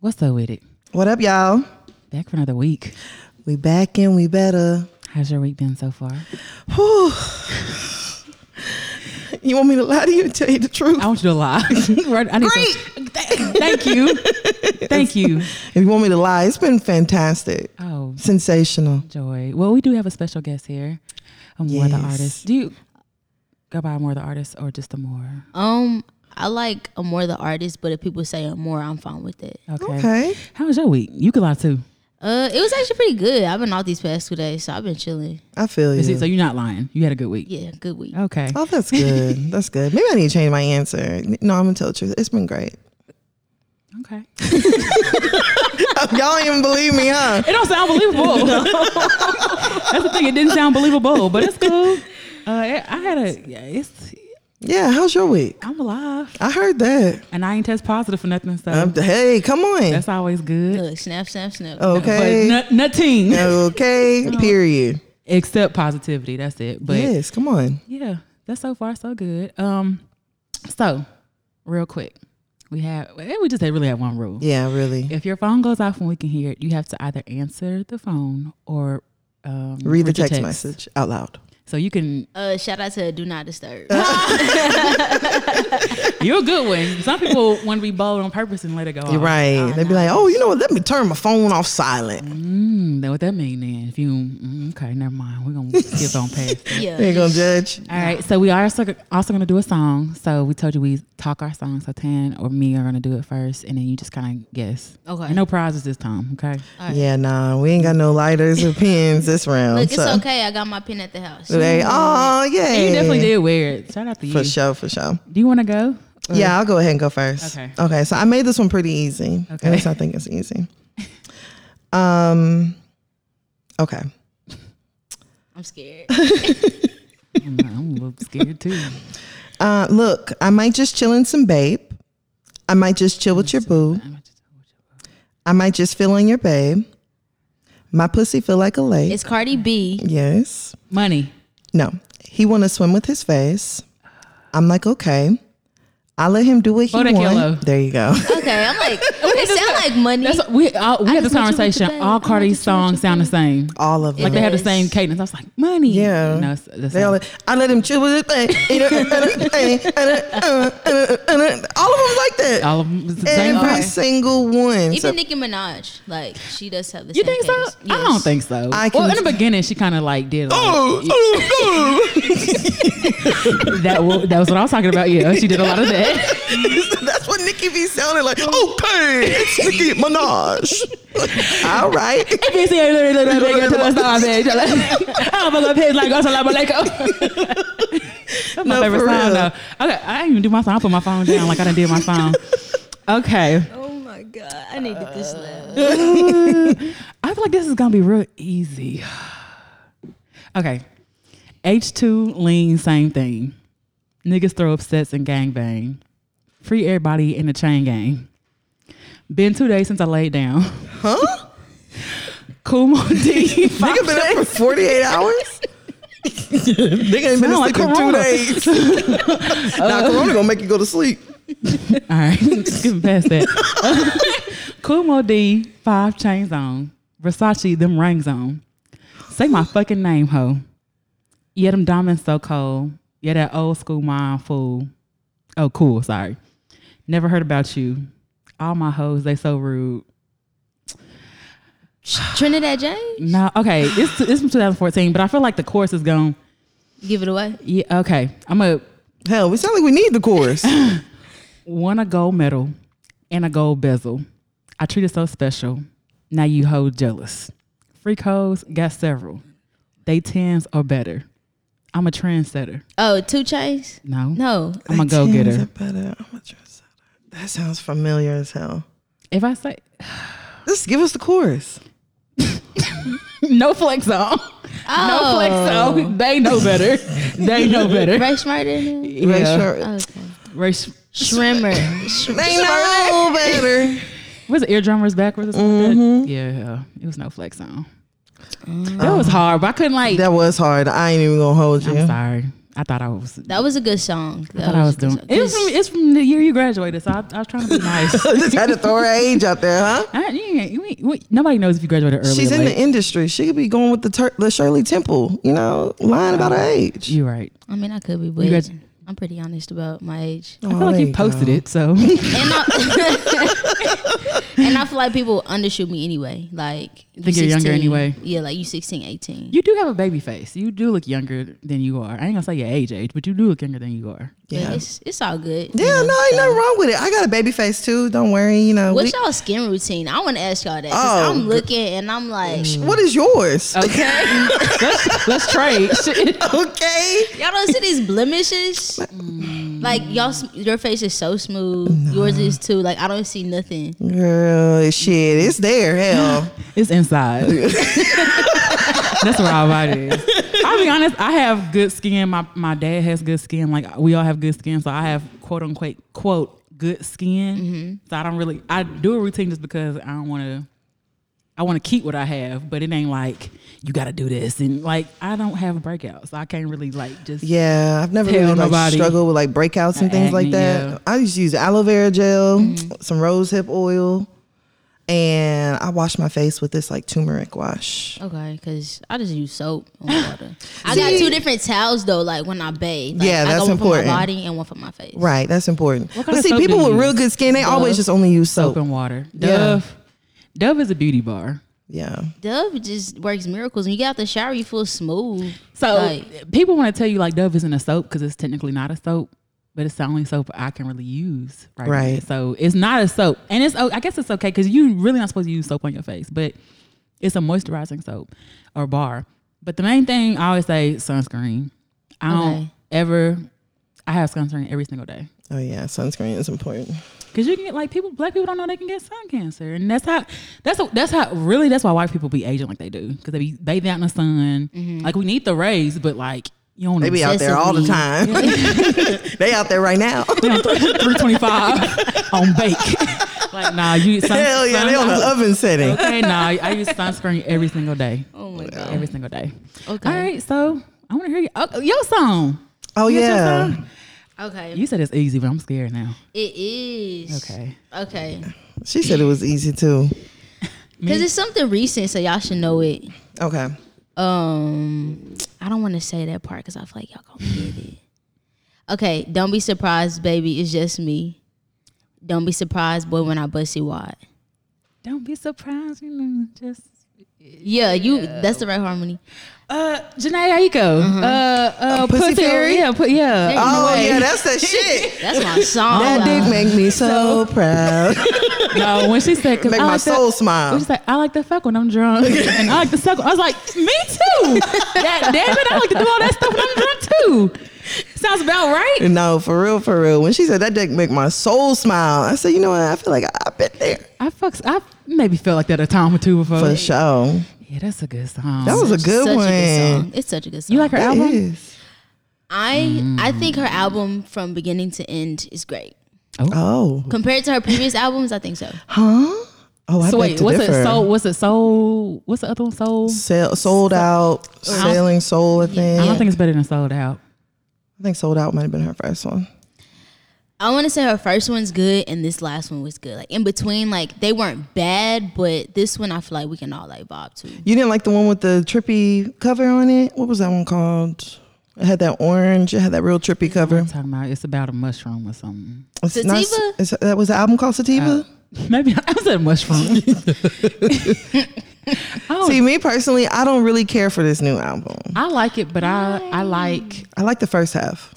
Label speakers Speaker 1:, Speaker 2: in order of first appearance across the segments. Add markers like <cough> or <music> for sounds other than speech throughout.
Speaker 1: What's up with it?
Speaker 2: What up, y'all?
Speaker 1: Back for another week.
Speaker 2: We back and we better.
Speaker 1: How's your week been so far?
Speaker 2: Whew. <laughs> you want me to lie to you and tell you the truth?
Speaker 1: I want you to lie. <laughs> Right, I need some- Th- thank you. Thank you.
Speaker 2: If you want me to lie, it's been fantastic,
Speaker 1: Oh,
Speaker 2: sensational.
Speaker 1: joy. Well, we do have a special guest here. A more the
Speaker 2: Yes.
Speaker 1: artist. Do you go by more the artist or just the more?
Speaker 3: Um, I like a more the artist, but if people say a more, I'm fine with it.
Speaker 1: Okay.
Speaker 2: Okay.
Speaker 1: How was your week? You could lie too.
Speaker 3: Uh, it was actually pretty good. I've been out these past two days, so I've been chilling.
Speaker 2: I feel
Speaker 1: You see,
Speaker 2: you.
Speaker 1: So you're not lying. You had a good week.
Speaker 3: Yeah, good week.
Speaker 1: Okay.
Speaker 2: Oh, that's good. <laughs> that's good. Maybe I need to change my answer. No, I'm gonna tell the truth. It's been great. <laughs>
Speaker 1: Okay.
Speaker 2: Y'all don't even believe me, huh?
Speaker 1: It don't sound <laughs> believable. That's the thing. It didn't sound believable, but it's cool. Uh, it- I had a. yeah, It's.
Speaker 2: Yeah. How's your week?
Speaker 1: I'm alive,
Speaker 2: I heard that.
Speaker 1: and I ain't test positive for nothing. So
Speaker 2: Um, hey, come on.
Speaker 1: that's always good.
Speaker 3: Look, snap, snap, snap.
Speaker 1: Oh.
Speaker 2: Okay.
Speaker 1: But no- nothing
Speaker 2: <laughs> Okay. Period.
Speaker 1: except positivity. That's it. But
Speaker 2: Yes. Come on.
Speaker 1: yeah, that's so far so good. Um, so real quick, we have eh, we just really have one rule.
Speaker 2: Yeah. Really.
Speaker 1: If your phone goes off and we can hear it, you have to either answer the phone or um,
Speaker 2: Read the
Speaker 1: your
Speaker 2: text message out loud.
Speaker 1: So you can
Speaker 3: Uh, shout out to Do Not
Speaker 1: <laughs>
Speaker 3: Disturb.
Speaker 1: You're a good one. Some people <laughs> want to be bold on purpose and let it go.
Speaker 2: You're
Speaker 1: off.
Speaker 2: right. They'd be like, oh, you know what? Let me turn my phone off silent.
Speaker 1: Mm, know what that mean then? If you mm, okay, never mind. We're gonna skip on past. that.
Speaker 3: yeah.
Speaker 2: They ain't gonna judge.
Speaker 1: All right. So we are also, also gonna do a song. So we told you we talk our song. So Tan or me are gonna do it first, and then you just kind of guess.
Speaker 3: Okay.
Speaker 1: And no prizes this time. Okay.
Speaker 3: All right.
Speaker 2: Yeah, nah, we ain't got no lighters or pens this round.
Speaker 3: Look, it's
Speaker 2: so
Speaker 3: okay. I got my pen at the house.
Speaker 2: They, oh,
Speaker 1: And
Speaker 2: yeah.
Speaker 1: you definitely did wear it. Shout out to you.
Speaker 2: For sure, for sure.
Speaker 1: Do you want to go? Or-
Speaker 2: Yeah, I'll go ahead and go first.
Speaker 1: Okay.
Speaker 2: Okay, so I made this one pretty easy.
Speaker 1: Okay.
Speaker 2: At least I think it's easy. Um, okay.
Speaker 3: I'm scared.
Speaker 1: I'm, I'm a little scared too.
Speaker 2: Uh, look, I might just chill in some babe. I might just chill with your boo. I might just feel on your babe. My pussy feel like a lake.
Speaker 3: It's
Speaker 1: <laughs>
Speaker 3: Cardi B.
Speaker 2: yes.
Speaker 1: Money.
Speaker 2: No, he want to swim with his face. I'm like, okay. I let him do what he
Speaker 1: Bodak Yellow.
Speaker 2: want. There
Speaker 1: <laughs>
Speaker 2: you go.
Speaker 3: Okay, I'm like, it sound like money.
Speaker 1: That's we all, we had this
Speaker 3: just want you to
Speaker 1: conversation.
Speaker 3: play.
Speaker 1: All
Speaker 3: I want you
Speaker 1: Cardi's
Speaker 3: to play.
Speaker 1: songs sound the same.
Speaker 2: All of them.
Speaker 1: Like they have the
Speaker 3: Yes.
Speaker 1: same cadence. I was like, money.
Speaker 2: Yeah.
Speaker 1: You know, it's the
Speaker 2: They
Speaker 1: same.
Speaker 2: all like, I let him chill with his face. all of them like that.
Speaker 1: All of them. It's the Oh, same
Speaker 2: Every
Speaker 1: price.
Speaker 2: single one.
Speaker 3: Even
Speaker 2: So
Speaker 3: Nicki Minaj, like, she does have the
Speaker 1: You
Speaker 3: same
Speaker 1: think so?
Speaker 3: cadence.
Speaker 1: I don't think so.
Speaker 2: I
Speaker 1: well, in
Speaker 2: can-
Speaker 1: the beginning, she kind of like did like,
Speaker 2: oh,
Speaker 1: that. wa- That was what I was talking about. Yeah, she did a lot of
Speaker 2: <laughs>
Speaker 1: that.
Speaker 2: <laughs> that's what Nicki be sounding like. Okay, it's Nicki Minaj. <laughs> all right.
Speaker 1: <laughs> That's my
Speaker 2: No,
Speaker 1: favorite
Speaker 2: oh. for
Speaker 1: song
Speaker 2: real.
Speaker 1: though. Okay, I didn't even do my song. I put my phone down like I done did my
Speaker 2: <laughs>
Speaker 1: phone. Okay.
Speaker 3: Oh my God. I needed this laugh.
Speaker 1: I feel like this is gonna be real easy. okay. H2 lean, same thing. Niggas throw up sets and gangbang. Free everybody in the chain gang. Been two days since I laid down.
Speaker 2: Huh?
Speaker 1: <laughs> Kumo D.
Speaker 2: <laughs> Nigga been up for <laughs> 48 hours? Nigga ain't been
Speaker 1: Sound like
Speaker 2: asleep in two
Speaker 1: Corona. Uh. <laughs>
Speaker 2: days. nah, Corona gonna make you go to sleep.
Speaker 1: All right, skipping past that. <laughs> Kumo D, five chains on. Versace, them rings on. Say my fucking name, ho. Yeah, them diamonds so cold. Yeah, that old school mind fool. Oh, cool, sorry. Never heard about you. All my hoes, they so rude.
Speaker 3: Trinidad James?
Speaker 1: No, okay, it's, it's from 2014, but I feel like the chorus is gone.
Speaker 3: Give it away.
Speaker 1: Yeah, okay, I'm a
Speaker 2: Hell, we sound like we need the chorus.
Speaker 1: won a gold medal and a gold bezel. I treat it so special. Now you hold jealous. Freak hoes got several. They tens or better. I'm a trendsetter.
Speaker 3: Oh, Two Chains?
Speaker 1: No.
Speaker 3: No.
Speaker 1: I'm a <laughs> go getter.
Speaker 2: That sounds familiar as hell.
Speaker 1: If I say <laughs>
Speaker 2: Just give us the chorus.
Speaker 1: no flex on.
Speaker 3: Oh,
Speaker 1: No flex on. They know <laughs> better. They know better.
Speaker 3: Ray Smarter in there?
Speaker 2: Make
Speaker 1: Yeah. Uh,
Speaker 2: sure-
Speaker 3: Okay.
Speaker 1: Race.
Speaker 3: Shrimmer. Shr-
Speaker 2: They know better.
Speaker 1: <laughs> Was it eardrummers backwards or something? like that? Yeah. It was no flex on. That was hard, but I couldn't like
Speaker 2: That was hard. I ain't even gonna hold you.
Speaker 1: I'm sorry. I thought I was.
Speaker 3: That was a good song.
Speaker 1: I
Speaker 3: That
Speaker 1: thought I was
Speaker 3: a good
Speaker 1: doing.
Speaker 3: song.
Speaker 1: It was from, it's from the year you graduated, so I, I was trying
Speaker 2: <laughs>
Speaker 1: to be nice.
Speaker 2: Just <laughs> had to throw her age out there, huh?
Speaker 1: I, you ain't- you ain't- wait, nobody knows if you graduated early.
Speaker 2: She's
Speaker 1: or
Speaker 2: in
Speaker 1: late.
Speaker 2: the industry. She could be going with the Tur- the Shirley Temple, you know, lying about her age.
Speaker 1: You're right.
Speaker 3: I mean, I could be, but
Speaker 1: guys-
Speaker 3: I'm pretty honest about my
Speaker 1: <laughs>
Speaker 3: age.
Speaker 1: I
Speaker 2: Oh,
Speaker 1: feel like you posted it, so <laughs>
Speaker 3: and I, <laughs> and I feel like people undershoot me anyway. Like you
Speaker 1: Think you're younger anyway.
Speaker 3: Yeah, like you 16, 18.
Speaker 1: you do have a baby face. You do look younger than you are. I ain't gonna say your age age, but you do look younger than you are.
Speaker 3: But It's it's all good.
Speaker 2: Yeah, no, ain't nothing wrong with it. I got a baby face too. Don't worry, you know.
Speaker 3: What's
Speaker 2: we-
Speaker 3: y'all skin routine? I want to ask y'all that. 'cause
Speaker 2: Oh,
Speaker 3: I'm looking and I'm like,
Speaker 1: Mm.
Speaker 2: what is yours?
Speaker 1: Okay, let's, let's trade. <laughs> Shit.
Speaker 2: <laughs> okay.
Speaker 3: y'all don't see these blemishes?
Speaker 1: Mm.
Speaker 3: like y'all, s- your face is so smooth. Yours is too. Like I don't see nothing.
Speaker 2: Girl, shit, it's there. Hell,
Speaker 1: <gasps> It's
Speaker 2: <laughs>
Speaker 1: inside. That's where all of it is. I'll be honest. I have good skin. My my dad has good skin. Like we all have good skin. So I have quote unquote quote good skin.
Speaker 2: Mm-hmm.
Speaker 1: So I don't really. I do a routine just because I don't want to. I want to keep what I have, but it ain't like you got to do this and like I don't have breakouts. So I can't really like just.
Speaker 2: yeah. I've never
Speaker 1: Tell
Speaker 2: really like
Speaker 1: nobody.
Speaker 2: struggled with like breakouts and things like
Speaker 1: acne,
Speaker 2: that.
Speaker 1: yeah. Mm-hmm.
Speaker 2: I used to use aloe vera gel, some rose hip oil, and I wash my face with this like turmeric wash.
Speaker 3: Okay, because I just use soap
Speaker 2: <laughs>
Speaker 3: and water. I got two different towels though. Like when I bathe. Like,
Speaker 2: Yeah,
Speaker 3: I got
Speaker 2: that's
Speaker 3: one
Speaker 2: important.
Speaker 3: for my body and one for my face.
Speaker 2: Right, that's important.
Speaker 1: What kind
Speaker 2: But
Speaker 1: of
Speaker 2: see,
Speaker 1: soap
Speaker 2: people
Speaker 1: do you
Speaker 2: with real
Speaker 1: use?
Speaker 2: good skin, they always
Speaker 3: Dove.
Speaker 2: just only use
Speaker 1: soap
Speaker 2: soap.
Speaker 1: and water.
Speaker 2: Yeah.
Speaker 1: Dove. Dove is a beauty bar.
Speaker 2: Yeah.
Speaker 3: Dove just works miracles. When you get out the shower, you feel smooth.
Speaker 1: So
Speaker 3: like,
Speaker 1: people want to tell you like Dove isn't a soap because it's technically not a soap, but it's the only soap I can really use. Right. now.
Speaker 2: Right.
Speaker 1: So it's not a soap, and it's oh, I guess it's okay because you really not supposed to use soap on your face, but it's a moisturizing soap or bar. But the main thing I always say sunscreen. I don't
Speaker 3: Okay.
Speaker 1: ever. I have sunscreen every single day.
Speaker 2: Oh yeah, sunscreen is important.
Speaker 1: Cause you can get like people, black people don't know they can get sun cancer, and that's how, that's that's how really that's why white people be aging like they do, cause they be bathing out in the sun.
Speaker 3: Mm-hmm.
Speaker 1: Like we need the rays, but like you don't.
Speaker 2: They be out there all the time. <laughs> they out there
Speaker 1: <laughs>
Speaker 2: right now.
Speaker 1: three twenty five <laughs> on bake. like nah, you sun,
Speaker 2: Hell yeah,
Speaker 1: sun-
Speaker 2: they on the oven setting.
Speaker 1: Okay, nah, I use sunscreen every single day,
Speaker 3: oh my god.
Speaker 1: every single day.
Speaker 3: Okay.
Speaker 1: All right, so I want to hear you, oh, your song.
Speaker 2: Oh
Speaker 1: You got your
Speaker 2: yeah.
Speaker 1: song?
Speaker 3: Okay.
Speaker 1: You said it's easy, but I'm scared now.
Speaker 3: It is.
Speaker 1: Okay.
Speaker 3: Okay.
Speaker 2: She said it was easy too.
Speaker 1: Me?
Speaker 3: Because it's something recent, so y'all should know it.
Speaker 2: Okay.
Speaker 3: Um, I don't want to say that part because I feel like y'all gonna get it. Okay, don't be surprised, baby. It's just me. Don't be surprised, boy, when I bust you wide.
Speaker 1: Don't be surprised, you know, just
Speaker 3: Yeah, you. That's the right harmony.
Speaker 1: Uh, Janae Aiko. Uh, uh,
Speaker 2: Mm-hmm. Pussy
Speaker 1: Pussy
Speaker 2: Fairy?
Speaker 1: Yeah, put, yeah.
Speaker 3: There
Speaker 2: Oh
Speaker 3: Wait.
Speaker 2: yeah, that's
Speaker 1: <laughs>
Speaker 2: that shit.
Speaker 3: That's my
Speaker 2: <laughs>
Speaker 3: song.
Speaker 2: That
Speaker 3: y'all.
Speaker 2: dick make me
Speaker 1: <laughs>
Speaker 2: so proud.
Speaker 1: no, when she said, 'cause
Speaker 2: Make
Speaker 1: I
Speaker 2: my
Speaker 1: like
Speaker 2: soul
Speaker 1: The, when
Speaker 2: smile.
Speaker 1: she's like, I like to fuck when I'm <laughs> drunk, and I like to suck. I was like, me too. that damn it, I like to do all that stuff when I'm drunk too. Sounds about right.
Speaker 2: No, for real, for real. When she said that dick make my soul smile, I said, you know what? I feel like I've been there
Speaker 1: I fucks. I maybe felt like that a time or two before.
Speaker 2: for sure.
Speaker 1: Yeah, that's a good song.
Speaker 2: That was a
Speaker 3: Such-
Speaker 2: good
Speaker 3: such
Speaker 2: one.
Speaker 3: A good song. It's such a good song.
Speaker 1: you like her
Speaker 2: That
Speaker 1: album?
Speaker 2: is.
Speaker 3: I I think her album from beginning to end is great
Speaker 2: Oh,
Speaker 3: compared to her previous albums. I think so.
Speaker 2: huh? Oh, I
Speaker 1: So
Speaker 2: beg
Speaker 1: wait,
Speaker 2: to
Speaker 1: what's
Speaker 2: differ.
Speaker 1: it? Soul? What's it? Soul? What's the other one? Soul?
Speaker 2: Sell, sold out,
Speaker 1: Uh-huh.
Speaker 2: sailing soul. I think.
Speaker 1: I don't think it's better than Sold Out.
Speaker 2: I think sold out might have been her first one.
Speaker 3: I want to say her first one's good and this last one was good. Like in between, like they weren't bad, but this one I feel like we can all like bob to.
Speaker 2: You didn't like the one with the trippy cover on it. What was that one called? It had that orange. It had that real trippy cover.
Speaker 1: I'm talking about it's about a mushroom or something. <laughs>
Speaker 2: It's not-
Speaker 3: Sativa?
Speaker 2: it's- that was the album called Sativa.
Speaker 1: Maybe I said mushroom. <laughs> Oh.
Speaker 2: See, me personally, I don't really care for this new album.
Speaker 1: I like it, but I I like
Speaker 2: I like the first half.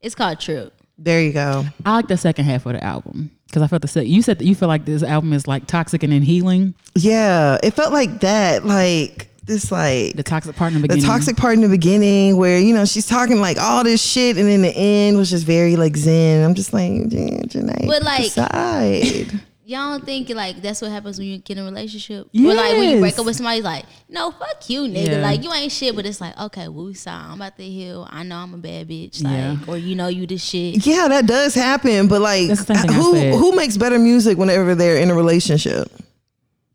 Speaker 3: It's called Trip.
Speaker 2: There you go.
Speaker 1: I like the second half of the album because I felt the sec- you said that you feel like this album is like toxic and then healing
Speaker 2: Yeah, it felt like that. Like this, like
Speaker 1: the toxic part in the
Speaker 2: the
Speaker 1: beginning.
Speaker 2: toxic part in the beginning, where you know she's talking like all this shit, and then the end was just very like zen. I'm just like, "Jan- Janae,
Speaker 3: But, like-
Speaker 2: decide.
Speaker 3: Y'all don't think like that's what happens when you get in a relationship? Or like when you
Speaker 1: Yes.
Speaker 3: break up with somebody, like, no, fuck you, nigga.
Speaker 1: Yeah.
Speaker 3: Like you ain't shit, but it's like, okay, woo saw, I'm about to heal. I know I'm a bad bitch. Like,
Speaker 1: Yeah.
Speaker 3: or you know you the shit.
Speaker 2: yeah, that does happen. But like,
Speaker 1: That's the same thing I
Speaker 2: who
Speaker 1: said.
Speaker 2: who makes better music whenever they're in a relationship?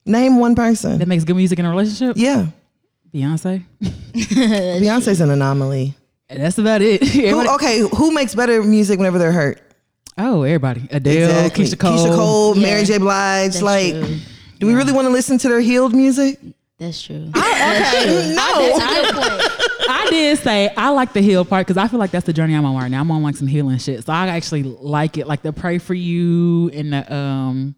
Speaker 2: Name one person.
Speaker 1: that makes good music in a relationship.
Speaker 2: Yeah,
Speaker 1: Beyonce.
Speaker 2: Beyonce's an anomaly.
Speaker 1: That's about it. <laughs> Everybody-
Speaker 2: Who, okay, who makes better music whenever they're hurt?
Speaker 1: oh, everybody. Adele, Keisha Cole.
Speaker 2: Mary J. Blige.
Speaker 3: That's
Speaker 2: like,
Speaker 3: true.
Speaker 2: do we really want to listen to their healed music?
Speaker 3: That's true.
Speaker 2: <laughs> No.
Speaker 1: I did say I like the heal part because I feel like that's the journey I'm on right now. I'm on like some healing shit, so I actually like it. Like the pray for you and the um,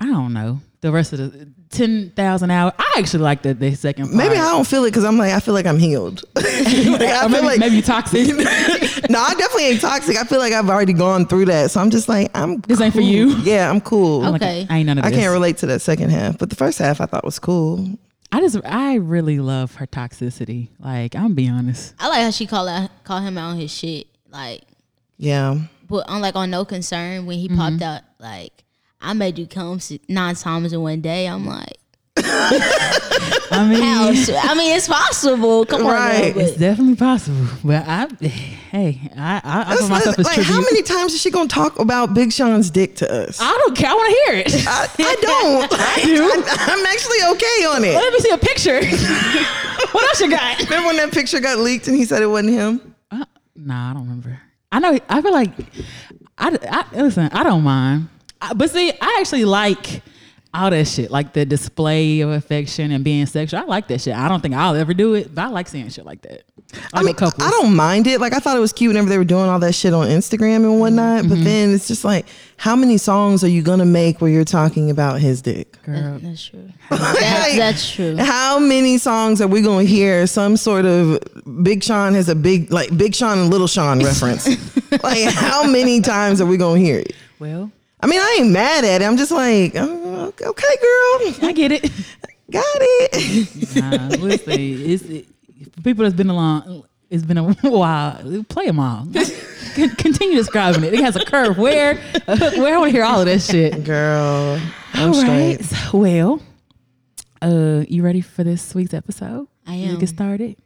Speaker 1: I don't know the rest of the ten thousand hour. I actually like the, the second. Part.
Speaker 2: Maybe I don't feel it because I'm like, I feel like I'm healed. <laughs> Like, I
Speaker 1: Or
Speaker 2: feel
Speaker 1: maybe,
Speaker 2: like,
Speaker 1: maybe you toxic.
Speaker 2: <laughs> no, I definitely ain't toxic. I feel like I've already gone through that. So I'm just like, I'm
Speaker 1: This ain't for you. Oh
Speaker 2: Yeah, I'm cool.
Speaker 1: I'm like,
Speaker 3: Okay.
Speaker 1: I ain't none of
Speaker 2: I
Speaker 1: this.
Speaker 2: can't relate to that second half, but the first half I thought was cool.
Speaker 1: I just I really love her toxicity. Like I'm be honest.
Speaker 3: I like how she call out, call him out on his shit. Like,
Speaker 2: Yeah.
Speaker 3: but on like on no concern when he
Speaker 2: Mm-hmm.
Speaker 3: popped out. Like, I made you come si- nine times in one day.
Speaker 2: <laughs>
Speaker 3: I'm like,
Speaker 1: I mean,
Speaker 3: how? I mean, it's possible. Come on,
Speaker 2: Right.
Speaker 3: now,
Speaker 1: it's
Speaker 3: but
Speaker 1: definitely possible. But I, hey, I I, I put myself as
Speaker 2: like,
Speaker 1: tribute.
Speaker 2: how many times is she going to talk about Big Sean's dick to us? I,
Speaker 1: I don't care. I want to hear <laughs> it.
Speaker 2: I don't. I
Speaker 1: do.
Speaker 2: am actually okay on it.
Speaker 1: Let me see a <laughs> picture. what else you got?
Speaker 2: Remember when that picture got leaked and he said it wasn't him?
Speaker 1: Uh, nah, I don't remember. I know. I feel like I, I listen. I don't mind, I, but see, I actually like all that shit, like the display of affection and being sexual. I like that shit. I don't think I'll ever do it, but I like seeing shit like that.
Speaker 2: I mean,
Speaker 1: couple.
Speaker 2: I don't mind it. Like, I thought it was cute whenever they were doing all that shit on Instagram and whatnot. But then it's just like, how many songs are you going to make where you're talking about his dick?
Speaker 3: that- that's true.
Speaker 2: <laughs> Like,
Speaker 3: That's, that's
Speaker 2: <laughs>
Speaker 3: true.
Speaker 2: How many songs are we going to hear some sort of Big Sean has a big, like Big Sean and Little Sean reference? like, how many times are we going to hear it?
Speaker 1: Well,
Speaker 2: I mean, I ain't mad at it. I'm just like, oh, okay, girl,
Speaker 1: I get it.
Speaker 2: got it.
Speaker 1: nah, we'll see. It's it, for people that's been along. It's been a <laughs> while. Play them all. <laughs> Con- continue describing it. It has a curve. Where? <laughs> Where? I want to hear all of that shit.
Speaker 2: <laughs> Girl, I'm
Speaker 1: All
Speaker 2: straight.
Speaker 1: right. Well, uh, you ready for this week's episode?
Speaker 3: I
Speaker 1: You
Speaker 3: am.
Speaker 1: get started.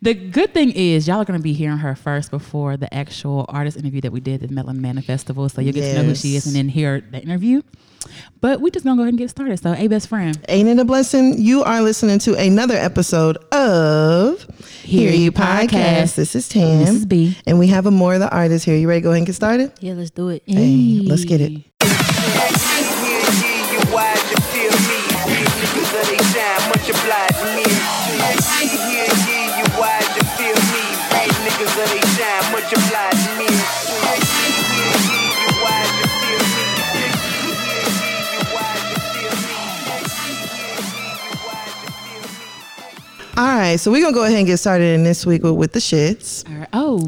Speaker 1: The good thing is, y'all are going to be hearing her first before the actual artist interview that we did at the Melon Man Festival. So you'll get to know who she
Speaker 2: Yes.
Speaker 1: is and then hear the interview. But we just going to go ahead and get started. So, hey, best friend.
Speaker 2: Ain't it a blessing? You are listening to another episode of Hear You Podcast. This is Tam.
Speaker 1: This is B.
Speaker 2: And we have a more of the artists here. You ready to go ahead and get started?
Speaker 3: Yeah, let's do it.
Speaker 2: Hey, let's get it. All right, so we're gonna go ahead and get started in this week with, with the shits.
Speaker 1: All right. Oh,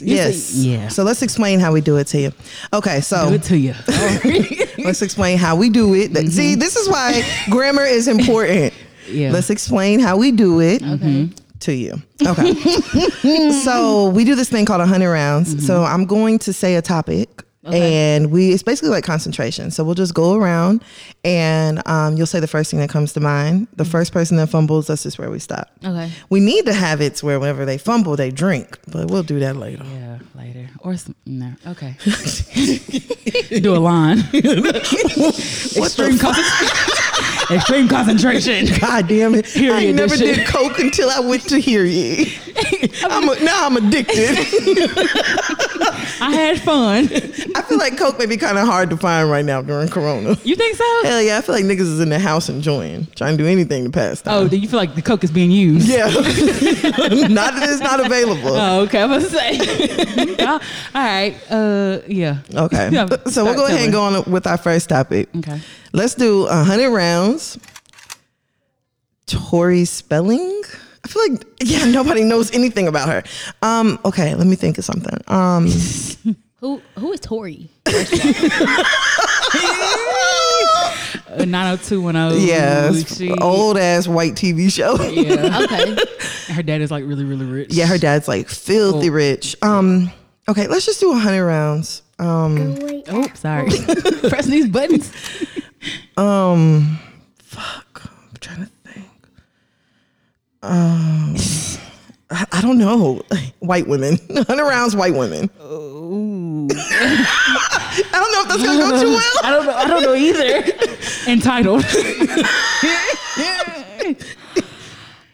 Speaker 1: you
Speaker 2: Yes.
Speaker 1: see- yeah.
Speaker 2: So let's explain how we do it to you. Okay, so
Speaker 1: do it to you.
Speaker 2: Let's explain how we do it. See, this is why grammar is important.
Speaker 1: Yeah.
Speaker 2: Let's explain how we do it Mm-hmm. to you. Okay. so we do this thing called 100 rounds. So I'm going to say a topic. And we, it's basically like concentration. So we'll just go around and um, you'll say the first thing that comes to mind. The first person that fumbles, that's just where we stop.
Speaker 3: Okay.
Speaker 2: We need to have it to where whenever they fumble, they drink, but we'll do that later. <laughs>
Speaker 1: Yeah, later or some, no. Okay, do a
Speaker 2: <laughs>
Speaker 1: line. extreme,
Speaker 2: <laughs>
Speaker 1: concent- extreme concentration.
Speaker 2: God damn it. I
Speaker 1: Period
Speaker 2: ain't never
Speaker 1: edition.
Speaker 2: did coke until I went to hear you.
Speaker 1: <laughs>
Speaker 2: I'm a, now I'm addicted.
Speaker 1: I had fun.
Speaker 2: I feel like coke may be kind of hard to find right now during corona.
Speaker 1: You think so?
Speaker 2: Hell yeah, I feel like niggas is in the house enjoying, trying to do anything to pass time.
Speaker 1: Oh, do you feel like the coke is being used?
Speaker 2: <laughs> Yeah. not that it's not available.
Speaker 1: Oh, okay. I was gonna
Speaker 2: <laughs>
Speaker 1: say. all right. Uh, yeah.
Speaker 2: Okay.
Speaker 1: Yeah,
Speaker 2: <laughs> So we'll
Speaker 1: start
Speaker 2: go ahead and
Speaker 1: telling.
Speaker 2: go on with our first topic.
Speaker 1: Okay.
Speaker 2: Let's do 100 rounds. Tori Spelling? I feel like, yeah, nobody knows anything about her. Um, okay, let me think of something. Um,
Speaker 3: Who who is Tori?
Speaker 1: Uh, Nine hundred two one zero.
Speaker 2: Yeah, it's
Speaker 1: She,
Speaker 2: old ass white TV show. <laughs> Yeah.
Speaker 1: yeah.
Speaker 3: Okay.
Speaker 1: Her dad is like really, really rich.
Speaker 2: her dad's like filthy rich. Um, okay, let's just do hundred rounds. Um,
Speaker 1: Oh,
Speaker 2: <laughs>
Speaker 1: sorry. Pressing these buttons.
Speaker 2: um, fuck, I'm trying to think. Um, I, I don't know. <laughs> White women, hundred rounds, white women. <laughs> I don't know if that's gonna go
Speaker 1: <laughs>
Speaker 2: too well.
Speaker 1: I don't know. I don't know
Speaker 2: <laughs>
Speaker 1: either. Entitled.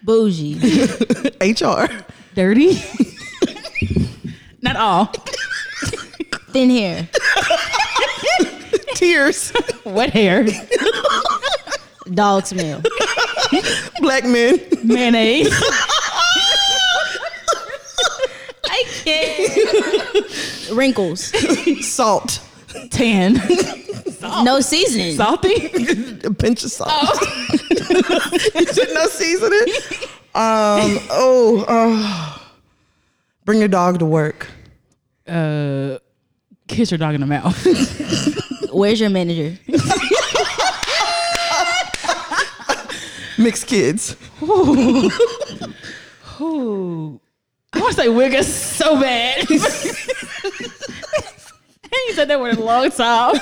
Speaker 3: Bougie.
Speaker 2: HR,
Speaker 1: Dirty. Not all.
Speaker 3: Thin hair.
Speaker 2: Tears.
Speaker 1: Wet hair.
Speaker 3: Dog smell.
Speaker 2: Black men.
Speaker 1: Mayonnaise.
Speaker 3: I can't. <laughs> Wrinkles.
Speaker 2: Salt.
Speaker 1: Tan.
Speaker 3: No seasoning.
Speaker 1: Salty.
Speaker 2: A pinch of salt. <laughs> you should know seasoning. Um, oh, oh. Bring your dog to work.
Speaker 1: Uh, kiss your dog in the mouth.
Speaker 3: Where's your manager?
Speaker 2: Mixed kids.
Speaker 1: Ooh. I want to say wigger so bad. and you said that word a long time.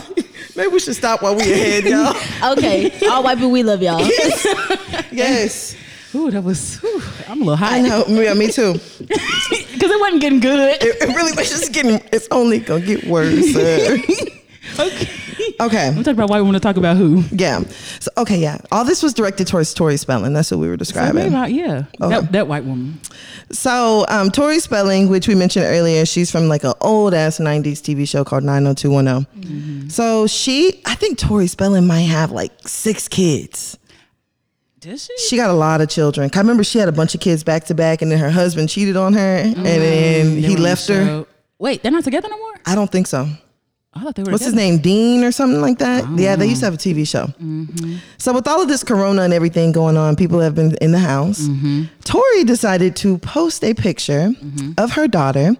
Speaker 2: Maybe we should stop while we ahead, y'all.
Speaker 3: Okay. All white people, we love y'all.
Speaker 2: Yes.
Speaker 1: Ooh, that was. Ooh, I'm a little hot
Speaker 2: I know. Yeah, me too.
Speaker 1: because it wasn't getting good.
Speaker 2: It, it really was just getting, it's only going to get worse.
Speaker 1: Okay.
Speaker 2: okay.
Speaker 1: We talked about why we want to talk about who.
Speaker 2: Yeah. So okay, yeah. All this was directed towards Tori Spelling. That's what we
Speaker 1: I
Speaker 2: were
Speaker 1: mean,
Speaker 2: describing.
Speaker 1: about, yeah,
Speaker 2: Okay.
Speaker 1: that, that white woman.
Speaker 2: So um, Tori Spelling, which we mentioned earlier, she's from like an old ass '90s TV show called 90210. So she, I think Tori Spelling might have like six kids.
Speaker 1: Did she?
Speaker 2: She got a lot of children. 'Cause I remember she had a bunch of kids back to back, and then her husband cheated on her, and then he left her.
Speaker 1: Wait, they're not together no more.
Speaker 2: I don't think so.
Speaker 1: I thought they were. Mm-hmm.
Speaker 2: What's his
Speaker 1: together.
Speaker 2: name? Dean or something like that. Yeah, they used to have a TV show.
Speaker 1: Mm-hmm.
Speaker 2: So with all of this corona and everything going on, people have been in the house.
Speaker 1: Mm-hmm.
Speaker 2: Tori decided to post a picture of her daughter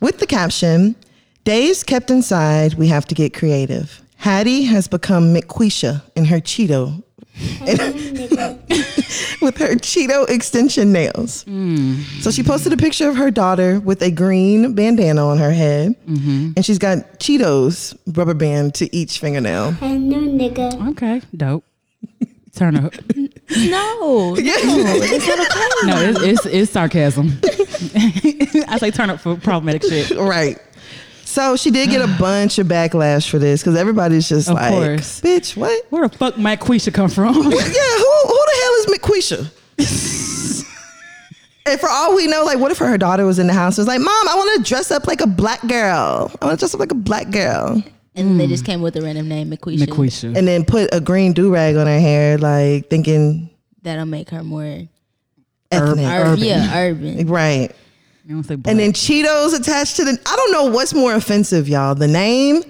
Speaker 2: with the caption, Days kept inside, we have to get creative. Hattie has become McQuisha in her Cheeto. <laughs> with her Cheeto extension nails.
Speaker 1: Mm.
Speaker 2: So she posted a picture of her daughter with a green bandana on her head,
Speaker 1: Mm-hmm.
Speaker 2: and she's got Cheetos rubber band to each fingernail.
Speaker 1: <laughs>
Speaker 4: Hello, nigga.
Speaker 1: Okay, dope. Turn up. No,
Speaker 3: No.
Speaker 1: it's, it's, it's sarcasm. <laughs> I say turn up for problematic shit.
Speaker 2: right. So she did get a bunch of backlash for this because everybody's just
Speaker 1: Of
Speaker 2: like,
Speaker 1: course.
Speaker 2: "Bitch, what?
Speaker 1: Where the fuck Mike Quisha come from? <laughs>
Speaker 2: Yeah, who who the hell is McQuisha?" <laughs> and for all we know, like, what if her daughter was in the house? and was like, "Mom, I want to dress up like a black girl. I want to dress up like a black girl,"
Speaker 3: And they just came with a random name, McQuisha.
Speaker 1: McQuisha.
Speaker 2: and then put a green do rag on her hair, like thinking
Speaker 3: That'll make her more
Speaker 1: Herb-
Speaker 2: ethnic,
Speaker 3: ur- yeah, urban.
Speaker 2: right?
Speaker 1: You don't say black.
Speaker 2: and then Cheetos attached to the. I don't know what's more offensive, y'all. The name,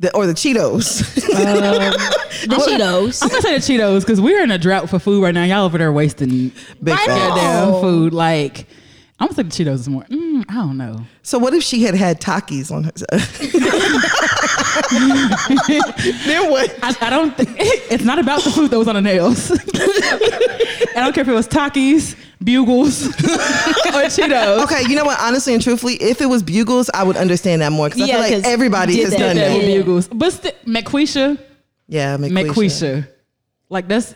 Speaker 2: the or the Cheetos.
Speaker 3: The Cheetos.
Speaker 1: I'm gonna say the Cheetos because we're in a drought for food right now. Y'all over there wasting
Speaker 2: Big
Speaker 3: I
Speaker 2: fat.
Speaker 3: know.
Speaker 1: goddamn
Speaker 3: Oh.
Speaker 1: food. Like I'm gonna say the Cheetos this morning. Mm, I don't know.
Speaker 2: So what if she had had Takis on her? then what?
Speaker 1: I, I don't think <laughs> it's not about the food that was on the nails. <laughs> I don't care if it was Takis, Bugles, <laughs> or Cheetos.
Speaker 2: Okay, you know what? Honestly and truthfully, if it was Bugles, I would understand that more because
Speaker 3: Yeah,
Speaker 2: I feel
Speaker 3: 'cause
Speaker 2: like everybody
Speaker 3: did
Speaker 2: has
Speaker 3: that.
Speaker 2: done
Speaker 1: That
Speaker 2: that.
Speaker 1: was
Speaker 3: Yeah.
Speaker 1: Bugles. But st- McQuisha,
Speaker 2: Yeah, McQuisha.
Speaker 1: McQuisha. Like that's.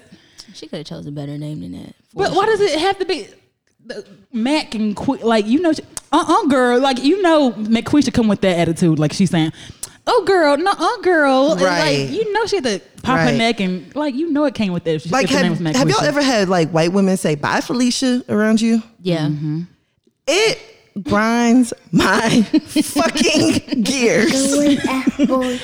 Speaker 3: She could have chose a better name than that.
Speaker 1: But why does it have to be the Mac and Qu- like you know? Uh uh girl, like you know, McQuisha come with that attitude, like she's saying. Oh girl, no, uh, girl. And,
Speaker 2: Right.
Speaker 1: Like you know, she had to pop
Speaker 2: Right.
Speaker 1: her neck and like you know, it came with that. if she-
Speaker 2: Like,
Speaker 1: if her name
Speaker 2: have,
Speaker 1: was
Speaker 2: have y'all
Speaker 1: McQuisha.
Speaker 2: ever had like white women say "Bye, Felicia" around you?
Speaker 3: Yeah.
Speaker 2: It grinds my <laughs> fucking gears.
Speaker 4: Good apple.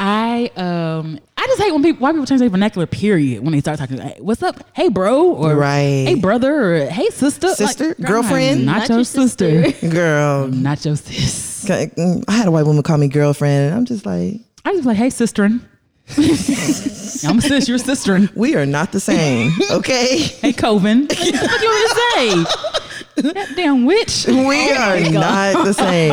Speaker 1: I um, I just hate when people white people change their vernacular. Period. When they start talking, like, "What's up? Hey, bro," or
Speaker 2: Right.
Speaker 1: "Hey, brother," or "Hey, sister," Like,
Speaker 2: Sister?
Speaker 1: girl,
Speaker 2: Girlfriend?
Speaker 1: not, your sister, <laughs>
Speaker 2: Girl,
Speaker 1: not your sis.
Speaker 2: mm, I had a white woman call me girlfriend, and I'm just like,
Speaker 1: I just be like, "Hey, sisterin." I'm a sis. You're sisterin.
Speaker 2: we are not the same, okay?
Speaker 1: Hey, Coven. What you want me to say? that damn witch.
Speaker 2: We are not the same.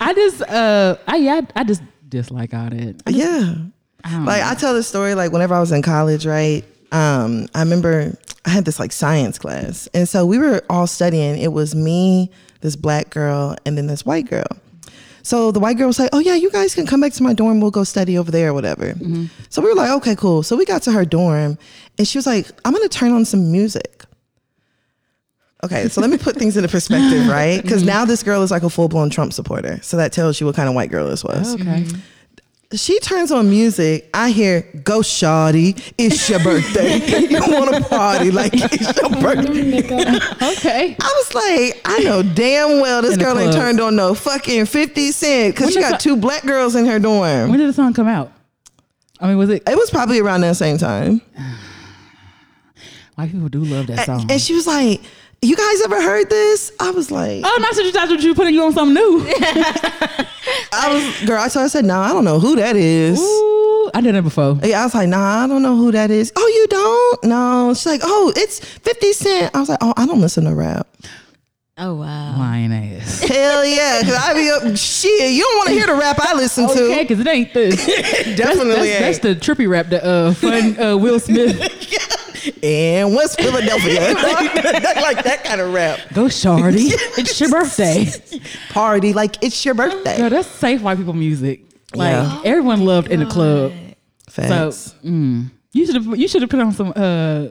Speaker 1: I just, uh, I, yeah, I just dislike all that. I,
Speaker 2: Yeah.
Speaker 1: don't
Speaker 2: Like
Speaker 1: know.
Speaker 2: I tell this story like whenever I was in college, right? Um, I remember I had this like science class. And so we were all studying. It was me, this black girl, and then this white girl. So the white girl was like, "Oh yeah, you guys can come back to my dorm. We'll go study over there or whatever."
Speaker 1: Mm-hmm.
Speaker 2: So we were like, "Okay, cool." So we got to her dorm, and she was like, "I'm gonna turn on some music." Okay, so let me put things into perspective,
Speaker 1: Mm-hmm. Oh,
Speaker 2: right? Because now this girl is like a full blown Trump supporter. So that tells you what kind of white girl this was.
Speaker 1: okay.
Speaker 2: she turns on music, I hear "Go, Shawty, it's your birthday.
Speaker 1: <laughs>
Speaker 2: <laughs> you want to party like it's your birthday."
Speaker 4: nigga,
Speaker 3: Okay.
Speaker 2: I was like, I know damn well this
Speaker 1: In the
Speaker 2: girl ain't
Speaker 1: club.
Speaker 2: turned on no fucking Fifty Cent because
Speaker 1: When
Speaker 2: she
Speaker 1: the
Speaker 2: got
Speaker 1: fu-
Speaker 2: two black girls in her dorm.
Speaker 1: When did the song come out? I mean, was it?
Speaker 2: it was probably around that same time.
Speaker 1: White people do love that song.
Speaker 2: And she was like, You guys ever heard this? I was like,
Speaker 1: oh, not you thought you putting you on something new.
Speaker 2: I was girl, I told her, I said, nah, I don't know who that is.
Speaker 1: Ooh, I did that before.
Speaker 2: Yeah, I was like, nah, I don't know who that is. Oh, you don't? No. She's like, oh, it's 50 Cent. I was like, oh, I don't listen to rap.
Speaker 3: Oh wow.
Speaker 1: Lying
Speaker 2: <laughs>
Speaker 1: ass.
Speaker 2: Hell yeah. Cause I be up, shit, you don't want to hear the rap I listen
Speaker 1: Okay,
Speaker 2: to.
Speaker 1: because it ain't this.
Speaker 2: Definitely
Speaker 1: That's, that's
Speaker 2: ain't.
Speaker 1: the trippy rap that uh, fun, uh Will Smith.
Speaker 2: and what's
Speaker 1: <laughs>
Speaker 2: Philadelphia? That- <laughs> like that kind of rap.
Speaker 1: Go, Shardy. It's your birthday.
Speaker 2: Party, like it's your
Speaker 1: Girl,
Speaker 2: birthday.
Speaker 1: that's safe white people music. Like
Speaker 2: Yeah. Oh
Speaker 1: everyone loved in the club. So
Speaker 2: Facts.
Speaker 1: mm, you should have you should have put on some. uh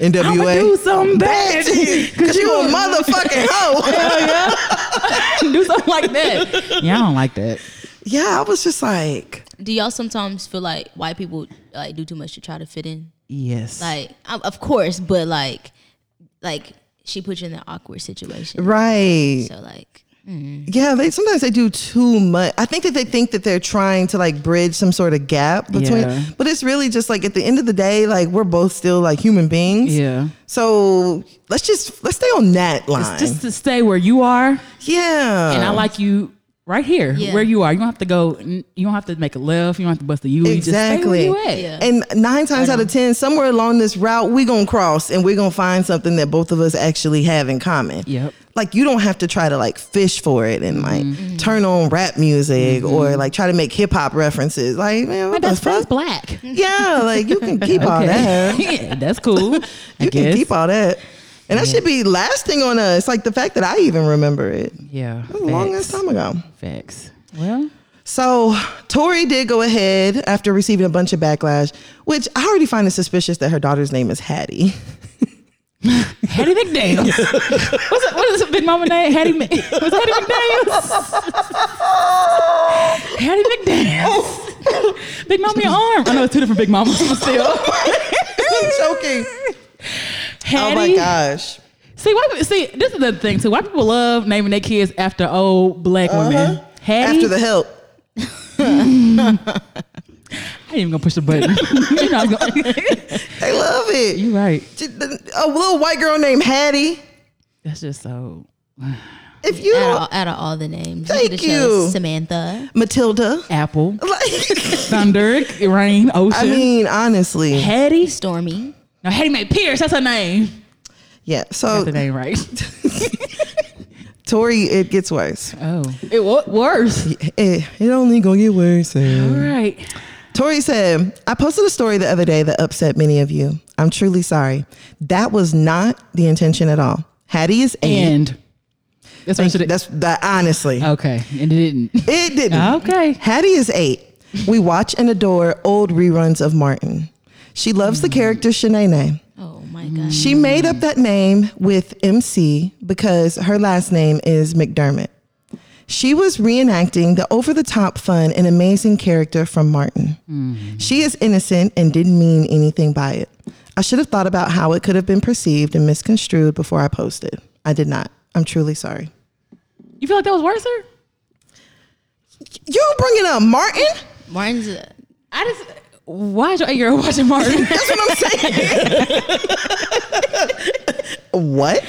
Speaker 1: I'ma do
Speaker 2: NWA.
Speaker 1: something bad. <laughs>
Speaker 2: <laughs> Because you a motherfucking hoe. <laughs>
Speaker 1: do something like that. Yeah, I don't like that.
Speaker 2: yeah, I was just like,
Speaker 3: Do y'all sometimes feel like white people like do too much to try to fit in?
Speaker 1: Yes.
Speaker 3: Like, um, of course, but like, like she put you in that awkward situation.
Speaker 2: right.
Speaker 3: So like,
Speaker 2: Yeah, they sometimes they do too much. I think that they think that they're trying to like bridge some sort of gap between,
Speaker 1: Yeah.
Speaker 2: but it's really just like at the end of the day, like we're both still like human beings.
Speaker 1: yeah.
Speaker 2: So let's just let's stay on that line.
Speaker 1: Just to stay where you are,
Speaker 2: yeah.
Speaker 1: and I like you right here,
Speaker 3: Yeah.
Speaker 1: where you are. You don't have to go. You don't have to make a left. You don't have to bust a U.
Speaker 2: Exactly.
Speaker 1: You just stay where you at.
Speaker 3: Yeah.
Speaker 2: And nine times out of ten, somewhere along this route, we gonna cross and we're gonna find something that both of us actually have in common.
Speaker 1: Yep.
Speaker 2: Like you don't have to try to like fish for it and like
Speaker 1: Mm-hmm.
Speaker 2: turn on rap music or like try to make hip hop references. Like man,
Speaker 1: My
Speaker 2: what the
Speaker 1: best friend's
Speaker 2: fuck?
Speaker 3: <laughs>
Speaker 1: black. <laughs>
Speaker 2: Yeah, like you can keep all that.
Speaker 1: Yeah, that's cool. <laughs> I
Speaker 2: <laughs> You can
Speaker 1: guess.
Speaker 2: keep all that. And that should be lasting on us. Like the fact that I even remember it.
Speaker 1: yeah.
Speaker 2: That was a long ass
Speaker 1: facts.
Speaker 2: time ago.
Speaker 1: Facts. Well,
Speaker 2: So Tori did go ahead after receiving a bunch of backlash, which I already find it suspicious that her daughter's name is Hattie. <laughs>
Speaker 1: Hattie McDaniels. <laughs> what's it, what is it, big mama name? Hattie, Ma- was <laughs> Hattie McDaniels? Hattie McDaniels. big mama your arm. I know it's two different big mamas but <laughs> still.
Speaker 2: I'm joking.
Speaker 1: Hattie.
Speaker 2: Oh my gosh.
Speaker 1: See, white, people- see, this is the thing too. White people love naming their kids after old black women. Hattie.
Speaker 2: After the help.
Speaker 1: I ain't even gonna push the <laughs> button. you know, I'm gonna, <laughs>
Speaker 2: They love it.
Speaker 1: you're right.
Speaker 2: A little white girl named Hattie.
Speaker 1: That's just so.
Speaker 2: If you
Speaker 3: out, of, all- out of all the names,
Speaker 2: Thank
Speaker 3: coulda chose
Speaker 2: you.
Speaker 3: Samantha.
Speaker 2: Matilda. <laughs>
Speaker 1: Apple,
Speaker 2: Like
Speaker 1: thunder, rain, ocean.
Speaker 2: I mean, honestly.
Speaker 1: Hattie.
Speaker 3: Stormy.
Speaker 1: No, Hattie Mae Pierce. That's her name.
Speaker 2: Yeah.
Speaker 1: That's
Speaker 2: So
Speaker 1: the name, right?
Speaker 2: Tori, it gets worse.
Speaker 1: Oh, it was worse.
Speaker 2: It, it only gonna get worse. eh.
Speaker 1: Right.
Speaker 2: Tori said, I posted a story the other day that upset many of you. I'm truly sorry. That was not the intention at all. Hattie is eight.
Speaker 1: And that's what
Speaker 2: Thank you.
Speaker 1: should.
Speaker 2: That's that honestly.
Speaker 1: Okay, and it didn't.
Speaker 2: It didn't.
Speaker 1: Okay.
Speaker 2: Hattie is eight. We watch and adore old reruns of Martin. She loves
Speaker 1: Mm.
Speaker 2: the character Shanae.
Speaker 3: Oh my gosh.
Speaker 2: She made up that name with MC because her last name is McDermott. She was reenacting the over the top fun and amazing character from Martin. She is innocent and didn't mean anything by it. I should have thought about how it could have been perceived and misconstrued before I posted. I did not. I'm truly sorry.
Speaker 1: <laughs> You feel like that was worse? sir?
Speaker 2: You bringing up Martin?
Speaker 3: Martin's. uh,
Speaker 1: I just. Why is your eight year old watching Martin?
Speaker 2: <laughs> That's what I'm saying. what?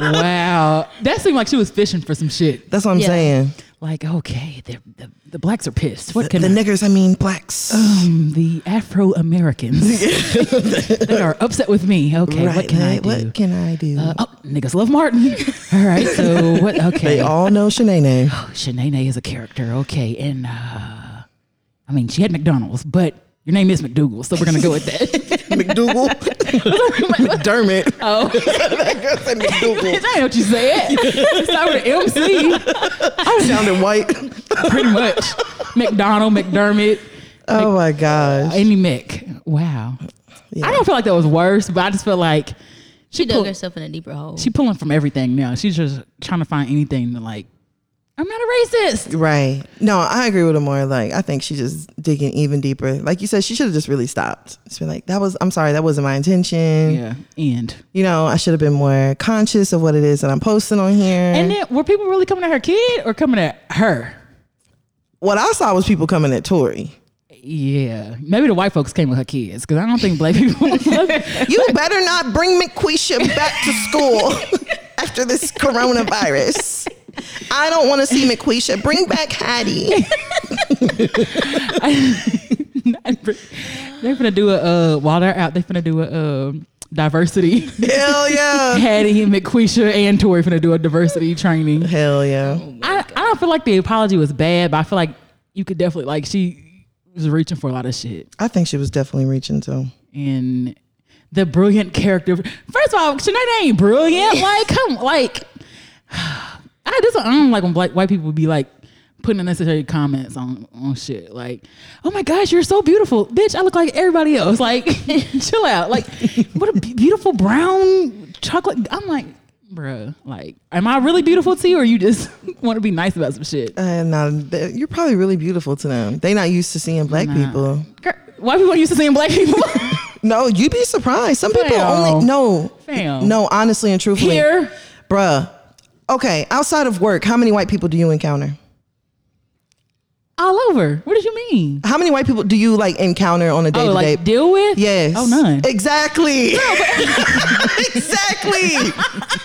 Speaker 1: wow, that seemed like she was fishing for some shit.
Speaker 2: That's what I'm
Speaker 3: Yeah.
Speaker 2: saying.
Speaker 1: Like, okay, the the, the blacks are pissed. What
Speaker 2: The
Speaker 1: can the,
Speaker 2: niggers, I mean blacks.
Speaker 1: um, the Afro
Speaker 2: <laughs>
Speaker 1: Americans? they are upset with me. Okay,
Speaker 2: right.
Speaker 1: what can I
Speaker 2: like,
Speaker 1: do?
Speaker 2: What can I do?
Speaker 1: Uh, oh, niggas love Martin. All right, so what? Okay,
Speaker 2: <laughs> They all know
Speaker 1: <laughs>
Speaker 2: Shanae name.
Speaker 1: Shanae is a character, okay, and uh, I mean she had McDonald's, but your name is McDougal, so we're gonna go with
Speaker 2: <laughs>
Speaker 1: that. <laughs>
Speaker 2: McDougal. McDermott.
Speaker 1: oh,
Speaker 2: <laughs> That girl said McDougal.
Speaker 1: <laughs> I know what you said. It's not with an MC,
Speaker 2: Sounded white.
Speaker 1: pretty much. McDonald, McDermott,
Speaker 2: Oh my gosh.
Speaker 1: any Mc. Wow, I don't feel like that was worse, but I just feel like she
Speaker 3: She dug
Speaker 1: pull,
Speaker 3: herself in a deeper hole.
Speaker 1: she pulling from everything now. She's just trying to find anything to like. I'm not a racist.
Speaker 2: Right. No, I agree with her more. Like, I think she's just digging even deeper. Like you said, she should have just really stopped. Just been like, that was, I'm sorry, that wasn't my intention.
Speaker 1: Yeah. And
Speaker 2: You know, I should have been more conscious of what it is that I'm posting on here.
Speaker 1: and then were people really coming at her kid or coming at her?
Speaker 2: what I saw was people coming at Tori.
Speaker 1: Yeah. Maybe the white folks came with her kids because I don't think black <laughs> people.
Speaker 2: You better not bring McQuisha back to school <laughs> after this coronavirus. I don't want to see McQuisha. Bring
Speaker 1: <laughs>
Speaker 2: back Hattie.
Speaker 1: they finna do a uh, while they're out. They finna do a um <laughs> diversity.
Speaker 2: Hell
Speaker 1: <laughs>
Speaker 2: yeah.
Speaker 1: Hattie and McQuisha and Tori finna do a diversity training.
Speaker 2: Hell yeah.
Speaker 1: I, I don't feel like the apology was bad, but I feel like you could definitely like she was reaching for a lot of shit.
Speaker 2: I think she was definitely reaching too.
Speaker 1: And the brilliant character. First of all, Sinead ain't brilliant. Like, come like <sighs> I just I don't like when black white people be like putting unnecessary comments on on shit. Like, oh my gosh, you're so beautiful. Bitch, I look like everybody else. Like, <laughs> chill out. Like, what a be- beautiful brown chocolate. I'm like, bruh, like, am I really beautiful to you or you just <laughs> want to be nice about some shit?
Speaker 2: Uh, no, they- you're probably really beautiful to them. They not used to seeing black people.
Speaker 1: Girl, white people used to seeing black people <laughs>
Speaker 2: No, you'd be surprised. Some people
Speaker 1: Fam.
Speaker 2: only no,
Speaker 1: Fam.
Speaker 2: no. Honestly and truthfully,
Speaker 1: here.
Speaker 2: bruh. Okay, outside of work, how many white people do you encounter?
Speaker 1: All over. What did you mean?
Speaker 2: How many white people do you like encounter on a day
Speaker 1: Oh,
Speaker 2: to day?
Speaker 1: like deal with?
Speaker 2: Yes.
Speaker 1: Oh, none.
Speaker 2: Exactly. <laughs>
Speaker 1: <laughs>
Speaker 2: exactly.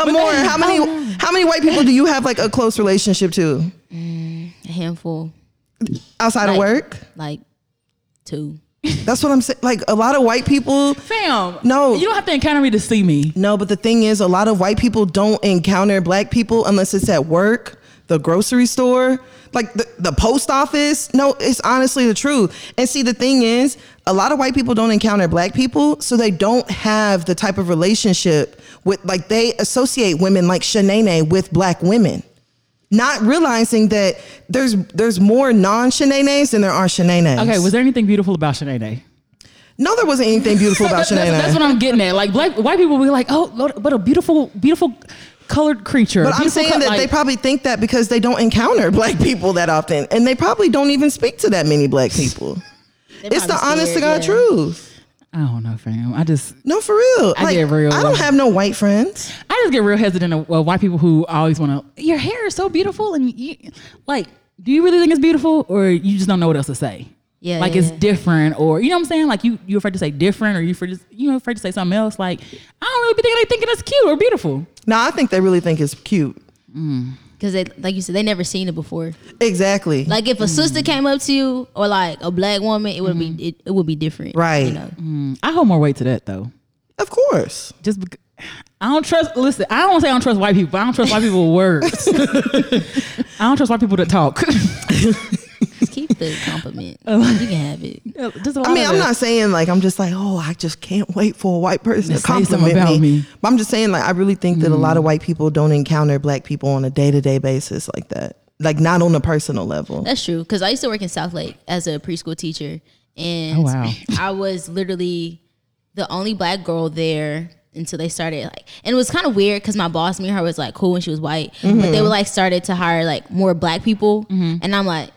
Speaker 2: Amor, how many
Speaker 1: um,
Speaker 2: how many white people do you have like a close relationship to
Speaker 3: A handful,
Speaker 2: outside of
Speaker 3: Like-
Speaker 2: work?
Speaker 3: like two.
Speaker 2: That's what I'm saying. Like a lot of white people.
Speaker 1: Fam.
Speaker 2: No.
Speaker 1: You don't have to encounter me to see me.
Speaker 2: No, but the thing is, a lot of white people don't encounter black people unless it's at work, the grocery store, like the, the post office. No, it's honestly the truth. And see, the thing is, a lot of white people don't encounter black people, so they don't have the type of relationship with, like, they associate women like Shanae with black women. Not realizing that there's there's more non Shanae's than there are Shanae's.
Speaker 1: Okay, was there anything beautiful about Sinead?
Speaker 2: no, there wasn't anything
Speaker 1: <laughs>
Speaker 2: beautiful about
Speaker 1: That's,
Speaker 2: Shanae.
Speaker 1: that's, that's what I'm getting at. Like black white people be like, oh, what- what a beautiful, beautiful colored creature.
Speaker 2: But I'm
Speaker 1: Beautiful
Speaker 2: saying
Speaker 1: co-
Speaker 2: that
Speaker 1: like-
Speaker 2: they probably think that because they don't encounter <laughs> black people that often, and they probably don't even speak to that many black people. It's the honest to God truth.
Speaker 1: I don't know, fam. I just
Speaker 2: No, for real.
Speaker 1: I get real.
Speaker 2: I don't have no white friends.
Speaker 1: I just get real hesitant of uh, white people who always want to. Your hair is so beautiful, and you, like, do you really think it's beautiful, or you just don't know what else to say?
Speaker 3: Yeah,
Speaker 1: like
Speaker 3: yeah,
Speaker 1: it's
Speaker 3: yeah.
Speaker 1: different, or you know what I'm saying? Like you, you afraid to say different, or you afraid to, you know, afraid to say something else. Like I don't really be thinking they thinking it's cute or beautiful.
Speaker 2: No, I think they really think it's cute.
Speaker 3: Because they, like you said, they never seen it before.
Speaker 2: Exactly.
Speaker 3: Like if a sister
Speaker 2: Mm.
Speaker 3: came up to you, or like a black woman, it would be it, it would be different,
Speaker 2: Mm-hmm. Right.
Speaker 3: You know?
Speaker 1: I hold more weight to that though.
Speaker 2: of course.
Speaker 1: Just bec I don't trust. Listen, I don't say I don't trust white people. but I don't trust white people with words. <laughs> I don't trust white people to talk.
Speaker 3: Keep the compliment. you can have it.
Speaker 1: <laughs> Just a lot
Speaker 2: I mean,
Speaker 1: of
Speaker 2: I'm
Speaker 1: the-
Speaker 2: not saying like I'm just like, oh, I just can't wait for a white person to
Speaker 1: Say something
Speaker 2: compliment
Speaker 1: about
Speaker 2: me.
Speaker 1: me. Mm.
Speaker 2: But I'm just saying like I really think that a lot of white people don't encounter black people on a day to day basis like that. Like not on a personal level.
Speaker 3: That's true. Because I used to work in South Lake as a preschool teacher, and
Speaker 1: Oh, wow.
Speaker 3: <laughs> I was literally the only black girl there until they started like, and it was kind of weird because my boss, me and her, was like cool when she was white, but they were like started to hire like more black people, and I'm like,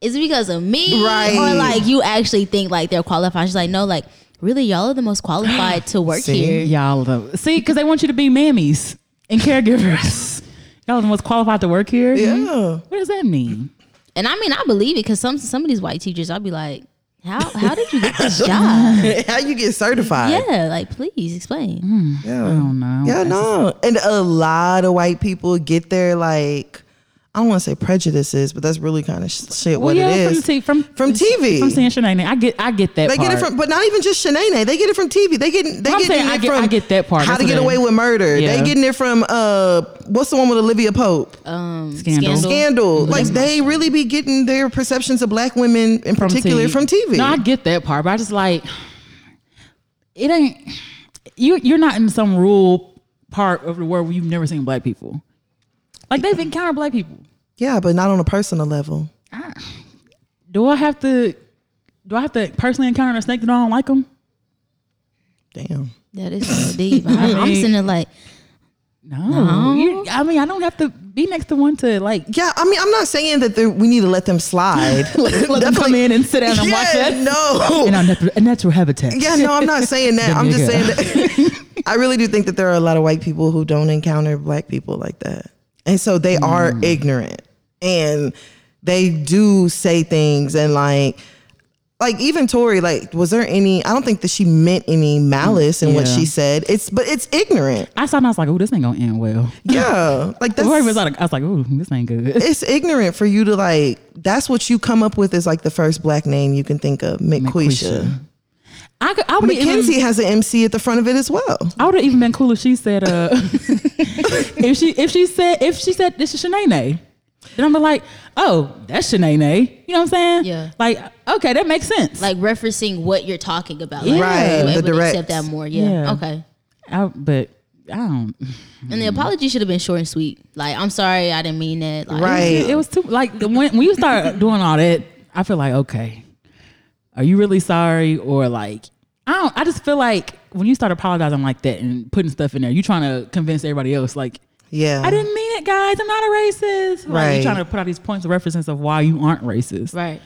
Speaker 3: is it because of me,
Speaker 2: Right.
Speaker 3: Or like you actually think like they're qualified? She's like, no, like really, y'all are the most qualified to work
Speaker 2: See?
Speaker 3: here.
Speaker 1: <laughs> Y'all though, see, because they want you to be mammies and caregivers. <laughs> Y'all are the most qualified to work here.
Speaker 2: Yeah.
Speaker 1: What does that mean?
Speaker 3: And I mean, I believe it because some some of these white teachers, I'll be like, how how did you get this job?
Speaker 2: <laughs> How you get certified?
Speaker 3: yeah, like please explain.
Speaker 2: Yeah.
Speaker 1: I don't know.
Speaker 2: Yeah, no. And a lot of white people get their like I don't want to say prejudices, but that's really kind of sh- shit
Speaker 1: Well,
Speaker 2: what
Speaker 1: yeah,
Speaker 2: it
Speaker 1: from
Speaker 2: is.
Speaker 1: t- from
Speaker 2: From TV.
Speaker 1: From seeing Shanae, I get, I get that.
Speaker 2: they
Speaker 1: part.
Speaker 2: get it from, but not even just Shanae. They get it from TV. They get they
Speaker 1: I'm
Speaker 2: get
Speaker 1: saying I
Speaker 2: it
Speaker 1: get-
Speaker 2: from
Speaker 1: I get that part.
Speaker 2: How
Speaker 1: That's
Speaker 2: to
Speaker 1: what
Speaker 2: get
Speaker 1: it
Speaker 2: away
Speaker 1: is.
Speaker 2: with murder.
Speaker 1: Yeah. Uh,
Speaker 2: They getting it from uh what's the one with Olivia Pope?
Speaker 3: um,
Speaker 1: Scandal.
Speaker 3: scandal.
Speaker 2: Scandal. Like they really be getting their perceptions of black women in particular from TV.
Speaker 1: No, I get that part, but I just like it ain't you. You're not in some rural part of the world where you've never seen black people. Like they've encountered black people.
Speaker 2: yeah, but not on a personal level.
Speaker 1: Do I have to? Do I have to personally encounter a snake that I don't like them?
Speaker 2: Damn.
Speaker 3: That is so deep. I'm, I'm sitting there like,
Speaker 1: No, You- I mean I don't have to Be next to one to like
Speaker 2: Yeah, I mean, I'm not saying that they're- we need to let them slide.
Speaker 1: <laughs> let them come in and sit down and
Speaker 2: yeah,
Speaker 1: watch us
Speaker 2: No.
Speaker 1: in our nat- natural habitat.
Speaker 2: Yeah, no, I'm not saying that. I'm just
Speaker 1: <laughs>
Speaker 2: saying that <laughs> I really do think that there are a lot of white people who don't encounter black people like that. And so they are
Speaker 1: Mm.
Speaker 2: ignorant and they do say things and like like even Tori, like, was there any I don't think that she meant any malice in what
Speaker 1: Yeah.
Speaker 2: she said. It's but it's ignorant.
Speaker 1: I saw and I was like, oh, this ain't gonna end well.
Speaker 2: Yeah. Like that's
Speaker 1: Rory was like, I was like, oh, this ain't good.
Speaker 2: it's ignorant for you to like that's what you come up with is like the first black name you can think of, McQuisha.
Speaker 1: McQuisha. I could, I would even,
Speaker 2: Mackenzie has an MC at the front of it as well.
Speaker 1: I would have even been cool if she said, uh,
Speaker 3: <laughs>
Speaker 1: if she if she said if she said this is Shanae. Then I'm like, oh, that's Shanae. You know what I'm saying?
Speaker 3: Yeah.
Speaker 1: Like, okay, that makes sense.
Speaker 3: like referencing what you're talking about. Like,
Speaker 1: Right,
Speaker 3: you
Speaker 2: the
Speaker 3: would
Speaker 2: directs.
Speaker 3: accept that more. Yeah.
Speaker 1: Yeah.
Speaker 3: Okay.
Speaker 1: I, but I don't.
Speaker 3: And the apology should have been short and sweet. Like, I'm sorry, I didn't mean that. Like,
Speaker 2: Right.
Speaker 1: It was too like the- when when you start doing all that, I feel like okay, are you really sorry or like I don't? I just feel like when you start apologizing like that and putting stuff in there, you trying to convince everybody else like
Speaker 2: Yeah.
Speaker 1: I didn't mean it, guys. I'm not a racist. Like
Speaker 2: Right.
Speaker 1: you trying to put out these points of references of why you aren't racist.
Speaker 3: Right.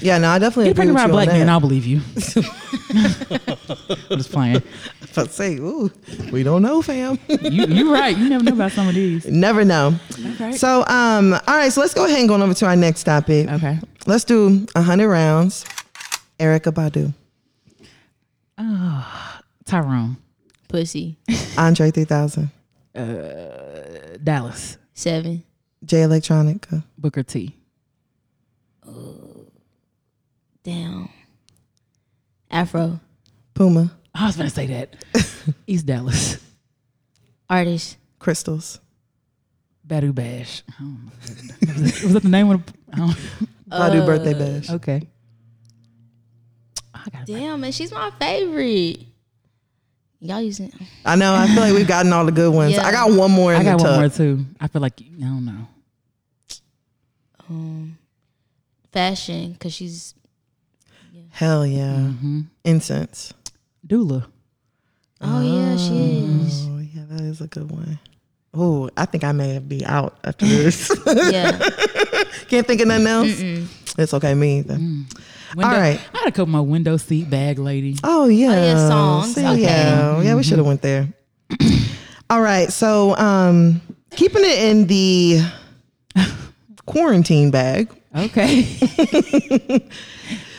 Speaker 2: Yeah, no, I definitely
Speaker 1: You're
Speaker 2: agree
Speaker 1: praying
Speaker 2: with
Speaker 1: about a
Speaker 2: you
Speaker 1: black
Speaker 2: on
Speaker 1: man,
Speaker 2: that.
Speaker 1: I'll believe you. I'm just playing.
Speaker 2: I'll say, ooh, we don't know, fam.
Speaker 1: You, you're right. You never know about some of these.
Speaker 2: <laughs> Never know. So, um, all right, so let's go ahead and go on over to our next topic.
Speaker 1: Okay.
Speaker 2: Let's do a hundred rounds. Erica Badu,
Speaker 1: Tyrone,
Speaker 3: Pussy.
Speaker 2: Andre 3000,
Speaker 1: Dallas,
Speaker 3: Seven.
Speaker 2: J Electronica,
Speaker 1: Booker T.
Speaker 3: Down. Afro.
Speaker 2: Puma,
Speaker 1: I was gonna say <laughs> that. East Dallas.
Speaker 3: Artist.
Speaker 2: Crystals,
Speaker 1: Badu Bash. I don't know. <laughs> Was that- Was that the name of the? I don't,
Speaker 2: Badu
Speaker 1: Uh,
Speaker 2: Birthday Bash.
Speaker 1: okay. I got it.
Speaker 3: Damn, man, she's my favorite. Y'all using
Speaker 2: I know, I feel like we've gotten all the good ones.
Speaker 3: Yeah.
Speaker 2: I got one more in
Speaker 1: I got
Speaker 2: the
Speaker 1: one
Speaker 2: tub.
Speaker 1: more too. I feel like I don't know.
Speaker 3: fashion because she's
Speaker 2: Hell yeah.
Speaker 1: Mm-hmm.
Speaker 2: Incense.
Speaker 1: Doula.
Speaker 3: oh yeah she is
Speaker 2: Oh, yeah, that is a good one. Oh, I think I may be out
Speaker 1: <laughs>
Speaker 2: after this.
Speaker 3: yeah
Speaker 2: Can't think of nothing else. It's okay, me either.
Speaker 1: Window,
Speaker 2: right.
Speaker 1: I had a couple more window seat bag lady.
Speaker 2: Oh yeah,
Speaker 3: songs.
Speaker 2: See,
Speaker 3: Okay.
Speaker 2: Yeah, yeah, we should have went there. <clears throat> All right, so um, keeping it in the <laughs> quarantine bag.
Speaker 1: Okay.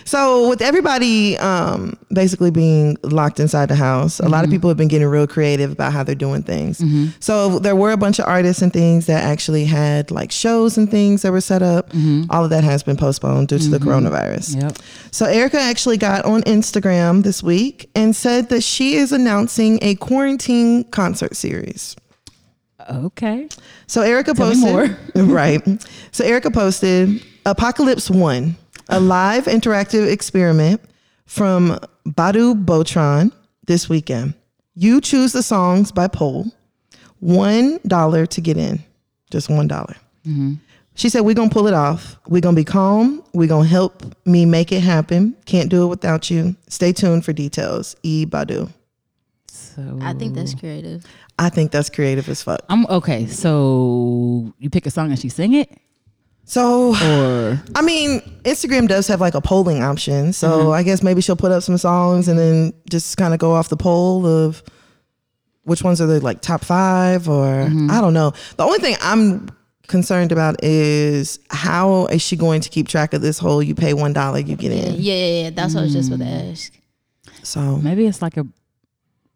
Speaker 2: So with everybody um, basically being locked inside the house, a lot of people have been getting real creative about how they're doing things. So there were a bunch of artists and things that actually had like shows and things that were set up. All of that has been postponed due to the
Speaker 1: <laughs>
Speaker 2: coronavirus.
Speaker 1: yep.
Speaker 2: So Erica actually got on Instagram this week and said that she is announcing a quarantine concert series.
Speaker 1: Okay.
Speaker 2: So Erica
Speaker 1: me
Speaker 2: posted <laughs> right. So Erica posted Apocalypse 1, a live interactive experiment from Badu Botron this weekend. You choose the songs by poll. $1 to get in. Just $1. dollar. She said, We're going to pull it off. We're going to be calm. We're going to help me make it happen. Can't do it without you. Stay tuned for details. E. Badu.
Speaker 1: So
Speaker 3: i think that's creative
Speaker 2: I think that's creative as fuck.
Speaker 1: I'm okay. So you pick a song and she sing it,
Speaker 2: So,
Speaker 1: or
Speaker 2: I mean, Instagram does have like a polling option. So I guess maybe she'll put up some songs and then just kind of go off the poll of which ones are the like top five or I don't know. The only thing I'm concerned about is how is she going to keep track of this whole you pay one dollar, you get
Speaker 3: yeah
Speaker 2: in.
Speaker 3: yeah, yeah. that's what i was just about to ask
Speaker 2: So <laughs>
Speaker 1: maybe it's like a,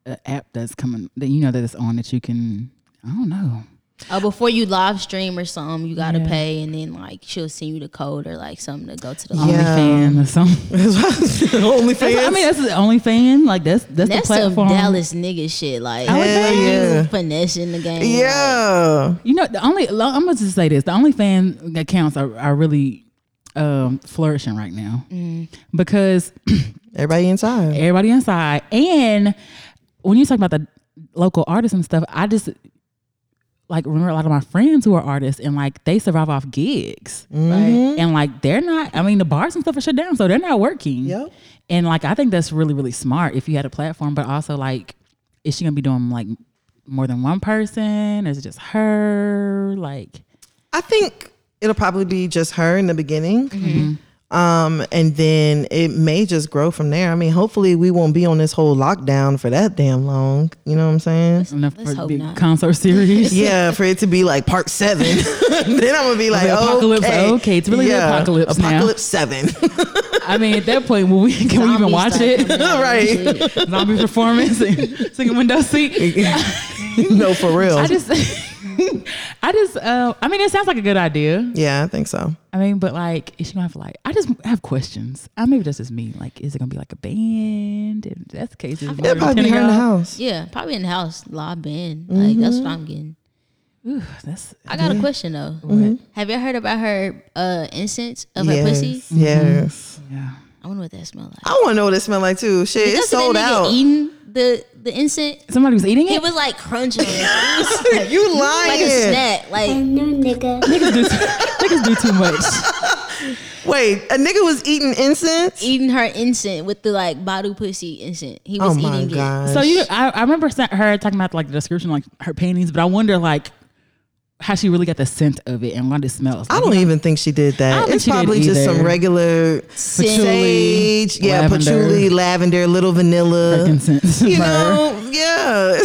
Speaker 1: a app that's coming that you know that it's on that you can. I don't know.
Speaker 3: oh before you live stream or something you gotta
Speaker 1: Yeah.
Speaker 3: pay and then like she'll send you the code or like something to go to the
Speaker 2: Yeah.
Speaker 1: OnlyFans or something. That's-
Speaker 2: OnlyFans.
Speaker 1: I mean, that's the OnlyFans. Like that's that's,
Speaker 3: that's
Speaker 1: the
Speaker 3: some
Speaker 1: platform.
Speaker 3: dallas nigga shit like
Speaker 1: I would
Speaker 2: Hell
Speaker 1: think-
Speaker 2: yeah.
Speaker 3: finessing the game
Speaker 2: Yeah.
Speaker 1: You know, the only lo- I'm gonna just say this: the OnlyFans accounts are are really um, flourishing right now because
Speaker 2: Everybody inside.
Speaker 1: everybody inside. And when you talk about the local artists and stuff, I just like remember a lot of my friends who are artists and like they survive off gigs. Right. And like they're not I mean the bars and stuff are shut down, so they're not working.
Speaker 2: Yep.
Speaker 1: And like I think that's really, really smart if you had a platform, but also like is she gonna be doing like more than one person? Is it just her? Like
Speaker 2: I think it'll probably be just her in the beginning.
Speaker 1: Mm-hmm.
Speaker 2: Um, and then it may just grow from there. I mean, hopefully we won't be on this whole lockdown for that damn long. You know what I'm saying?
Speaker 1: Enough
Speaker 3: Let's
Speaker 1: for
Speaker 3: hope
Speaker 1: the
Speaker 3: not.
Speaker 1: concert
Speaker 3: <laughs>
Speaker 1: series.
Speaker 2: Yeah, for it to be like part seven. <laughs> then I'm gonna be like,
Speaker 1: The apocalypse,
Speaker 2: okay,
Speaker 1: okay, it's really the apocalypse now. <laughs>
Speaker 2: Apocalypse seven,
Speaker 1: I mean, at that point, will we can we even
Speaker 3: Zombies
Speaker 1: watch
Speaker 3: start
Speaker 1: it?
Speaker 2: <laughs>
Speaker 3: coming out.
Speaker 2: right?
Speaker 1: Zombie performance,
Speaker 3: <laughs>
Speaker 1: and singing window seat.
Speaker 2: no, for real.
Speaker 1: I just, <laughs> I just, uh, I mean, it sounds like a good idea.
Speaker 2: yeah, I think so.
Speaker 1: I mean, but like, is she gonna have like? I just have questions. Uh, maybe that's just me. Like, is it gonna be like a band? If that's the case, it's
Speaker 2: It'll probably be her in the house.
Speaker 3: Yeah, probably in the house, lob in. Like that's
Speaker 1: Mm-hmm.
Speaker 3: what I'm getting.
Speaker 1: Ooh, that's
Speaker 3: I got a question though.
Speaker 1: Mm-hmm.
Speaker 3: Have you heard about her uh incense of her pussy?
Speaker 2: Yes, yes.
Speaker 1: yeah.
Speaker 3: I wonder what that smelled like.
Speaker 2: I want to know what it smelled like too. Shit, it's
Speaker 3: Doesn't that
Speaker 2: sold
Speaker 3: nigga
Speaker 2: out.
Speaker 3: Eating the the incense,
Speaker 1: Somebody was eating
Speaker 3: it
Speaker 1: it.
Speaker 3: was like crunching. It <laughs> was like,
Speaker 2: you
Speaker 3: like
Speaker 2: lying?
Speaker 3: a snack. Like
Speaker 4: No nigga.
Speaker 1: Niggas do, niggas do too much.
Speaker 2: <laughs> Wait, a nigga was eating incense.
Speaker 3: eating her incense with the like badu pussy incense. He was
Speaker 2: oh my
Speaker 3: eating it.
Speaker 2: gosh!
Speaker 1: So you, I, I remember sa- her talking about like the description, like her paintings, but I wonder like how she really got the scent of it and what it smells.
Speaker 2: I
Speaker 1: Like,
Speaker 2: don't even think she did
Speaker 1: I
Speaker 2: that.
Speaker 1: don't think
Speaker 2: It's
Speaker 1: she did
Speaker 2: probably just
Speaker 1: either.
Speaker 2: some regular
Speaker 1: Patchouli,
Speaker 2: sage, yeah,
Speaker 1: lavender.
Speaker 2: patchouli, lavender, little vanilla.
Speaker 1: frankincense,
Speaker 2: you
Speaker 1: <laughs> myrrh,
Speaker 2: know, yeah. <laughs>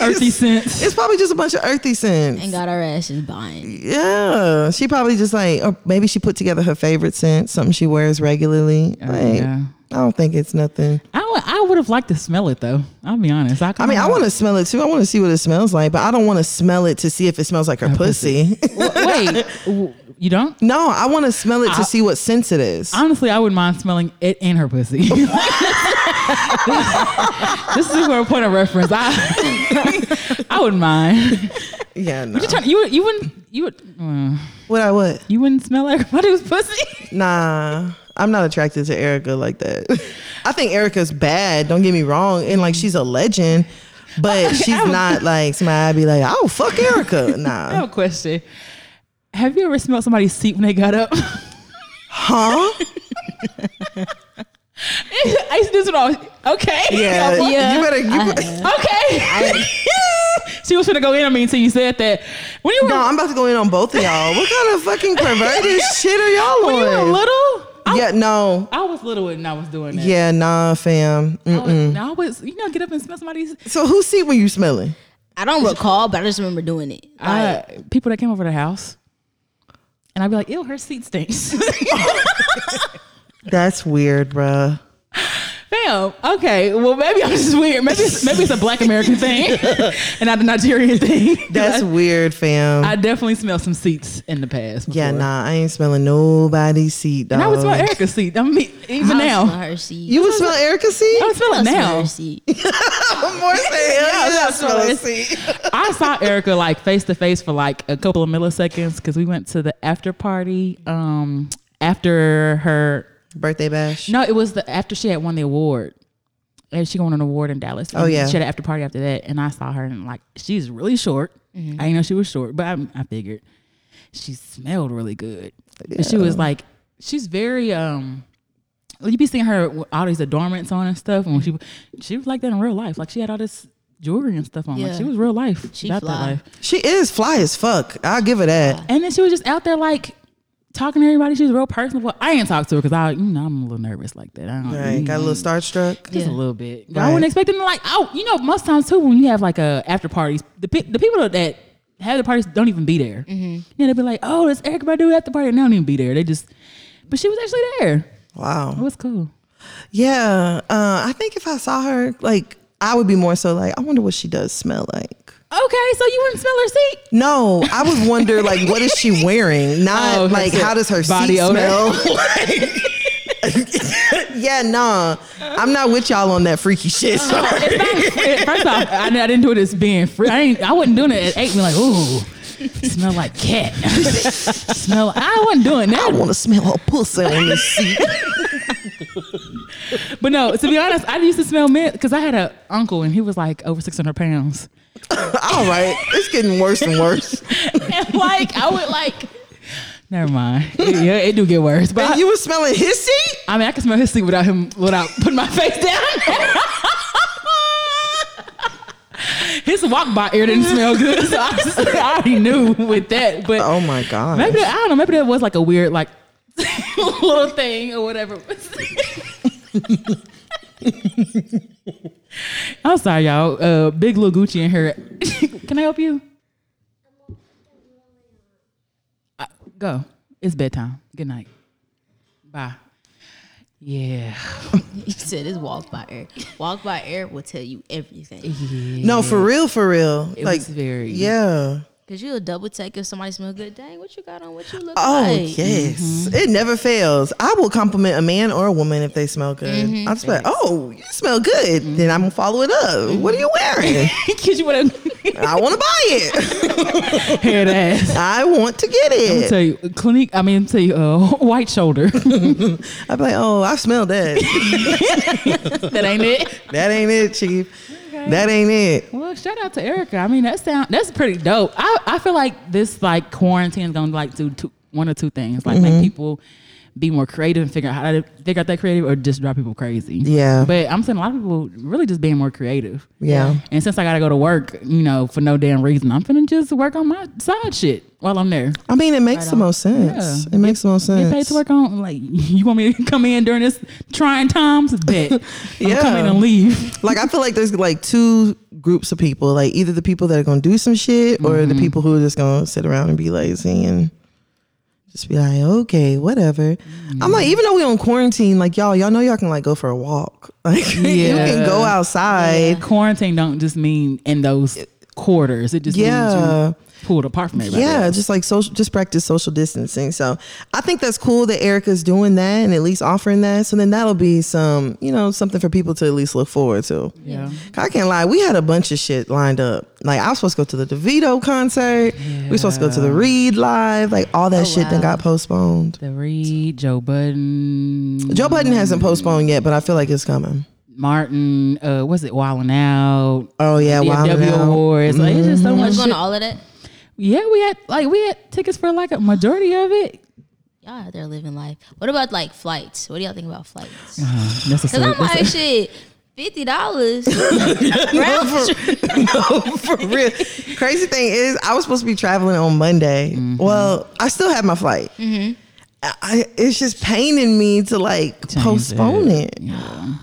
Speaker 1: earthy
Speaker 2: It's-
Speaker 1: scent.
Speaker 2: It's probably just a bunch of earthy scents.
Speaker 3: and got our asses buying.
Speaker 2: yeah, she probably just like, or maybe she put together her favorite scent, something she wears regularly. like,
Speaker 1: Oh, yeah.
Speaker 2: I don't think it's nothing.
Speaker 1: I would have liked to smell it though. I'll be honest. I,
Speaker 2: I mean, I want to smell it too. I want to see what it smells like, but I don't want to smell it to see if it smells like her pussy.
Speaker 1: wait. w- You don't?
Speaker 2: <laughs> no, I want to smell it to see what scent it is.
Speaker 1: Honestly, I wouldn't mind smelling it and her pussy. <laughs> this is for a point of reference. <laughs> I, I wouldn't mind.
Speaker 2: yeah, no.
Speaker 1: You, tryna- you, would- you wouldn't. You would. uh,
Speaker 2: What I what?
Speaker 1: you wouldn't smell everybody's pussy. <laughs>
Speaker 2: Nah, I'm not attracted to Erica like that. <laughs> I think Erica's bad. Don't get me wrong, and like she's a legend, but
Speaker 1: <laughs>
Speaker 2: she's not like somebody. I'd be like, oh fuck Erica.
Speaker 1: <laughs> I have
Speaker 2: Nah,
Speaker 1: a question. Have you ever smelled somebody's seat when they got up? <laughs>
Speaker 2: huh?
Speaker 1: I used to do this when I was okay.
Speaker 2: Yeah,
Speaker 1: Okay.
Speaker 2: you better. You
Speaker 3: I-
Speaker 2: better-
Speaker 1: Okay. <laughs> she was gonna go in. I mean, so you said that when you were
Speaker 2: <laughs> no, I'm about to go in on both of y'all. What kind of
Speaker 1: <laughs>
Speaker 2: fucking perverted shit are y'all
Speaker 1: when you were
Speaker 2: on?
Speaker 1: little. I,
Speaker 2: yeah, no.
Speaker 1: I was little when I was doing that.
Speaker 2: Yeah, nah, fam.
Speaker 1: I
Speaker 2: Mm.
Speaker 1: was, I was, you know, get up and smell uh, somebody's.
Speaker 2: So who seat were you smelling?
Speaker 3: I don't recall, but I just remember doing it. Like,
Speaker 1: Uh, people that came over the house, and I'd be like, "Ew, her seat stinks." <laughs>
Speaker 2: That's weird, bruh.
Speaker 1: Fam, okay. Well, maybe I'm just weird. Maybe it's, maybe it's a Black American <laughs> thing, and not a Nigerian thing.
Speaker 2: That's weird, fam.
Speaker 1: <laughs> I definitely smelled some seats in the past.
Speaker 2: yeah,
Speaker 1: before.
Speaker 2: nah, I ain't smelling nobody's seat, dog.
Speaker 1: And I would smell Erica's seat. I mean,
Speaker 3: I
Speaker 1: even
Speaker 3: don't
Speaker 1: now,
Speaker 3: smell her seed.
Speaker 2: You would smell Erica's seat?
Speaker 1: I would smell
Speaker 3: I
Speaker 1: it
Speaker 3: smell
Speaker 1: now.
Speaker 3: her seed.
Speaker 1: <laughs>
Speaker 2: More say, yeah,
Speaker 1: Yeah,
Speaker 2: yeah,
Speaker 1: that's what it
Speaker 2: seat.
Speaker 1: <laughs> I saw Erica like face to face for like a couple of milliseconds because we went to the after party. Um, after her,
Speaker 2: Birthday bash.
Speaker 1: no, it was the after she had won the award. And she won an award in Dallas.
Speaker 2: Oh,
Speaker 1: And
Speaker 2: yeah.
Speaker 1: she had an after party after that, and I saw her and like she's really short.
Speaker 2: Mm-hmm.
Speaker 1: I didn't know she was short, but I, I figured she smelled really good. And she was like, she's very um. well, You be seeing her with all these adornments on and stuff, and when she she was like that in real life. Like she had all this jewelry and stuff on. Like
Speaker 3: Yeah.
Speaker 1: she was real life.
Speaker 3: She
Speaker 1: about that
Speaker 3: fly.
Speaker 1: life.
Speaker 2: She is fly as fuck. I'll give her that.
Speaker 1: And then she was just out there like talking to everybody. She was real personable. I ain't talk to her because I, you know, I'm a little nervous like that. I don't
Speaker 2: Right. Got a
Speaker 1: Mm.
Speaker 2: little starstruck.
Speaker 1: Just a little bit. But I
Speaker 2: Right.
Speaker 1: wouldn't expect them to like. Oh, you know, most times too when you have like a after parties, the pe- the people that have the parties don't even be there. Mm-hmm. Yeah, they'd be like, "Oh, it's Eric Badu after party," and they don't even be there. They just, but she was actually there. It
Speaker 2: Wow.
Speaker 1: was cool.
Speaker 2: Yeah. Uh, I think if I saw her, like, I would be more so like, I wonder what she does smell like.
Speaker 1: Okay, so you wouldn't smell her seat. <laughs>
Speaker 2: No, I would wonder like what is she wearing? Not
Speaker 1: Oh, her
Speaker 2: like
Speaker 1: seat.
Speaker 2: how does her
Speaker 1: Body
Speaker 2: seat
Speaker 1: odor. <laughs>
Speaker 2: smell? <laughs> Like- yeah, nah. I'm not with y'all on that freaky
Speaker 1: <laughs>
Speaker 2: shit.
Speaker 1: It's not- First off, I, I didn't do this being free. I ain't. I wasn't doing it at eight. Be like, ooh, smell like cat. <laughs> smell. I wasn't doing that.
Speaker 2: I want to smell her pussy on this seat. <laughs>
Speaker 1: But no, to be honest, I used to smell mint because I had a uncle and he was like over 600 pounds.
Speaker 2: All right, it's getting worse and
Speaker 1: <laughs>
Speaker 2: worse.
Speaker 1: And like, I would like, never mind. Yeah, it do get worse. But
Speaker 2: And
Speaker 1: I,
Speaker 2: you were smelling his seat?
Speaker 1: I mean, I can smell his seat without him, without putting my face down. <laughs> His walk by air didn't smell good, so I, <laughs> just, I already knew with that. But
Speaker 2: Oh my god.
Speaker 1: maybe that- I don't know. Maybe that was like a weird like <laughs> little thing or whatever. <laughs> I'm sorry, y'all. Uh, Big Lil Gucci in here. <laughs> Can I help you? Uh, go. It's bedtime. Good night. Bye. Yeah.
Speaker 3: <laughs> He said it's walk by air. Walk by air will tell you everything.
Speaker 2: No, for real, for real.
Speaker 1: It
Speaker 2: like
Speaker 1: was very. <laughs>
Speaker 2: yeah.
Speaker 3: Cause you'll double check if somebody smell good. Dang, what you got on? What you look
Speaker 2: Oh
Speaker 3: like?
Speaker 2: yes,
Speaker 1: Mm-hmm.
Speaker 2: it never fails. I will compliment a man or a woman if they smell good.
Speaker 1: Mm-hmm.
Speaker 2: I'm just like, oh, you smell good. Then I'm gonna follow it up.
Speaker 1: Mm-hmm.
Speaker 2: What are you
Speaker 1: <laughs>
Speaker 2: wearing?
Speaker 1: Cause you want to
Speaker 2: I want to buy it.
Speaker 1: hear that.
Speaker 2: I want to get it.
Speaker 1: tell you, clinique. I mean, tell you, uh, <laughs> white shoulder.
Speaker 2: I'd be like, oh, I smell that.
Speaker 1: <laughs> that ain't it.
Speaker 2: that ain't it, chief. That ain't it.
Speaker 1: Well, shout out to Erica. I mean, that sound that's pretty dope. I, I feel like this like quarantine is gonna like do two, one or two things, like
Speaker 2: Mm-hmm.
Speaker 1: make people be more creative and figure out how to figure out that creative, or just drive people crazy.
Speaker 2: Yeah.
Speaker 1: But I'm saying a lot of people really just being more creative.
Speaker 2: Yeah.
Speaker 1: And since I gotta go to work, you know, for no damn reason, I'm finna just work on my side shit while I'm there.
Speaker 2: I mean, it makes the most sense. It makes the most
Speaker 1: Get paid
Speaker 2: sense.
Speaker 1: to work on. Like, <laughs> you want me to come in during this trying times?
Speaker 2: <laughs>
Speaker 1: Bet.
Speaker 2: Yeah.
Speaker 1: I'm coming and leave.
Speaker 2: like I feel like there's like two groups of people. Like either the people that are gonna do some shit or the people who are just gonna sit around and be lazy and just be like, okay, whatever. I'm like, even though we on quarantine, like y'all, y'all know y'all can like go for a walk. <laughs> Like you can
Speaker 1: Yeah.
Speaker 2: go outside.
Speaker 1: Quarantine don't just mean in those quarters. It just
Speaker 2: Yeah.
Speaker 1: means you pulled apart from everybody.
Speaker 2: Yeah,
Speaker 1: else.
Speaker 2: just like social, just practice social distancing. So I think that's cool that Erica's doing that and at least offering that. So then that'll be some, you know, something for people to at least look forward to.
Speaker 1: Yeah.
Speaker 2: I can't lie, we had a bunch of shit lined up. Like I was supposed to go to the DeVito concert. We were supposed to go to the Reed live. Like all that shit then got postponed.
Speaker 1: The Reed, Joe Budden,
Speaker 2: Joe Budden hasn't postponed yet, but I feel like it's coming.
Speaker 1: Martin. Uh, what's it? Wildin' Out.
Speaker 2: Oh yeah, wow.
Speaker 1: BMW awards. Like it's just so
Speaker 3: I
Speaker 1: much.
Speaker 3: was going
Speaker 1: Shit.
Speaker 3: to all of Mm-hmm. that.
Speaker 1: Yeah, we had like we had tickets for like a majority of
Speaker 2: <sighs>
Speaker 1: it.
Speaker 3: Y'all out there living life. What about like flights? What do y'all think about flights?
Speaker 2: Uh-huh.
Speaker 3: Cause
Speaker 1: Necessary.
Speaker 2: <laughs>
Speaker 3: I'm <laughs> like shit. Fifty dollars. Round trip.
Speaker 2: <laughs> for real. Crazy thing is, I was supposed to be traveling on Monday. Well, I still have my flight. I- I, it's just paining me Mm-hmm. to like postpone it.
Speaker 1: Yeah.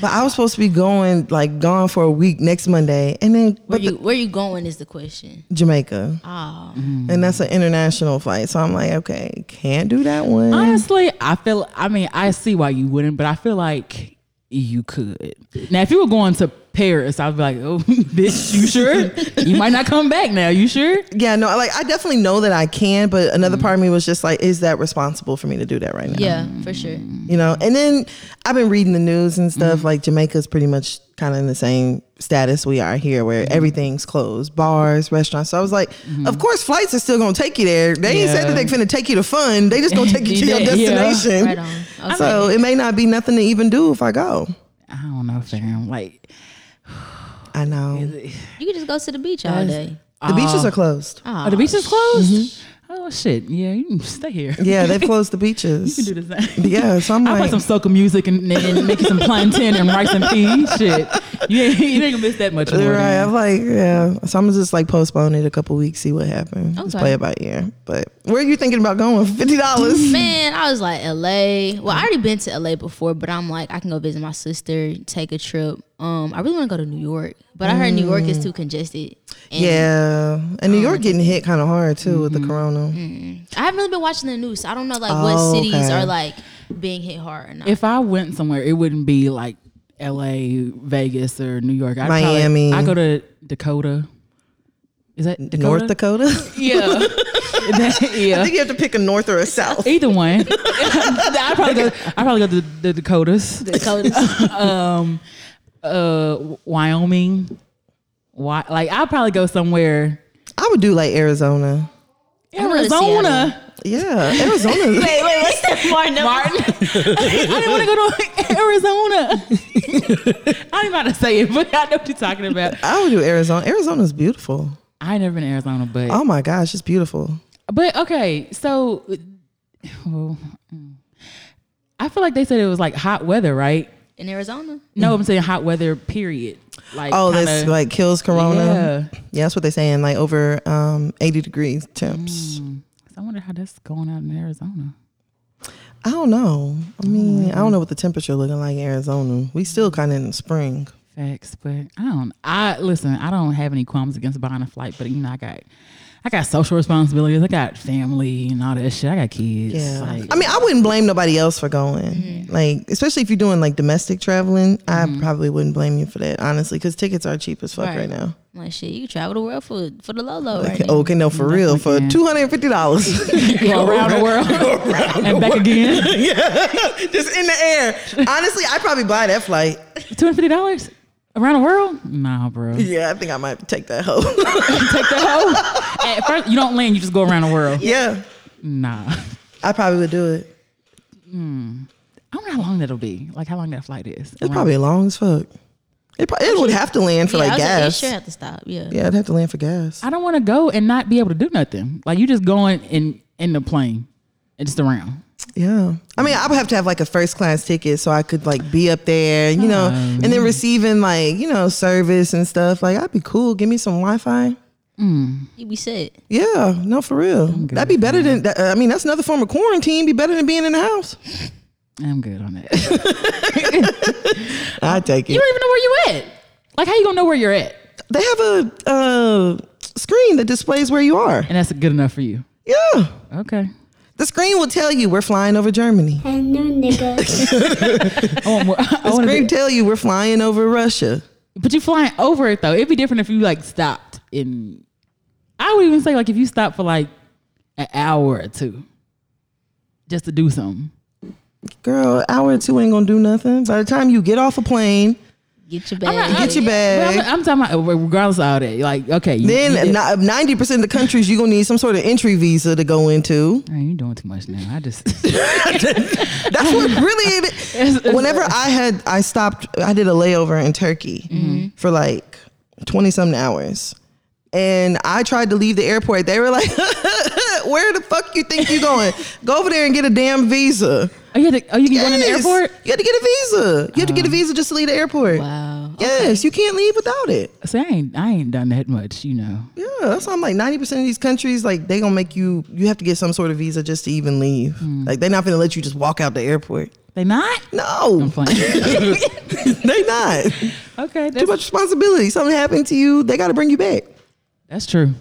Speaker 2: But I was supposed to be going like gone for a week next Monday, and then
Speaker 3: Where
Speaker 2: but
Speaker 3: you where you going is the question.
Speaker 2: the- Jamaica,
Speaker 3: Oh,
Speaker 2: and that's an international flight. So I'm like, okay, can't do that one.
Speaker 1: Honestly, I feel. I mean, I see why you wouldn't, but I feel like you could. Now, if you were going to Paris, I'd be like, "Oh, <laughs> bitch, you sure? you might not come back now. You sure?"
Speaker 2: yeah, no, like I definitely know that I can, but another part of me was just like, is that responsible for me to do that right now?
Speaker 3: Mm. yeah, for sure.
Speaker 2: you know and then i've been reading the news and
Speaker 3: Mm.
Speaker 2: stuff like jamaica's pretty much kind of in the same status we are here where
Speaker 3: Mm-hmm.
Speaker 2: everything's closed bars restaurants so i was like of course flights are still gonna take you there they ain't said that they finna take you to fun they just gonna take you
Speaker 3: <laughs>
Speaker 2: to your
Speaker 1: Yeah.
Speaker 2: destination
Speaker 3: Right on. Okay.
Speaker 2: so it may not be nothing to even do if i go
Speaker 1: I don't know, fam. Like
Speaker 2: i know the
Speaker 3: you could just go to the beach all day.
Speaker 2: beaches are closed
Speaker 1: oh, the beach is closed. Oh shit! Yeah, <laughs> you can stay here.
Speaker 2: yeah they've closed the beaches
Speaker 1: You can do the
Speaker 2: <laughs>
Speaker 1: same.
Speaker 2: yeah so i'm
Speaker 1: I
Speaker 2: like
Speaker 1: put some soca music and, and make you some plantain and rice and
Speaker 2: <laughs>
Speaker 1: peas. Shit, you ain't, you ain't gonna miss that much. More
Speaker 2: Right,
Speaker 1: than-
Speaker 2: I'm like, yeah. So I'm just like postpone it a couple weeks, see what happens. Just
Speaker 3: Okay.
Speaker 2: play it by ear. But where are you thinking about going? <laughs> Fifty dollars.
Speaker 3: Man, I was like LA. Well, I already been to LA before, but I'm like I can go visit my sister, take a trip. Um, I really want to go to New York, but I heard New York is too congested. And
Speaker 2: Yeah, and New
Speaker 1: Oh.
Speaker 2: York getting hit kind of hard too with the
Speaker 1: Mm-hmm.
Speaker 2: corona.
Speaker 3: I haven't really been watching the news. So I don't know like what
Speaker 2: Oh,
Speaker 3: cities
Speaker 2: okay.
Speaker 3: are like being hit hard or not.
Speaker 1: If I went somewhere, it wouldn't be like L.A., Vegas, or New York. I'd probably-
Speaker 2: Miami.
Speaker 1: I go to Dakota. Is that Dakota?
Speaker 2: North Dakota. <laughs>
Speaker 1: <laughs>
Speaker 2: I
Speaker 1: Yeah,
Speaker 2: <laughs>
Speaker 1: That- yeah.
Speaker 2: think you have to pick a north or a south.
Speaker 1: Either
Speaker 2: <laughs>
Speaker 1: one. I probably go. I probably go to the Dakotas.
Speaker 3: Dakotas.
Speaker 1: um, uh, Wyoming. Why? Like I'd probably go somewhere.
Speaker 2: I would do like Arizona.
Speaker 3: wanna
Speaker 1: Arizona.
Speaker 2: Yeah, Arizona.
Speaker 3: <laughs> wait, wait, what's that
Speaker 1: <laughs>
Speaker 3: Martin? <laughs> Martin.
Speaker 1: I didn't want to go to Arizona. <laughs> I ain't about to say it, but I know what you're talking about.
Speaker 2: I would do Arizona. Arizona's beautiful.
Speaker 1: I ain't never been to Arizona, but
Speaker 2: Oh my gosh, it's beautiful.
Speaker 1: But okay, so well, I feel like they said it was like hot weather, right?
Speaker 3: in Arizona.
Speaker 1: No, I'm saying hot weather. Period. Like
Speaker 2: Oh, this
Speaker 1: kinda-
Speaker 2: like kills corona.
Speaker 1: Yeah.
Speaker 2: Yeah. that's what they're saying. Like over um, 80 degrees temps.
Speaker 1: I wonder how that's going out in Arizona.
Speaker 2: I don't know. I mean, I
Speaker 3: Mm.
Speaker 2: don't know what the temperature looking like in Arizona. We still kind of in the spring.
Speaker 1: Facts, but I don't. I listen. I don't have any qualms against buying a flight, but you know, I got, I got social responsibilities. I got family and all that shit. I got kids.
Speaker 2: Yeah.
Speaker 1: Like,
Speaker 2: I mean, I wouldn't blame nobody else for going.
Speaker 3: Mm-hmm.
Speaker 2: Like, especially if you're doing like domestic traveling, I probably wouldn't blame you for that, honestly, because tickets are cheap as fuck right,
Speaker 3: Right.
Speaker 2: now.
Speaker 3: I'm like shit, you can travel the world for for the low low right
Speaker 2: Okay,
Speaker 3: now.
Speaker 2: okay, no, for real, for
Speaker 1: can.
Speaker 2: two hundred and fifty
Speaker 3: <laughs>
Speaker 2: dollars,
Speaker 1: <laughs>
Speaker 2: <laughs>
Speaker 1: go around the world <laughs> and back again.
Speaker 2: just in the air. Honestly, I probably buy that flight.
Speaker 1: Two hundred fifty dollars around the world? Nah, bro.
Speaker 2: Yeah, I think I might <laughs> take that hoe. <laughs>
Speaker 1: Take the hoe. At first, you don't land. You just go around the world.
Speaker 2: yeah,
Speaker 1: Nah.
Speaker 2: I probably would do it.
Speaker 1: I wonder how long that'll be. Like how long that flight is.
Speaker 2: It's probably long as fuck. It, probably, it would have to land for
Speaker 3: yeah, I
Speaker 2: like
Speaker 3: was like, you
Speaker 2: gas.
Speaker 3: sure have to stop. Yeah.
Speaker 2: Yeah, it'd have to land for gas.
Speaker 1: I don't want to go and not be able to do nothing. Like you just going in in the plane and just around.
Speaker 2: Yeah. I mean, I would have to have like a first class ticket so I could like be up there, you know, and then receiving like, you know, service and stuff. Like, I'd be cool. Give me some Wi Fi.
Speaker 3: you be set.
Speaker 2: Yeah. No, for real. That'd be better than, that, I mean, that's another form of quarantine. Be better than being in the house.
Speaker 1: I'm good on that. <laughs> you
Speaker 2: I take it.
Speaker 1: don't even know where you at. Like how you gonna know where you're at?
Speaker 2: They have a uh, screen that displays where you are.
Speaker 1: And that's good enough for you.
Speaker 2: Yeah.
Speaker 1: Okay.
Speaker 2: The screen will tell you we're flying over Germany.
Speaker 4: Hello, nigga.
Speaker 1: I want more. <laughs> I
Speaker 2: The
Speaker 1: wanna
Speaker 2: screen
Speaker 1: be-
Speaker 2: tell you we're flying over Russia.
Speaker 1: but you flying over it though. It'd be different if you like stopped in. I would even say like if you stop for like an hour or two, just to do something.
Speaker 2: Girl, hour or two ain't gonna do nothing. By the time you get off a plane,
Speaker 3: Get your
Speaker 1: I'm not-
Speaker 3: bag.
Speaker 2: get your
Speaker 1: But
Speaker 2: bag.
Speaker 1: I'm, I'm talking about uh, regardless of all that. Like okay, you, you
Speaker 2: Then uh,
Speaker 1: did-
Speaker 2: ninety percent of the countries you're gonna need some sort of entry visa to go into.
Speaker 1: Man, you doing too much now. I <laughs> just
Speaker 2: That's what
Speaker 1: <laughs>
Speaker 2: really. Whenever I had I stopped, I did a layover in Turkey
Speaker 1: Mm-hmm.
Speaker 2: for like twenty something hours, and I tried to leave the airport. They were like, <laughs> "Where the fuck you think you going? Go over there and get a damn visa."
Speaker 1: oh you had to, oh you going in the
Speaker 2: Yes.
Speaker 1: airport? Uh-huh.
Speaker 2: You had to get a visa. You had to get a visa just to leave the airport.
Speaker 3: Wow.
Speaker 2: Yes, you can't leave without it.
Speaker 1: See, I ain't I ain't done that much, you know.
Speaker 2: Yeah, that's why I'm like ninety percent of these countries, like they gonna make you you have to get some sort of visa just to even leave.
Speaker 1: Hmm.
Speaker 2: Like they're not gonna let you just walk out the airport.
Speaker 1: They not?
Speaker 2: No, <laughs>
Speaker 1: I'm <laughs> playing.
Speaker 2: they not.
Speaker 1: okay,
Speaker 2: Too
Speaker 1: that's,
Speaker 2: much responsibility. Something happened to you, they gotta bring you back.
Speaker 1: that's true.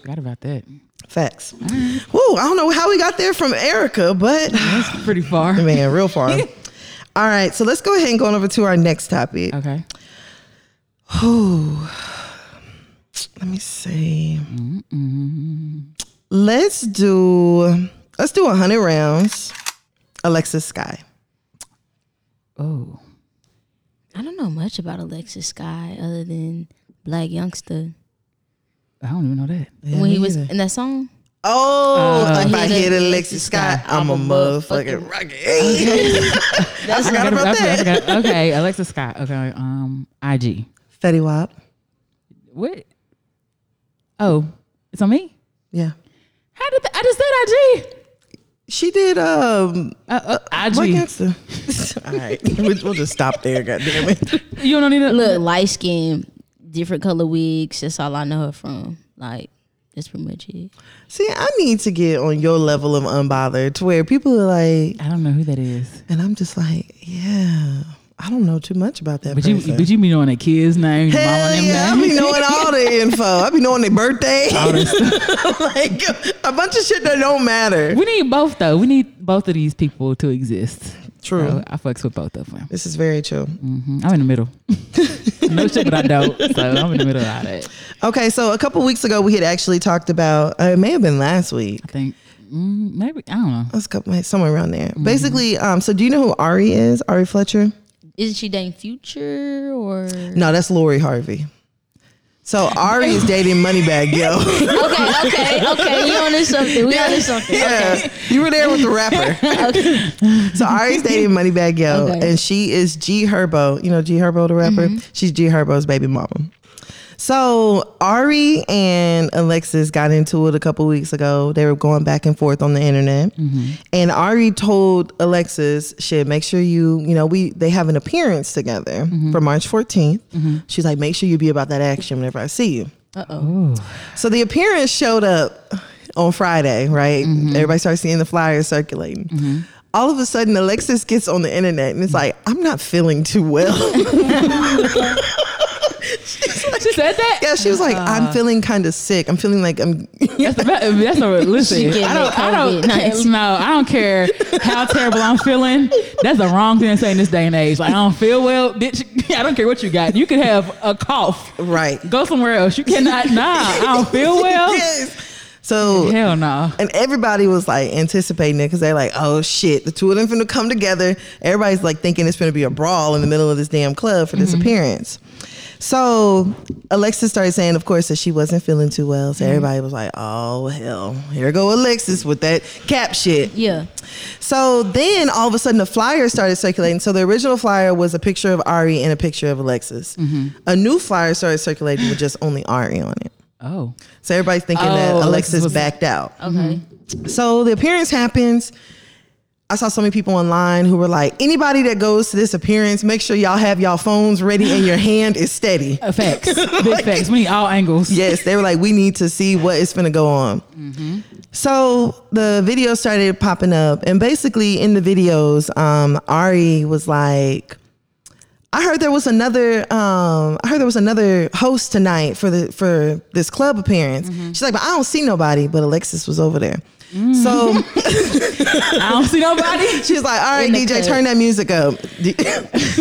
Speaker 1: Forgot about that.
Speaker 2: Facts. Whoa, I don't know how we got there from Erica,
Speaker 1: <laughs>
Speaker 2: but
Speaker 1: That's pretty far. <laughs>
Speaker 2: man, real far. All right, so let's go ahead and go on over to our next topic.
Speaker 1: Okay.
Speaker 2: Let me see. Let's do let's do hundred rounds. Alexis Sky.
Speaker 1: Oh.
Speaker 3: I don't know much about Alexis Sky other than Black Youngster.
Speaker 1: I don't even know that.
Speaker 3: when he was in that song.
Speaker 2: Oh, if I
Speaker 3: he
Speaker 2: hit
Speaker 3: did.
Speaker 2: Alexis Scott, I'm a motherfucking rocket. <laughs>
Speaker 3: That's
Speaker 2: forgot about
Speaker 1: okay,
Speaker 2: that.
Speaker 1: okay, <laughs> okay, Alexa Scott. Okay, um, IG.
Speaker 2: Fetty Wap.
Speaker 1: What? Oh, it's on me.
Speaker 2: Yeah.
Speaker 1: How did th- I just said IG?
Speaker 2: She did um
Speaker 1: Uh, uh,
Speaker 2: what
Speaker 1: IG.
Speaker 2: gangster? <laughs> All right. <laughs> We'll, we'll just stop there, goddamn it.
Speaker 1: You don't need to
Speaker 3: Look, light skin, different color wigs. That's all I know her from. Like, that's pretty much it.
Speaker 2: <laughs> See, I need to get on your level of unbothered to where people are like
Speaker 1: I don't know who that is.
Speaker 2: and I'm just like, yeah, I don't know too much about that.
Speaker 1: But
Speaker 2: person.
Speaker 1: you, but you be knowing that kid's name, your mama
Speaker 2: Hell
Speaker 1: and them
Speaker 2: yeah, I
Speaker 1: name.
Speaker 2: be knowing all <laughs> the info. I be knowing their birthday. <laughs> like a bunch of shit that don't matter.
Speaker 1: We need both though. We need both of these people to exist.
Speaker 2: True.
Speaker 1: So I fucks with both of them.
Speaker 2: This is very true.
Speaker 1: Mhm. I'm in the <laughs> middle. no shit, but I don't. So I'm in the middle of all that.
Speaker 2: Okay, so a couple weeks ago, we had actually talked about. Uh, it may have been last week.
Speaker 1: I think mm, maybe I don't know.
Speaker 2: It was a couple, somewhere around there. Basically, um, so do you know who Ari is? Ari Fletcher?
Speaker 3: Isn't she dating Future or?
Speaker 2: No, that's Lori Harvey. So Ari is dating Moneybag, yo. <laughs>
Speaker 3: Okay, okay, okay. We on to something. We on to something.
Speaker 2: yeah, you were there with the rapper.
Speaker 3: Okay.
Speaker 2: So Ari's dating Moneybag Yo,
Speaker 3: Okay.
Speaker 2: and she is G Herbo. You know G Herbo, the rapper. She's G Herbo's baby mama. So Ari and Alexis got into it a couple weeks ago. They were going back and forth on the internet, and Ari told Alexis, "Shit, make sure you, you know, we they have an appearance together for March 14th." She's like, "Make sure you be about that action whenever I see you." So the appearance showed up on Friday, right? Everybody starts seeing the flyers circulating. All of a sudden, Alexis gets on the internet and it's like, I'm not feeling too well. <laughs>
Speaker 1: She said that.
Speaker 2: yeah, she was like, I'm feeling kind of sick. I'm feeling like I'm.
Speaker 1: That's, a, that's a listen.
Speaker 3: getting
Speaker 1: I don't. I
Speaker 3: COVID, nice.
Speaker 1: don't. No, I don't care how terrible I'm feeling. That's the wrong thing to say in this day and age. Like I don't feel well, bitch. <laughs> I don't care what you got. You could have a cough.
Speaker 2: <laughs> right.
Speaker 1: Go somewhere else. You cannot. Nah, I don't feel well.
Speaker 2: Yes. So
Speaker 1: Hell no.
Speaker 2: And everybody was like anticipating it because they're like, oh shit, the two of them finna come together. Everybody's like thinking it's gonna be a brawl in the middle of this damn club for this appearance. So Alexis started saying, of course, that she wasn't feeling too well. So everybody was like, oh hell, here go Alexis with that cap shit.
Speaker 3: Yeah.
Speaker 2: So then all of a sudden the flyer started circulating. So the original flyer was a picture of Ari and a picture of Alexis. A new flyer started circulating with just only Ari on it.
Speaker 1: Oh.
Speaker 2: So everybody's thinking that
Speaker 1: Oh, Alexis
Speaker 2: Alexis
Speaker 1: was-
Speaker 2: backed out.
Speaker 3: Okay.
Speaker 2: So the appearance happens. I saw so many people online who were like, anybody that goes to this appearance, make sure y'all have y'all phones ready and your <laughs> hand is steady.
Speaker 1: Uh, <laughs> Facts. Big facts. We need all angles.
Speaker 2: Yes, they were like, we need to see what is going to go on. So the video started popping up. And basically, in the videos, um, Ari was like, I heard there was another. Um, I heard there was another host tonight for the for this club appearance. She's like, but I don't see nobody. But Alexis was over there, so <laughs>
Speaker 1: I don't see nobody.
Speaker 2: She's like, all right,
Speaker 3: In the
Speaker 2: DJ,
Speaker 3: cut.
Speaker 2: turn that music up. <laughs>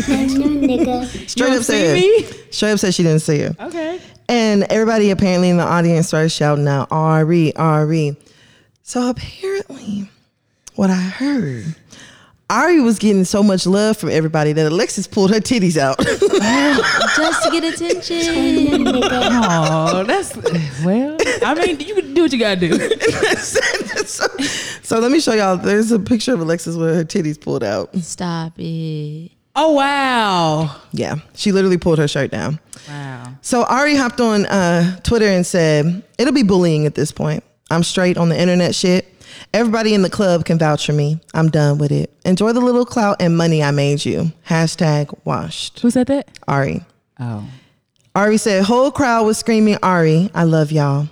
Speaker 4: nigga.
Speaker 2: Straight
Speaker 1: don't see
Speaker 2: up said,
Speaker 1: me?
Speaker 2: straight up said she didn't see her.
Speaker 1: <laughs> Okay.
Speaker 2: And everybody apparently in the audience started shouting out, Ari, Ari. So apparently, what I heard, Ari was getting so much love from everybody that Alexis pulled her titties out. <laughs>
Speaker 3: Just to get attention.
Speaker 1: Oh, that's well. I mean, you can do what you gotta do.
Speaker 2: so, so let me show y'all. There's a picture of Alexis with her titties pulled out.
Speaker 3: Stop it.
Speaker 1: <laughs> Oh wow.
Speaker 2: Yeah, she literally pulled her shirt down.
Speaker 1: Wow.
Speaker 2: So Ari hopped on uh, Twitter and said, "It'll be bullying at this point. I'm straight on the internet shit. Everybody in the club can vouch for me. I'm done with it. Enjoy the little clout and money I made you. Hashtag washed.
Speaker 1: Who said that?
Speaker 2: Ari.
Speaker 1: Oh.
Speaker 2: Ari said, whole crowd was screaming, Ari, I love y'all.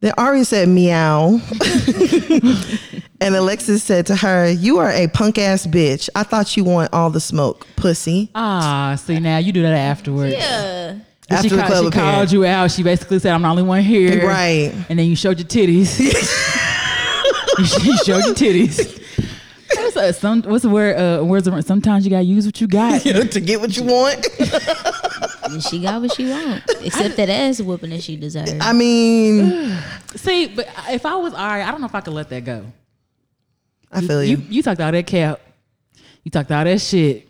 Speaker 2: Then Ari said, meow. <laughs> and Alexis said to her, you are a punk ass bitch. I thought you want all the smoke, pussy.
Speaker 1: Ah, see now you do that afterwards.
Speaker 3: Yeah.
Speaker 1: But
Speaker 2: After
Speaker 1: she
Speaker 2: the
Speaker 1: called,
Speaker 2: club
Speaker 1: she
Speaker 2: appearance.
Speaker 1: called you out. She basically said, "I'm the only one here."
Speaker 2: Right.
Speaker 1: And then you showed your
Speaker 2: <laughs>
Speaker 1: titties. <laughs> you showed your titties. That's a, some, what's the word? Uh, words of, sometimes you gotta use what you got.
Speaker 2: <laughs> to get what you want.
Speaker 3: And she got what she want, except that ass whooping that she deserved.
Speaker 2: <laughs> I mean,
Speaker 1: See, but if I was Ari, I don't know if I could let that go.
Speaker 2: I feel you.
Speaker 1: You you talked all that cap. You talked all that shit.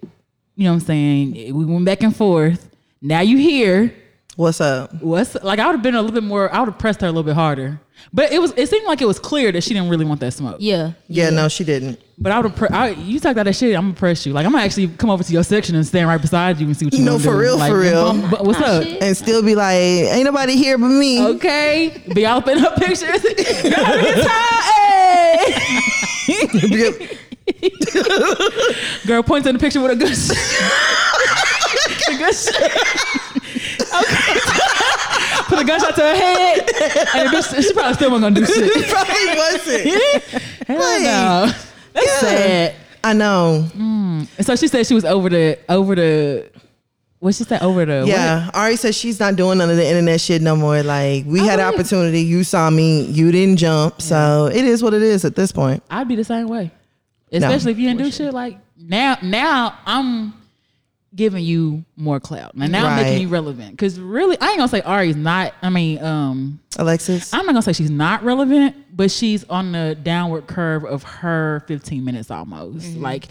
Speaker 1: You know what I'm saying? We went back and forth. Now you here.
Speaker 2: What's up?
Speaker 1: What's like I would have been a little bit more I would have pressed her a little bit harder. But it was it seemed like it was clear that she didn't really want that smoke.
Speaker 3: yeah.
Speaker 2: Yeah, no, she didn't.
Speaker 1: But I would pre- I, you talked about that shit. I'm gonna press you. Like I'm gonna actually come over to your section and stand right beside you and see what you.
Speaker 2: No,
Speaker 1: wanna
Speaker 2: for
Speaker 1: do.
Speaker 2: real,
Speaker 1: Like,
Speaker 2: for real.
Speaker 1: bum- bu- what's up?
Speaker 3: Ah, shit.
Speaker 2: And still be like, ain't nobody here but me. <laughs>
Speaker 1: Okay, be all up in her pictures.
Speaker 3: <laughs>
Speaker 1: Girl points in the picture with a good. sh- <laughs> a good. sh- Okay. Put a gunshot to her head, and the bitch, she probably still wasn't gonna do shit.
Speaker 2: Probably <laughs> wasn't.
Speaker 1: Hell no. That's
Speaker 2: yeah.
Speaker 1: sad.
Speaker 2: I know.
Speaker 1: And so she said she was over the over the. What she said over the
Speaker 2: Yeah, Ari says she's not doing none of the internet shit no more. Like we had an
Speaker 1: wouldn't-
Speaker 2: opportunity, you saw me, you didn't jump, so it is what it is at this point.
Speaker 1: I'd be the same way. Especially if you didn't do shit like now. Now I'm giving you more clout. Now, now I'm
Speaker 2: Right.
Speaker 1: making you relevant. Because really, I ain't gonna say Ari's not. I mean, um,
Speaker 2: Alexis,
Speaker 1: I'm not gonna say she's not relevant, but she's on the downward curve of her 15 minutes almost.
Speaker 2: Mm-hmm.
Speaker 1: Like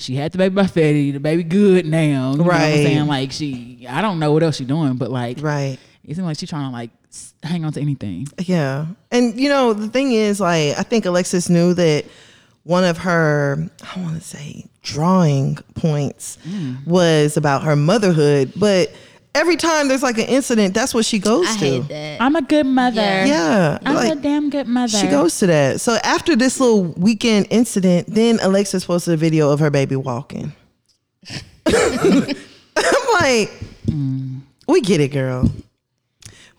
Speaker 1: she had the baby by Fetty, the baby good now. You know what I'm
Speaker 2: Right.
Speaker 1: saying? Like she, I don't know what else she's doing, but like
Speaker 2: right?
Speaker 1: it seems like she's trying to like s- hang on to anything.
Speaker 2: Yeah, and you know the thing is, like I think Alexis knew that one of her, I
Speaker 3: Mm.
Speaker 2: want to say, drawing points was about her motherhood, but every time there's like an incident, that's what she goes
Speaker 3: I
Speaker 2: to.
Speaker 3: hate that.
Speaker 1: I'm a good mother.
Speaker 3: Yeah.
Speaker 2: Yeah.
Speaker 1: I'm
Speaker 2: like,
Speaker 1: a damn good mother.
Speaker 2: she goes to that. So after this little weekend incident, then Alexis posted a video of her baby
Speaker 3: <laughs>
Speaker 2: walking. <laughs> I'm like,
Speaker 3: Mm.
Speaker 2: we get it, girl.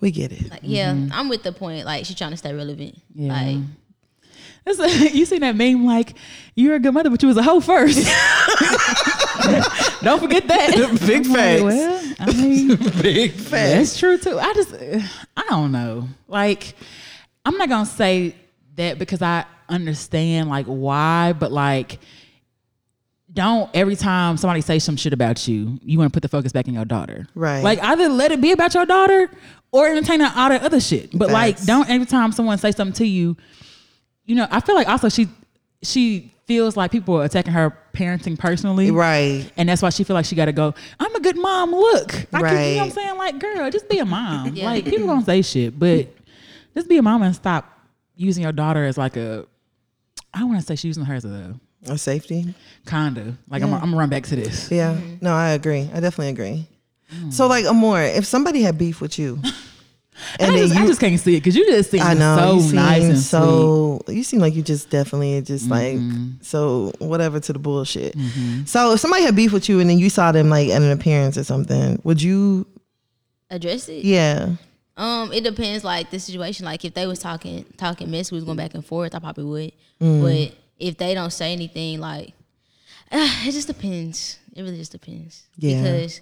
Speaker 2: We get it.
Speaker 3: Like, yeah,
Speaker 2: Mm-hmm.
Speaker 3: I'm with the point. Like she's trying to stay relevant.
Speaker 1: Yeah.
Speaker 3: Like
Speaker 1: That's <laughs> you seen that meme like you're a good mother, but you was a hoe
Speaker 2: <laughs>
Speaker 1: first. <laughs> Don't forget that.
Speaker 2: Big
Speaker 1: I'm like,
Speaker 2: facts.
Speaker 1: well, I mean,
Speaker 2: <laughs> Big
Speaker 1: that's true too. I just, I don't know. Like, I'm not gonna say that because I understand like why, but like, don't every time somebody say some shit about you, you want to put the focus back on your daughter,
Speaker 2: Right.
Speaker 1: Like, either let it be about your daughter or entertain all that other shit. But like,
Speaker 2: Facts.
Speaker 1: don't every time someone say something to you, you know. I feel like also she she feels like people are attacking her parenting personally,
Speaker 2: Right.
Speaker 1: and that's why she feel like she got to go. I'm a good mom. Look, I can, you know what I'm
Speaker 2: Right.
Speaker 1: saying? Like, girl, just be a mom.
Speaker 3: Yeah.
Speaker 1: Like, people don't say shit, but just be a mom and stop using your daughter as like a. I want to say she's using her as a
Speaker 2: Or safety.
Speaker 1: kinda. Like, I'm, I'm gonna run back to this.
Speaker 2: Yeah. No, I agree. I definitely agree. So like Amore, if somebody had beef with you,
Speaker 1: <laughs> And I, just, I just can't see it because you just seem
Speaker 2: I know
Speaker 1: so
Speaker 2: you seem
Speaker 1: nice and so.
Speaker 2: so you seem like you just definitely just
Speaker 1: Mm-hmm.
Speaker 2: like so whatever to the bullshit. So if somebody had beef with you and then you saw them like at an appearance or something, would you?
Speaker 3: address it.
Speaker 2: Yeah,
Speaker 3: Um, it depends like the situation. Like if they was talking talking mess, we was going back and forth, I probably would.
Speaker 2: Mm.
Speaker 3: But if they don't say anything, like <sighs> it just depends. It really just depends.
Speaker 2: Yeah.
Speaker 3: Because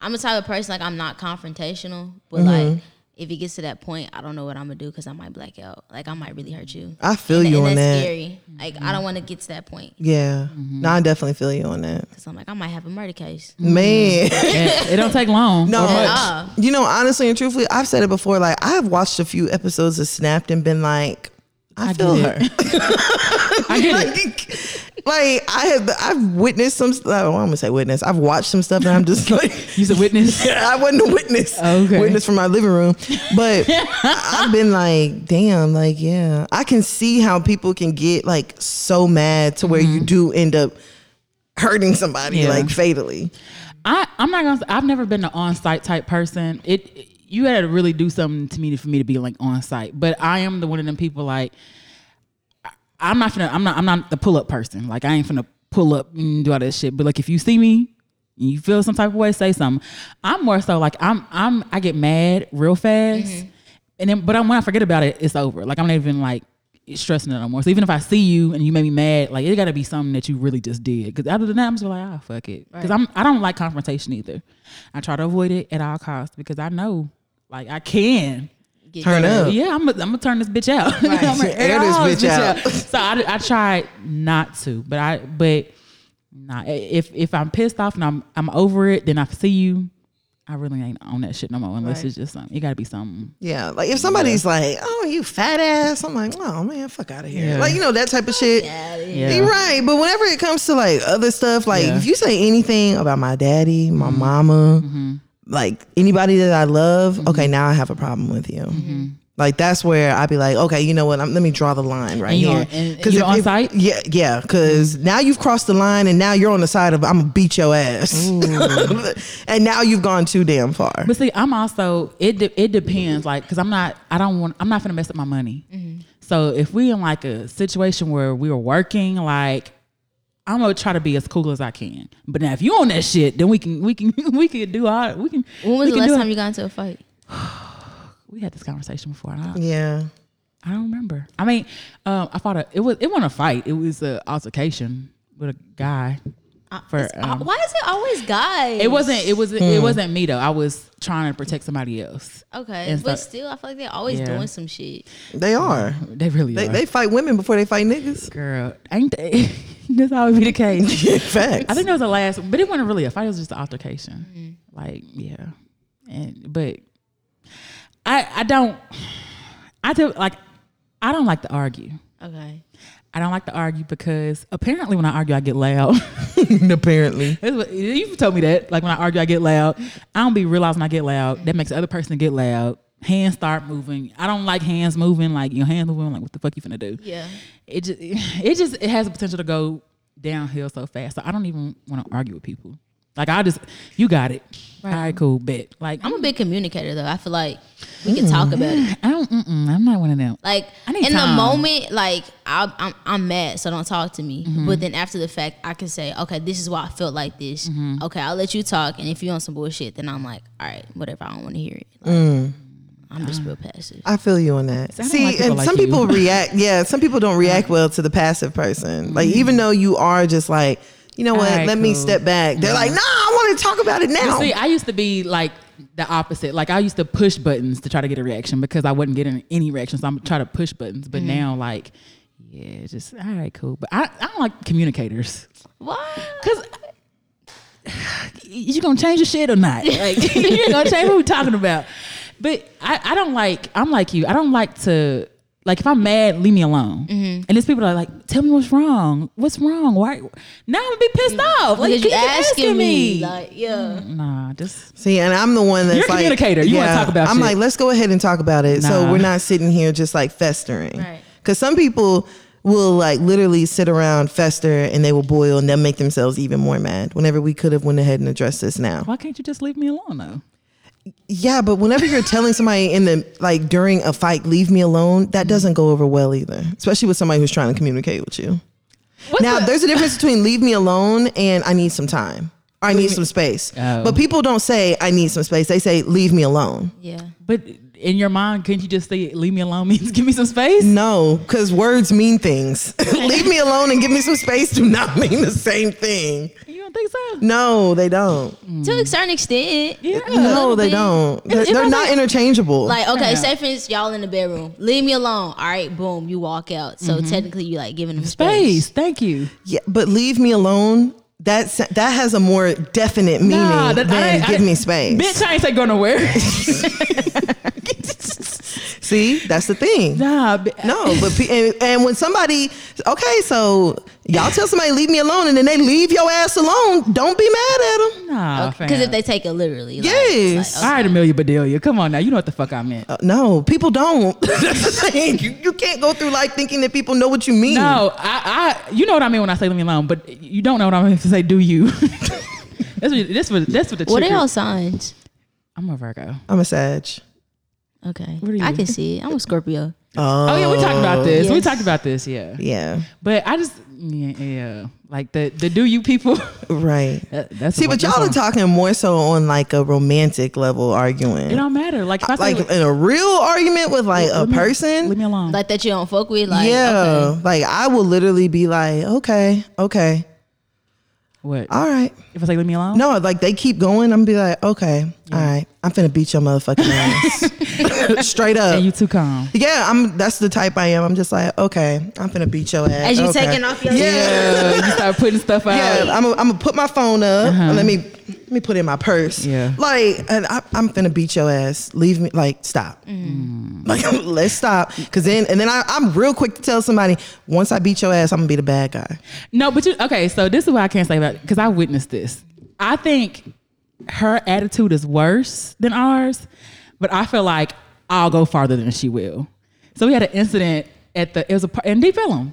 Speaker 3: I'm the type of person like I'm not confrontational, but
Speaker 2: Mm-hmm.
Speaker 3: like if it gets to that point, I don't know what I'm gonna do because I might black out. Like I might really hurt you.
Speaker 2: I feel you
Speaker 3: and
Speaker 2: on
Speaker 3: that's
Speaker 2: that. Mm-hmm.
Speaker 3: scary. Like I don't want to get to that point
Speaker 2: Yeah,
Speaker 1: Mm-hmm.
Speaker 2: no, I definitely feel you on that,
Speaker 3: because I'm like I might have a murder case. uh,
Speaker 2: man.
Speaker 1: Yeah, it don't take long.
Speaker 2: No,
Speaker 1: or much.
Speaker 3: all.
Speaker 2: <laughs> you know, honestly and truthfully, I've said it before. Like I've watched a few episodes of Snapped and been like, I, feel
Speaker 1: get
Speaker 2: her.
Speaker 1: <laughs> it. I get
Speaker 2: <laughs>
Speaker 1: it.
Speaker 2: like, like I have, I've witnessed some. stuff. I don't want to say witness. I've watched some stuff, and I'm just <laughs> like.
Speaker 1: You's a witness.
Speaker 2: Yeah, I wasn't a witness.
Speaker 1: Okay.
Speaker 2: Witness from my living room. But I- I've been like, damn, like, yeah. I can see how people can get like so mad to where you do end up hurting somebody
Speaker 1: Mm-hmm. Yeah.
Speaker 2: like fatally.
Speaker 1: I, I'm not gonna. Say, I've never been an on-site type person. It you had to really do something to me for me to be like on-site. But I am the one of them people like I- I'm not finna. I'm not. I'm not the pull-up person. Like I ain't finna pull up and do all that shit. But like if you see me, and you feel some type of way, say something. I'm more so like I'm. I'm. I get mad real fast, and then but I, when I forget about it, it's over. Like I'm not even like stressing it no more. So even if I see you and you make me mad, like it got to be something that you really just did. Because other than that, I'm just like, ah, fuck it. Because I'm I don't like confrontation either. I try to avoid it at all costs because I know, like I can.
Speaker 3: Get
Speaker 2: Turn up.
Speaker 1: Yeah, I'm gonna I'm turn this bitch out. <laughs> I'm gonna
Speaker 2: Air this bitch out.
Speaker 1: so I, I tried not to, but I but nah. If if I'm pissed off and I'm I'm over it, then I see you. I really ain't on that shit no more. Unless it's just something. It got to be something.
Speaker 2: Yeah. Like if somebody's like, oh, you fat ass, I'm like, oh man, fuck out of here.
Speaker 1: Yeah.
Speaker 2: Like, you know, that type of shit.
Speaker 1: Yeah.
Speaker 2: You're right. But whenever it comes to like other stuff, like
Speaker 1: Yeah. Mm-hmm.
Speaker 2: if you say anything about my daddy, my mama, like anybody that I love,
Speaker 1: Mm-hmm.
Speaker 2: okay, now I have a problem with you. Like that's where I'd be like, okay, you know what? I'm, let me draw the line right
Speaker 1: And you're-
Speaker 2: here.
Speaker 1: and- and you're
Speaker 2: if-
Speaker 1: on
Speaker 2: if-
Speaker 1: site? Mm-hmm.
Speaker 2: Yeah, yeah. Because now you've crossed the line, and now you're on the side of I'm gonna beat your ass, <laughs> and now you've gone too damn far.
Speaker 1: But see, I'm also it. De- it depends, like, cause I'm not. I don't want. I'm not gonna mess up my money.
Speaker 3: Mm-hmm.
Speaker 1: So if we in like a situation where we were working, like, I'm gonna try to be as cool as I can. But now, if you on that shit, then we can we can <laughs> we can do all we can.
Speaker 3: When was
Speaker 1: we
Speaker 3: the
Speaker 1: can
Speaker 3: last
Speaker 1: do
Speaker 3: time
Speaker 1: it.
Speaker 3: you got into a fight?
Speaker 1: we had this conversation before? and
Speaker 3: Mm.
Speaker 1: I,
Speaker 2: Yeah.
Speaker 1: I don't remember. I mean, um, I fought a. It was it wasn't a fight. It was a altercation with a guy. For um,
Speaker 3: Why is it Uh, always guys?
Speaker 1: it wasn't it was not
Speaker 2: Hmm.
Speaker 1: it wasn't me though. I was trying to protect somebody else.
Speaker 3: Okay,
Speaker 1: And
Speaker 3: but
Speaker 1: so-
Speaker 3: still, I feel like they're always
Speaker 1: Yeah.
Speaker 3: doing some shit.
Speaker 2: They are.
Speaker 1: They really
Speaker 2: They,
Speaker 1: are.
Speaker 2: they fight women before they fight niggas. <laughs>
Speaker 1: Girl, ain't they? <laughs> That's always be the case.
Speaker 2: Facts.
Speaker 1: I think that was the last, but it wasn't really a fight. It was just an altercation. Like, yeah, and but I I don't I do like I don't like to argue.
Speaker 3: Okay,
Speaker 1: I don't like to argue because apparently when I argue I get loud. <laughs>
Speaker 2: <laughs> apparently.
Speaker 1: That's what, you've told me that. Like when I argue I get loud. I don't be realizing I get loud. That makes the other person get loud. Hands start moving. I don't like hands moving. Like your hands moving. Like what the fuck you finna do?
Speaker 3: yeah,
Speaker 1: it just it just it has the potential to go downhill so fast. So I don't even want to argue with people. Like I just, you got it. All right, cool, bet. Like
Speaker 3: I'm a big communicator though. I feel like we can talk about it.
Speaker 1: I don't. Mm-mm, I'm not one of them.
Speaker 3: Like
Speaker 1: Mm. I need
Speaker 3: in
Speaker 1: time.
Speaker 3: the moment, like I, I'm I'm mad, so don't talk to me. But then after the fact, I can say, okay, this is why I felt like this. Okay, I'll let you talk. And if you're on some bullshit, then I'm like, all right, whatever. I don't want to hear it. Like, I'm just real passive.
Speaker 2: I feel you on that.
Speaker 1: don't
Speaker 2: See,
Speaker 1: like people
Speaker 2: and
Speaker 1: like
Speaker 2: some
Speaker 1: you.
Speaker 2: people react. Yeah, some people don't react well to the passive person. Like even though you are just like, you know what?
Speaker 1: Alright,
Speaker 2: let me
Speaker 1: Mm-hmm. cool.
Speaker 2: step back. They're like, no, I want to talk about it now.
Speaker 1: See, I used to be like the opposite. Like I used to push buttons to try to get a reaction because I wasn't getting any reaction. So I'm try to push buttons.
Speaker 3: Mm-hmm.
Speaker 1: But now, like, yeah, just all right, cool. But I, I don't like communicators
Speaker 3: What?
Speaker 1: because <sighs> you gonna change the shit or
Speaker 3: <laughs>
Speaker 1: not? Like, <laughs> you ain't gonna change what we're talking about. But I, I don't like. I'm like you. I don't like to. Like if I'm mad, leave me alone.
Speaker 3: Mm-hmm.
Speaker 1: And there's people that are like, "Tell me what's wrong. What's wrong? Why?" Now I'm gonna be pissed off. Like,
Speaker 3: Mm. Because you
Speaker 1: keep
Speaker 3: asking me. Like, yeah.
Speaker 1: nah, just
Speaker 2: See, and I'm the one that's
Speaker 1: You're a
Speaker 2: like
Speaker 1: communicator. You wanna talk about
Speaker 2: I'm
Speaker 1: shit.
Speaker 2: like, let's go ahead and talk about it.
Speaker 1: Nah.
Speaker 2: So we're not sitting here just like festering.
Speaker 3: Right.
Speaker 2: Because some people will like literally sit around fester and they will boil and they'll make themselves even more mad. Whenever we could have went ahead and addressed this now.
Speaker 1: Why can't you just leave me alone though?
Speaker 2: Yeah, but whenever you're telling somebody in the like during a fight, leave me alone, that doesn't go over well either. Especially with somebody who's trying to communicate with you. now there's a difference between leave me alone and I need some time. Or I need some space.
Speaker 1: Oh.
Speaker 2: But people don't say I need some space. They say leave me alone.
Speaker 3: Yeah.
Speaker 1: But in your mind, couldn't you just say, "Leave me alone"? <laughs> Means give me some space.
Speaker 2: No, because words mean things. <laughs> Leave me alone and give me some space do not mean the same thing.
Speaker 1: You don't think so?
Speaker 2: No, they don't.
Speaker 3: To a certain extent. Yeah.
Speaker 2: No, they don't. They're,
Speaker 1: if
Speaker 2: they're
Speaker 1: I
Speaker 2: not
Speaker 1: like-
Speaker 2: interchangeable.
Speaker 3: Like, okay,
Speaker 1: Yeah.
Speaker 3: say for instance, y'all in the bedroom. Leave me alone. All right, boom, you walk out. So
Speaker 2: Mm-hmm.
Speaker 3: technically you like giving them
Speaker 1: Space. Thank you.
Speaker 2: yeah, but leave me alone. That's that has a more definite meaning
Speaker 1: that- I
Speaker 2: than
Speaker 1: ain't- I
Speaker 2: give
Speaker 1: ain't-
Speaker 2: me space.
Speaker 1: Bitch, I ain't say go
Speaker 2: <laughs>
Speaker 1: nowhere. <laughs>
Speaker 2: See, that's the thing.
Speaker 1: nah, bi-
Speaker 2: No, but pe- and, and when somebody okay, so y'all tell somebody leave me alone, and then they leave your ass alone. Don't be mad at them.
Speaker 1: nah,
Speaker 3: Because if they take it literally, like,
Speaker 2: Yes.
Speaker 3: it's
Speaker 1: all right, Amelia Bedelia, come on now. You know what the fuck I meant.
Speaker 2: Uh, no, people don't. <laughs> That's the thing. You, you can't go through life thinking that people know what you mean.
Speaker 1: No, I, I, you know what I mean when I say leave me alone, but you don't know what I mean to say. Do you? <laughs> that's what. That's what. That's what the.
Speaker 3: what are
Speaker 1: trigger-
Speaker 3: y'all signs?
Speaker 1: I'm a Virgo.
Speaker 2: I'm a Sag.
Speaker 3: Okay,
Speaker 1: are
Speaker 3: I
Speaker 1: you?
Speaker 3: can see it. I'm a Scorpio.
Speaker 1: Oh yeah, we talked
Speaker 2: Uh,
Speaker 1: about this. We
Speaker 3: Yes.
Speaker 1: talked about this. Yeah,
Speaker 2: Um, Yeah,
Speaker 1: but I just yeah, yeah. like the the do you people. <laughs>
Speaker 2: right.
Speaker 1: That- that's
Speaker 2: See,
Speaker 1: what-
Speaker 2: but y'all
Speaker 1: that's
Speaker 2: are talking more so on like a romantic level
Speaker 1: It
Speaker 2: arguing,
Speaker 1: don't matter. Like if I say,
Speaker 2: like in a real argument with like a
Speaker 1: leave me-
Speaker 2: person.
Speaker 1: leave me alone.
Speaker 3: Like that you don't fuck with. Like,
Speaker 2: yeah,
Speaker 3: okay.
Speaker 2: like I will literally be like, okay, okay,
Speaker 1: what?
Speaker 2: all right.
Speaker 1: if I say leave me alone?
Speaker 2: No, like they keep going. I'm be like, okay, all right, I'm finna beat your motherfucking ass,
Speaker 3: <laughs>
Speaker 2: straight up.
Speaker 1: And you too calm.
Speaker 2: yeah, I'm. That's the type I am. I'm just like, okay, I'm finna beat your ass.
Speaker 3: As you
Speaker 2: okay.
Speaker 3: taking off your
Speaker 2: yeah,
Speaker 1: Uh, <laughs> you start putting stuff out.
Speaker 2: yeah. I'm. I'm gonna put my phone up. Let me let me put it in my purse.
Speaker 1: Yeah.
Speaker 2: like, and I, I'm finna beat your ass. Leave me. Like, stop. Like, <laughs> let's stop. Cause then, and then I, I'm real quick to tell somebody once I beat your ass, I'm gonna be the bad guy.
Speaker 1: No, but you okay? So this is what I can't say about because I witnessed this. I think her attitude is worse than ours, but I feel like I'll go farther than she will. So we had an incident at the it was a par- in Deep Ellum.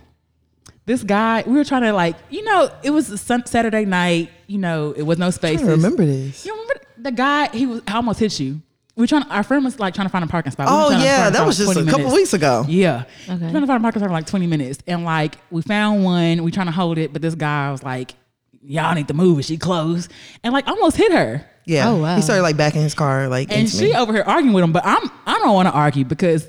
Speaker 1: This guy, we were trying to like, you know, it was a sun, Saturday night. You know, it was no
Speaker 2: I
Speaker 1: space.
Speaker 2: don't remember this.
Speaker 1: You remember the guy? He was I almost hit you. We were trying. Our friend was like trying to find a parking spot. We were
Speaker 2: Oh
Speaker 1: trying to
Speaker 2: yeah,
Speaker 1: find
Speaker 2: that
Speaker 1: for,
Speaker 2: was
Speaker 1: like,
Speaker 2: just a
Speaker 1: 20
Speaker 2: couple
Speaker 1: minutes.
Speaker 2: weeks ago.
Speaker 1: Yeah. Okay.
Speaker 3: Okay.
Speaker 1: We're trying to find a microphone for like 20 minutes. And like we found one, we trying to hold it, but this guy was like, Y'all need to move. Is she close? And like almost hit her.
Speaker 2: Yeah.
Speaker 3: Oh, wow.
Speaker 2: He started like backing his car like
Speaker 1: And
Speaker 2: into me.
Speaker 1: she over here arguing with him, but I'm I don't want to argue because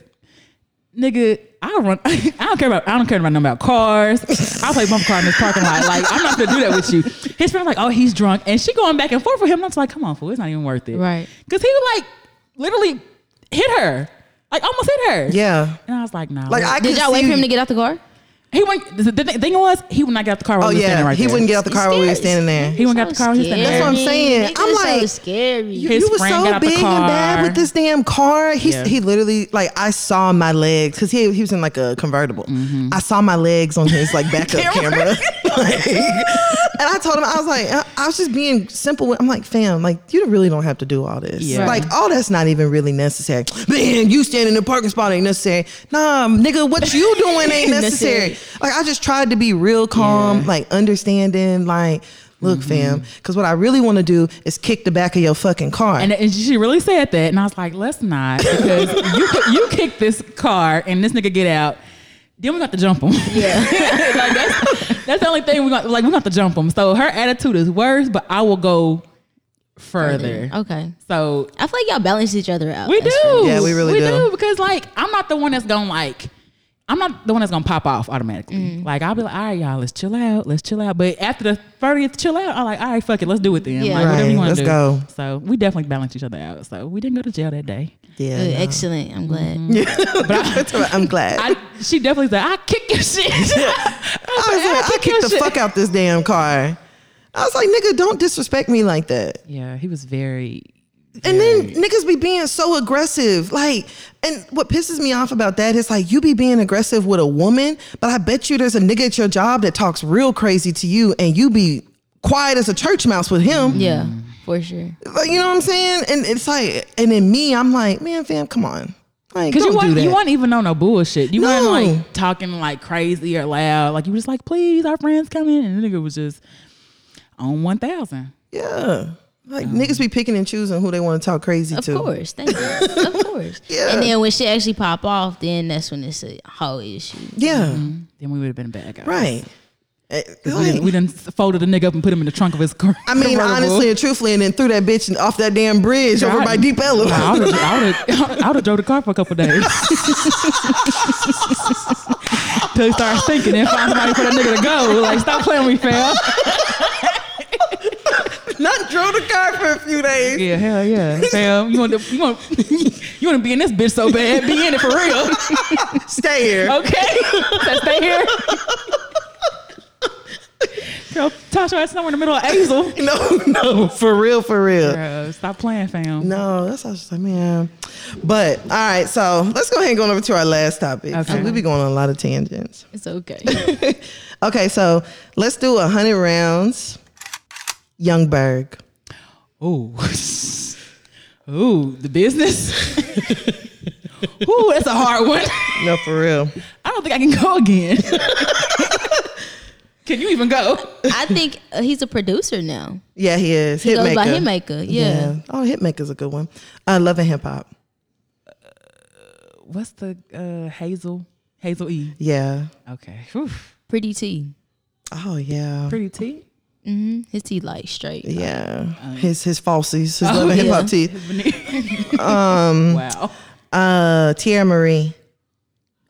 Speaker 1: nigga, I run <laughs> I don't care about I don't care about nothing about cars. I'll play bumper car in this parking lot. Like I'm not gonna do that with you. His friend's like, oh he's drunk. And she going back and forth with him. And I was like, come on, fool, it's not even worth it.
Speaker 3: Right.
Speaker 1: Cause he like literally hit her. Like almost hit her.
Speaker 2: Yeah.
Speaker 1: And I was like, nah.
Speaker 2: Like
Speaker 1: we're-
Speaker 2: I
Speaker 3: Did
Speaker 2: could
Speaker 3: y'all wait
Speaker 2: see-
Speaker 3: for him to get out the car?
Speaker 1: He wouldn't. The, the thing was, he would not get out the car while
Speaker 2: Oh
Speaker 1: we were
Speaker 2: yeah,
Speaker 1: standing right
Speaker 2: he
Speaker 1: there.
Speaker 2: wouldn't get out the car while we were standing there.
Speaker 1: He wouldn't get out the car while we were standing there.
Speaker 2: That's
Speaker 3: Scary.
Speaker 2: what I'm saying.
Speaker 3: Niggas
Speaker 2: I'm
Speaker 3: is so
Speaker 2: like-
Speaker 3: scary.
Speaker 2: You,
Speaker 1: His
Speaker 2: you were
Speaker 1: friend
Speaker 2: so
Speaker 1: got out the
Speaker 2: big and bad
Speaker 1: car.
Speaker 2: with this damn car. He
Speaker 1: Yeah.
Speaker 2: he literally like I saw my legs because he he was in like a convertible.
Speaker 1: Mm-hmm.
Speaker 2: I saw my legs on his like
Speaker 3: <laughs>
Speaker 2: backup camera. <laughs> Like, and I told him I was like I, I was just being simple. with- I'm like fam, like you really don't have to do all this.
Speaker 1: Yeah.
Speaker 2: Like all that's not even really necessary. Man, you standing in the parking spot ain't necessary. Nah, nigga, what you
Speaker 3: <laughs>
Speaker 2: doing ain't necessary.
Speaker 3: Necessary.
Speaker 2: Like I just tried to be real calm,
Speaker 1: Yeah.
Speaker 2: like understanding, like Look, fam, because what I really want to do is kick the back of your fucking car.
Speaker 1: And, and she really said that, and I was like, "Let's not," because you ki- you kick this car and this nigga get out, then we got to jump him. Yeah, <laughs> like that's, that's the only thing we got. Like we got to jump him. So her attitude is worse, but I will go further.
Speaker 3: Okay.
Speaker 1: So
Speaker 3: I feel like y'all balance each other out.
Speaker 1: we
Speaker 3: That's
Speaker 1: do.
Speaker 3: fair.
Speaker 2: Yeah, we really do.
Speaker 1: because like I'm not the one that's gonna like. I'm not the one that's gonna pop off automatically. Like I'll be like, all right, y'all, let's chill out, let's chill out. But after the thirtieth chill out, I'm like, all right, fuck it, let's do it then.
Speaker 3: Yeah.
Speaker 1: Like whatever
Speaker 2: Right,
Speaker 1: you want to
Speaker 2: let's
Speaker 1: do.
Speaker 2: go.
Speaker 1: So we definitely balance each other out. So we didn't go to jail that day.
Speaker 2: yeah, Mm-hmm.
Speaker 3: Good,
Speaker 2: no. <laughs>
Speaker 3: Excellent. I'm glad.
Speaker 2: I'm glad. I,
Speaker 1: I, she definitely said, <laughs> I kick your
Speaker 2: <laughs>
Speaker 1: shit.
Speaker 2: was like, I kicked the fuck out this damn car. I was like, nigga, don't disrespect me like that.
Speaker 1: Yeah, he was very.
Speaker 2: And then niggas be being so aggressive. Like, and what pisses me off about that is like, you be being aggressive with a woman, but I bet you there's a nigga at your job that talks real crazy to you and you be quiet as a church mouse with him.
Speaker 3: Yeah, for sure.
Speaker 2: Like, you know what I'm saying? And it's like, and then me, I'm like, man, fam, come on. Like,
Speaker 1: Because
Speaker 2: don't
Speaker 1: you
Speaker 2: do
Speaker 1: weren't,
Speaker 2: that.
Speaker 1: you weren't even on no bullshit. You
Speaker 2: No.
Speaker 1: weren't like talking like crazy or loud. Like you were just like, please, our friends come in. And the nigga was just on 1,000.
Speaker 2: yeah. Like, niggas be picking and choosing who they want to talk crazy
Speaker 3: Of
Speaker 2: to.
Speaker 3: course. Thank
Speaker 2: <laughs>
Speaker 3: you. of course.
Speaker 2: Yeah.
Speaker 3: And then when shit actually pop off, then that's when it's a whole issue.
Speaker 2: Yeah.
Speaker 1: Then we would have been bad guys.
Speaker 2: Right. Eh,
Speaker 1: We
Speaker 2: like-
Speaker 1: done, we done folded a nigga up and put him in the trunk of his car. <laughs>
Speaker 2: I mean,
Speaker 1: convertible.
Speaker 2: honestly and truthfully, and then threw that bitch off that damn bridge over
Speaker 1: God.
Speaker 2: by Deep Ellum.
Speaker 1: Nah, I would have I would have drove the car for a couple days. <laughs> Till he started thinking and find somebody for that nigga to go. Like, stop playing with me, fam.
Speaker 2: <laughs> Not drove the car for a few days.
Speaker 1: Yeah, hell yeah, fam. You want to you want <laughs> you want to be in this bitch so bad? Be in it for real,
Speaker 2: Stay here.
Speaker 1: Oh. okay? So stay here. <laughs> Girl, Tasha, that's somewhere in the middle of Azel.
Speaker 2: <laughs> No, no, for real, for real.
Speaker 1: Girl, stop playing, fam.
Speaker 2: No, that's how I was just like, man. But all right, so let's go ahead and go on over to our last topic. So
Speaker 1: Okay.
Speaker 2: we be going on a lot of tangents.
Speaker 3: It's okay.
Speaker 2: <laughs> Okay, so let's do a hundred rounds. Youngberg.
Speaker 1: Ooh. <laughs> Ooh, the business. <laughs> Ooh, that's a hard one. <laughs>
Speaker 2: No, for real.
Speaker 1: I don't think I can go again. <laughs> can you even go?
Speaker 3: <laughs> I think uh, he's a producer now.
Speaker 2: Yeah, he is.
Speaker 3: He goes by
Speaker 2: Hitmaker.
Speaker 3: Hitmaker. Yeah.
Speaker 2: Oh, Hitmaker's a good one. Uh, Love and Hip Hop.
Speaker 1: What's the uh, Hazel? Hazel E.
Speaker 2: Yeah.
Speaker 1: Okay. Whew.
Speaker 3: Pretty T.
Speaker 2: Oh yeah.
Speaker 1: Pretty T.
Speaker 3: Mm-hmm. His T like straight.
Speaker 2: Yeah. His his falsies, his Love and Hip Hop
Speaker 3: Oh, yeah.
Speaker 2: teeth.
Speaker 1: wow.
Speaker 2: Uh, Tierra Marie.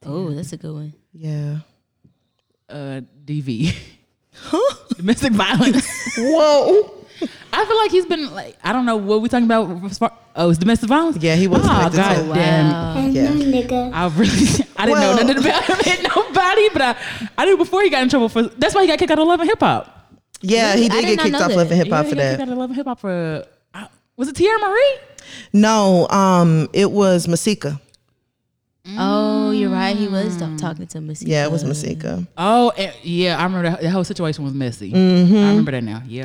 Speaker 3: Oh, that's a good one.
Speaker 2: Yeah.
Speaker 1: Uh, DV. <laughs> Domestic violence.
Speaker 2: Whoa.
Speaker 1: <laughs> I feel like he's been like I don't know what we talking about. as far- Oh, it's domestic violence.
Speaker 2: Yeah, he was
Speaker 1: Oh god
Speaker 2: connected to it.
Speaker 1: damn.
Speaker 4: I'm
Speaker 2: Yeah.
Speaker 4: a nigga.
Speaker 1: I really <laughs> I didn't
Speaker 2: Well-
Speaker 1: know nothing about him and nobody, but I I knew before he got in trouble for that's why he got kicked out of Love and Hip Hop.
Speaker 2: Yeah,
Speaker 3: Really?
Speaker 2: he
Speaker 3: I
Speaker 2: did
Speaker 3: did
Speaker 2: get
Speaker 3: not
Speaker 2: kicked
Speaker 3: know
Speaker 2: off
Speaker 3: that.
Speaker 2: Love and Hip
Speaker 1: Yeah,
Speaker 2: Hop
Speaker 1: he
Speaker 2: for
Speaker 1: got kicked
Speaker 2: that.
Speaker 1: out of Love and Hip Hop for uh, was it Tierra Marie?
Speaker 2: No, um, it was Masika.
Speaker 3: Oh, you're right. He was t- talking to Missy.
Speaker 2: Yeah, it was Masika.
Speaker 1: Oh eh, yeah, I remember that, the whole situation was messy.
Speaker 2: Mm-hmm.
Speaker 1: I remember that now. Yeah,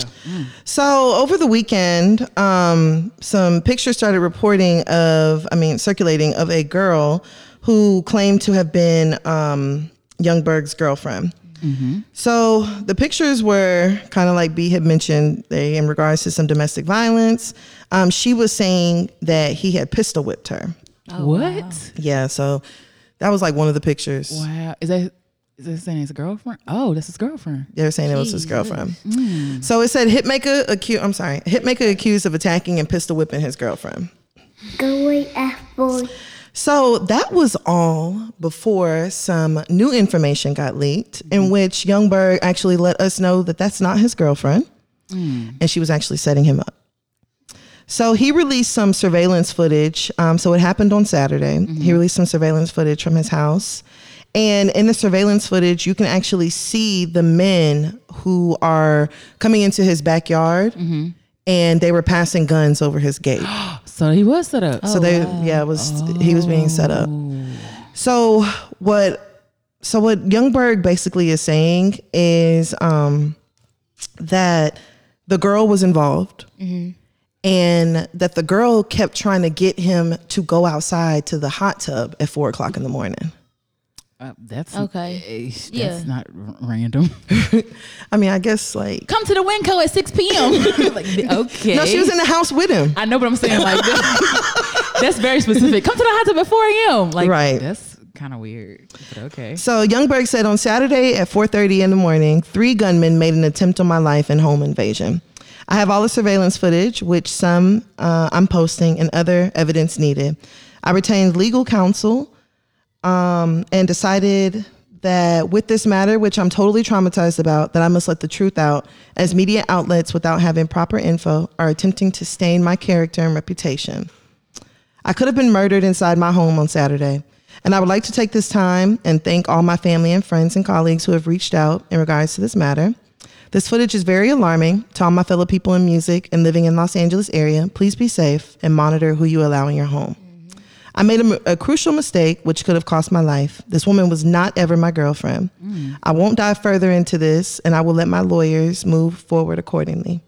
Speaker 2: So over the weekend, um, some pictures started reporting of, I mean, circulating of a girl who claimed to have been um, Youngberg's girlfriend. So the pictures were kind of like B had mentioned they in regards to some domestic violence. Um, she was saying that he had pistol whipped her.
Speaker 1: Oh, what?
Speaker 2: Yeah, so that was like one of the pictures.
Speaker 1: Wow. is that is that saying his girlfriend? Oh, that's his girlfriend.
Speaker 2: They were saying it was his girlfriend. So it said hitmaker accused. I'm sorry, hitmaker accused of attacking and pistol whipping his girlfriend.
Speaker 4: Go away, F boy.
Speaker 2: So that was all before some new information got leaked, in which Youngberg actually let us know that that's not his girlfriend, and she was actually setting him up. So he released some surveillance footage. Um, so it happened on Saturday. He released some surveillance footage from his house. And in the surveillance footage, you can actually see the men who are coming into his backyard and they were passing guns over his gate.
Speaker 1: So he was set up.
Speaker 2: So they, yeah, it was he was being set up. So what, so what Youngberg basically is saying is um, that the girl was involved, and that the girl kept trying to get him to go outside to the hot tub at four o'clock in the morning.
Speaker 1: Uh, that's
Speaker 3: Okay.
Speaker 1: eh, That's
Speaker 3: Yeah.
Speaker 1: not r- random.
Speaker 2: I mean, I guess like
Speaker 3: Come to the Winco
Speaker 1: <laughs>
Speaker 3: at 6 p.m. Like, okay.
Speaker 2: no, she was in the house with him.
Speaker 1: I know, but I'm saying like <laughs> that- that's very specific. Come to the hot tub at 4 a.m. Like
Speaker 2: Right.
Speaker 1: that's kind of weird. But okay.
Speaker 2: So Youngberg said on Saturday at 4:30 in the morning, three gunmen made an attempt on my life and home invasion. I have all the surveillance footage, which some uh, I'm posting, and other evidence needed. I retained legal counsel um, and decided that with this matter, which I'm totally traumatized about, that I must let the truth out, as media outlets without having proper info are attempting to stain my character and reputation. I could have been murdered inside my home on Saturday. And I would like to take this time and thank all my family and friends and colleagues who have reached out in regards to this matter. This footage is very alarming to all my fellow people in music and living in Los Angeles area. Please be safe and monitor who you allow in your home. I made a, a crucial mistake which could have cost my life. This woman was not ever my girlfriend. I won't dive further into this and I will let my lawyers move forward accordingly.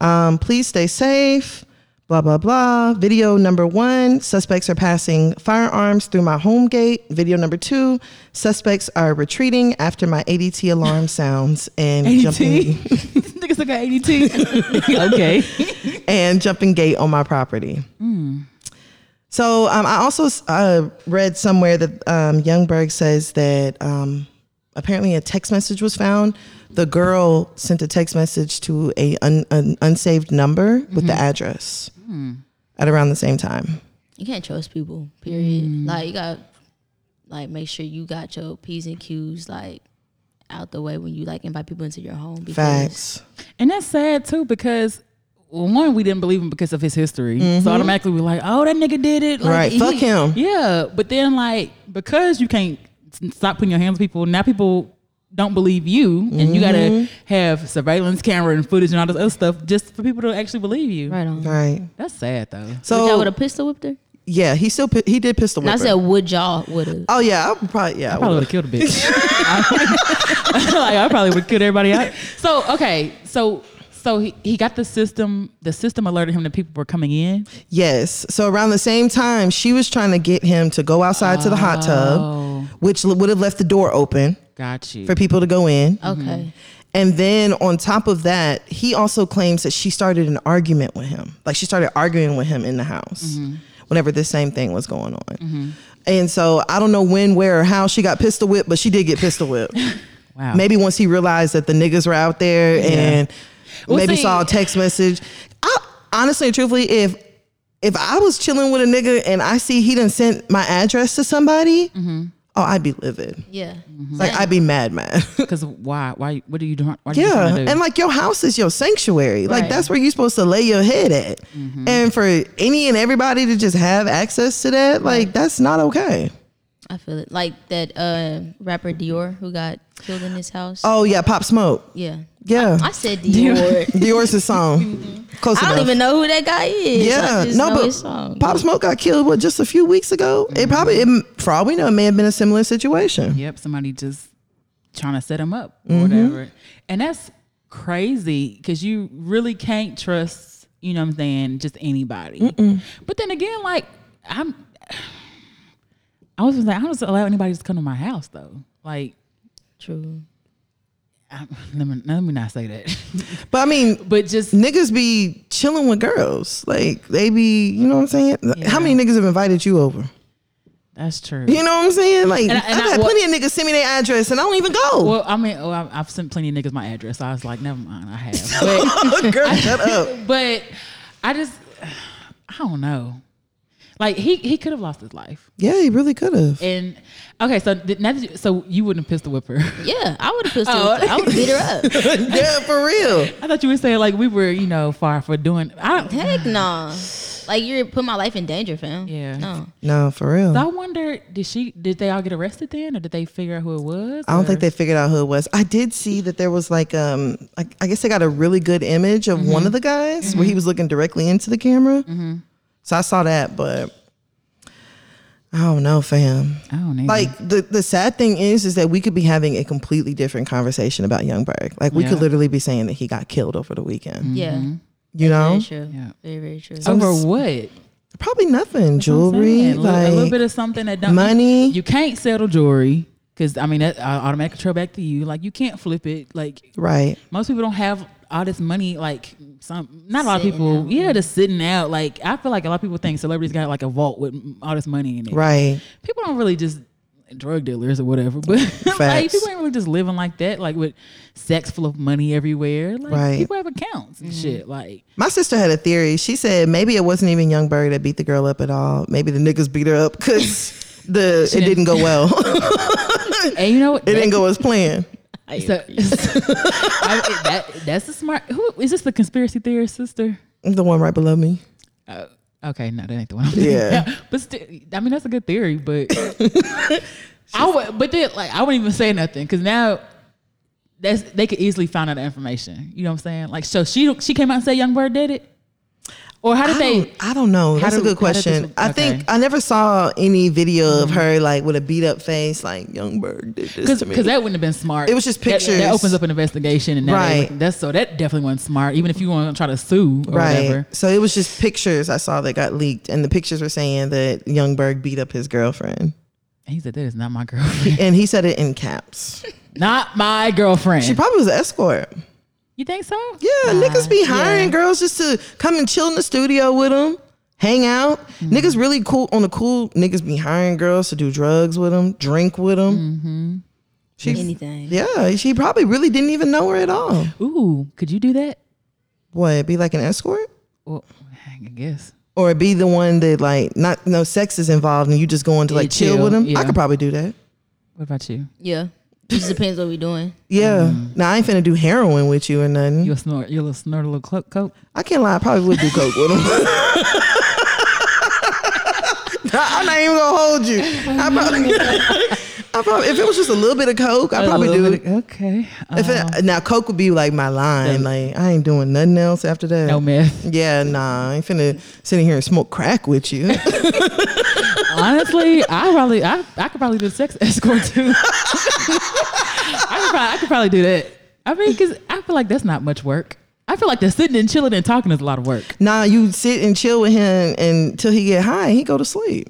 Speaker 2: Um, please stay safe. Blah blah blah. Video number one: suspects are passing firearms through my home gate. Video number two: suspects are retreating after my ADT alarm sounds and
Speaker 1: <laughs>
Speaker 2: jumping
Speaker 1: Niggas still got ADT. <laughs> okay.
Speaker 2: and jumping gate on my property. So um, I also uh, read somewhere that um, Youngberg says that um, apparently a text message was found. The girl sent a text message to a un- an unsaved number with the address at around the same time.
Speaker 3: <laughs> you can't trust people, period. Like, you got, like, make sure you got your P's and Q's, like, out the way when you, like, invite people into your home. Because
Speaker 2: Facts.
Speaker 1: And that's sad too because well, one, we didn't believe him because of his history. So automatically we're like, oh, that nigga did it. Like,
Speaker 2: Mm-hmm. Right. Fuck him.
Speaker 1: <laughs> Yeah. But then like because you can't s- stop putting your hands on people, now people don't believe you and you
Speaker 2: Mm-hmm.
Speaker 1: gotta have surveillance camera and footage and all this other stuff just for people to actually believe you.
Speaker 3: Right on.
Speaker 2: Right.
Speaker 1: That's sad though.
Speaker 3: Would y'all
Speaker 2: So
Speaker 3: would have pistol whipped her?
Speaker 2: yeah, he still pi- he did pistol
Speaker 3: And I
Speaker 2: whip
Speaker 3: said,
Speaker 2: her.
Speaker 3: would y'all would have?
Speaker 2: Oh yeah, I would probably yeah. I
Speaker 1: probably would have
Speaker 2: would've.
Speaker 1: killed a bitch. <laughs> like I probably would have killed everybody out. So okay, so so he, he got the system. The system alerted him that people were coming in.
Speaker 2: Yes. So around the same time, she was trying to get him to go outside to the hot tub, which l- would have left the door open
Speaker 1: Got you.
Speaker 2: for people to go in.
Speaker 3: Okay.
Speaker 2: And then on top of that, he also claims that she started an argument with him. Like she started arguing with him in the house
Speaker 1: Mm-hmm.
Speaker 2: whenever this same thing was going on. And so I don't know when, where, or how she got pistol whipped, but she did get pistol whipped.
Speaker 1: <laughs> wow.
Speaker 2: maybe once he realized that the niggas were out there and
Speaker 1: Well,
Speaker 2: maybe
Speaker 1: see-
Speaker 2: saw a text message. I honestly, and truthfully, if if I was chilling with a nigga and I see he done sent my address to somebody,
Speaker 1: Mm-hmm.
Speaker 2: oh, I'd be livid.
Speaker 3: Yeah.
Speaker 2: Like I'd be
Speaker 1: <laughs>
Speaker 2: mad, mad.
Speaker 1: Because why? Why? What are you doing? Why are you
Speaker 2: yeah,
Speaker 1: trying to do?
Speaker 2: and like your house is your sanctuary. Like
Speaker 3: Right. Mm-hmm.
Speaker 2: that's where you're supposed to lay your head at. And for any and everybody to just have access to that, like that's not okay.
Speaker 3: I feel it. Like that uh, rapper Dior who got killed in his house.
Speaker 2: Oh yeah, pop smoke.
Speaker 3: yeah.
Speaker 2: Yeah,
Speaker 3: I said <laughs> Dior. Mm-hmm.
Speaker 2: Dior's the song. Close
Speaker 3: I
Speaker 2: enough.
Speaker 3: don't even know who that guy is.
Speaker 2: Yeah,
Speaker 3: I just
Speaker 2: no,
Speaker 3: know
Speaker 2: but
Speaker 3: his song. Mm-hmm.
Speaker 2: Pop Smoke got killed what just a few weeks ago. It probably, it, for all we know, it may have been a similar situation.
Speaker 1: yep. Somebody just trying to set him up
Speaker 2: Mm-hmm.
Speaker 1: or whatever. And that's crazy because you really can't trust. You know what I'm saying? Just anybody. But then again, like I'm. <sighs> I was like, I don't allow anybody to come to my house though. Like.
Speaker 3: True.
Speaker 1: I, <laughs> let, me, let me not say that. <laughs>
Speaker 2: But I mean,
Speaker 1: But just
Speaker 2: niggas be chilling with girls, like they be, you know what I'm saying? How many niggas have invited you over?
Speaker 1: that's true.
Speaker 2: You know what I'm saying? Like
Speaker 1: And I- and
Speaker 2: I've
Speaker 1: I-
Speaker 2: had
Speaker 1: what-
Speaker 2: plenty of niggas send me their address and I don't even go. <laughs>
Speaker 1: Well, I mean, oh, I, I've sent plenty of niggas my address. So I was like, never mind, I have.
Speaker 2: <laughs> Girl,
Speaker 1: <laughs>
Speaker 2: shut up.
Speaker 1: But, but I just, I don't know. Like he he could have lost his life.
Speaker 2: Yeah, he really
Speaker 1: <laughs>
Speaker 2: could have.
Speaker 1: And okay, so did, now that you, so you wouldn't have pistol whip
Speaker 2: <laughs>
Speaker 1: her.
Speaker 3: Yeah, I would have pistol.
Speaker 1: Oh.
Speaker 3: whipped her. I would beat her up.
Speaker 2: yeah, for real.
Speaker 1: I thought you were saying like we were, you know, far for doing. I don't.
Speaker 3: Heck no. Like you put my life in danger, fam.
Speaker 1: Yeah.
Speaker 3: No.
Speaker 2: No, for real.
Speaker 1: So I wonder, did she? Did they all get arrested then, or did they figure out who it was?
Speaker 2: I don't think
Speaker 1: or-
Speaker 2: they figured out who it was. I did see that there was like um I, I guess they got a really good image of
Speaker 1: Mm-hmm.
Speaker 2: one of the guys where he was looking directly into the camera. So I saw that, but I don't know, fam.
Speaker 1: I don't know.
Speaker 2: Like the the sad thing is is that we could be having a completely different conversation about Youngberg. Like we could
Speaker 1: Yeah. Mm-hmm.
Speaker 2: literally be saying that he got killed over the weekend.
Speaker 3: Yeah.
Speaker 2: You know?
Speaker 3: Very true.
Speaker 1: Yeah.
Speaker 3: Very very true.
Speaker 1: over what?
Speaker 2: Probably nothing.
Speaker 1: I'm
Speaker 2: Jewelry,
Speaker 1: saying, a little-
Speaker 2: like
Speaker 1: a little bit of something that don't
Speaker 2: money.
Speaker 1: You, can't settle jewelry because I mean that uh, automatic trail back to you. Like you can't flip it. Like
Speaker 2: right.
Speaker 1: most people don't have all this money. Like some, not a lot of
Speaker 3: Sitting
Speaker 1: people.
Speaker 3: out.
Speaker 1: Yeah, just sitting out. Like I feel like a lot of people think celebrities got like a vault with all this money in it.
Speaker 2: Right.
Speaker 1: People don't really just drug dealers or whatever, <laughs> but like
Speaker 2: Facts.
Speaker 1: people ain't really just living like that. Like with sex full of money everywhere. Like
Speaker 2: Right. Mm-hmm.
Speaker 1: people have accounts and shit. Like
Speaker 2: My sister had a theory. She said maybe it wasn't even Young Bird that beat the girl up at all. Maybe the niggas beat her up
Speaker 1: <laughs>
Speaker 2: because the it didn't go well. <laughs>
Speaker 1: and you know what?
Speaker 2: it didn't go as planned.
Speaker 1: So, <laughs> I- that, that's a smart. Who is this? The conspiracy theorist sister?
Speaker 2: The one right below me.
Speaker 1: Uh, okay, no, that ain't the one. I'm
Speaker 2: Yeah.
Speaker 1: thinking. <laughs> but still, I mean that's a good theory,
Speaker 2: <laughs>
Speaker 1: but I would. But then, like, I wouldn't even say nothing because now that's they could easily find out the information. You know what I'm saying? Like, so she she came out and said Young Bird did it, or how did
Speaker 2: I
Speaker 1: they?
Speaker 2: don't, I don't know. That's
Speaker 1: do-
Speaker 2: a good
Speaker 1: how did this
Speaker 2: question.
Speaker 1: one-
Speaker 2: I
Speaker 1: okay. Mm-hmm.
Speaker 2: think I never saw any video of her like with a beat up face, like Young Bird did this
Speaker 1: Because
Speaker 2: to me.
Speaker 1: that wouldn't have been smart.
Speaker 2: It was just
Speaker 1: That- That,
Speaker 2: pictures.
Speaker 1: opens up an investigation, and now they
Speaker 2: Right.
Speaker 1: looking- that's so that definitely wasn't smart. Even if you want to try to sue or
Speaker 2: Right.
Speaker 1: whatever,
Speaker 2: So it was just pictures I saw that got leaked, and the pictures were saying that Young Bird beat up his girlfriend,
Speaker 1: And he said that is not my girlfriend, <laughs>
Speaker 2: and he said it in caps.
Speaker 1: not my girlfriend.
Speaker 2: She probably was an escort.
Speaker 1: You think so?
Speaker 2: Yeah, niggas be hiring girls just to come and chill in the studio with them, hang out. Niggas really cool on the cool. Niggas be hiring girls to do drugs with them, drink with them. She,
Speaker 3: Anything.
Speaker 2: yeah, she probably really didn't even know her at all.
Speaker 1: Ooh, could you do that?
Speaker 2: What? Be like an escort,
Speaker 1: Well, I guess.
Speaker 2: or be the one that like not no sex is involved, and you just going to
Speaker 1: Yeah,
Speaker 2: like chill,
Speaker 1: chill,
Speaker 2: with them.
Speaker 1: yeah.
Speaker 2: I could probably do that.
Speaker 1: What about you?
Speaker 3: Yeah. It just depends what we doing.
Speaker 2: Yeah. Now I ain't finna do heroin with you or nothing.
Speaker 1: You'll snort. You'll snort a little clo- coat.
Speaker 2: I can't lie. I probably would do coke
Speaker 1: <laughs>
Speaker 2: with him. I'm not even gonna hold you. I probably, <laughs> I probably, if it was just a little bit of coke, I
Speaker 1: A
Speaker 2: probably
Speaker 1: little
Speaker 2: do
Speaker 1: bit
Speaker 2: it.
Speaker 1: of- Okay. Uh,
Speaker 2: If it, now coke would be like my line. Like I ain't doing nothing else after that.
Speaker 1: no meth.
Speaker 2: Yeah, nah. I ain't finna sit in here and smoke crack with you. <laughs>
Speaker 1: Honestly, I probably I, I could probably do sex escort too. <laughs> I could probably I could probably do that. I mean, because I feel like that's not much work. I feel like the sitting and chilling and talking is a lot of work.
Speaker 2: nah, you sit and chill with him until he get high. and He go to sleep.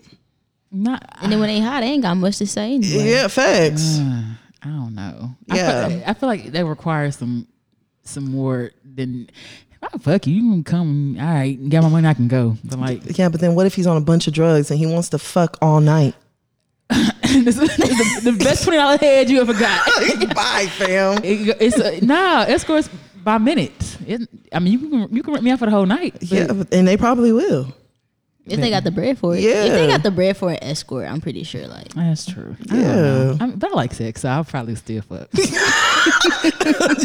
Speaker 1: Not.
Speaker 3: And then when they hot, they ain't got much to say anyway.
Speaker 2: Yeah,
Speaker 1: Mm.
Speaker 2: facts.
Speaker 1: I don't know. I feel,
Speaker 2: Yeah.
Speaker 1: I feel like that requires some some more than. Oh, fuck you. You can come. All right. Got my money. I can go. But like, <laughs>
Speaker 2: Yeah, but then what if he's on a bunch of drugs and he wants to fuck
Speaker 1: <laughs>
Speaker 2: all night?
Speaker 1: this is the, the best twenty dollar head you ever got.
Speaker 2: Bye, fam.
Speaker 1: It- it's a, <laughs> nah escorts by minutes. It, I mean, you can you can rent me out for the whole night. but
Speaker 2: Yeah, but- and they probably will.
Speaker 3: If they got the bread for it. If they
Speaker 2: Yeah.
Speaker 3: got the bread for an escort, I'm pretty sure like
Speaker 1: that's true. I don't
Speaker 2: Yeah.
Speaker 1: know. I mean, but I like sex, so I'll probably still fuck. <laughs>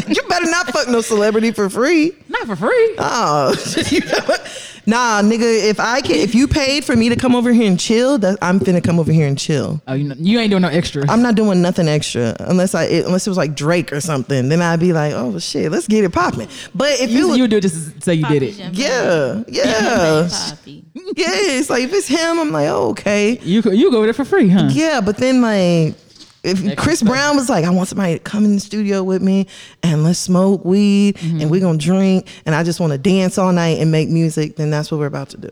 Speaker 2: you better not fuck no celebrity for free.
Speaker 1: Not for free.
Speaker 2: Oh, <laughs> you know what? nah, nigga. If I can, if you paid for me to come over here and chill, that I'm finna come over here and chill.
Speaker 1: Oh, you know, you ain't doing no extra.
Speaker 2: I'm not doing nothing extra unless I it, unless it was like Drake or something. Then I'd be like, oh well, shit, let's get it popping. But
Speaker 1: you
Speaker 2: if it
Speaker 1: you
Speaker 2: was,
Speaker 1: would do it just to say you did it.
Speaker 2: yeah,
Speaker 1: <laughs>
Speaker 2: yeah,
Speaker 3: Poppy.
Speaker 2: yeah. It's like if it's him, I'm like, oh, okay.
Speaker 1: You could- you go over there for free, huh?
Speaker 2: Yeah, but then like if Chris Brown was like, I want somebody to come in the studio with me and let's smoke weed
Speaker 1: Mm-hmm.
Speaker 2: and we're gonna drink and I just wanna dance all night and make music, then that's what we're about to do.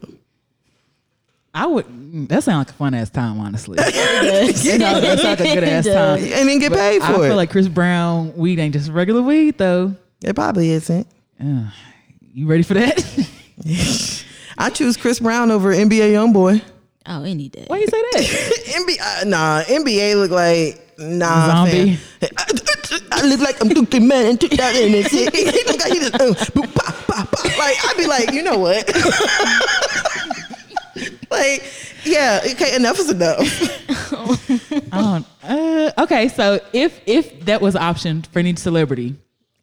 Speaker 1: I would. mm, That sounds like a fun ass time,
Speaker 2: <laughs>
Speaker 1: honestly. It sounds that sounds like a good
Speaker 3: <laughs>
Speaker 1: ass time.
Speaker 2: And then get paid
Speaker 1: I
Speaker 2: for it.
Speaker 1: feel like Chris Brown weed ain't just regular weed though.
Speaker 2: it probably isn't.
Speaker 1: Ugh. you ready for that? <laughs>
Speaker 2: I choose Chris Brown over NBA Youngboy.
Speaker 3: Oh, any day.
Speaker 1: Why you say that?
Speaker 2: <laughs> NBA uh, nah, NBA look like nah.
Speaker 1: Zombie.
Speaker 2: fam. <laughs> I look like I'm Duke the man in 2006. He look <laughs> like he just, uh, boop, pop, pop, pop. Like I'd be like, you know what? <laughs> like, yeah, okay, enough is enough. <laughs>
Speaker 1: I don't- uh, okay, so if if that was an option for any celebrity,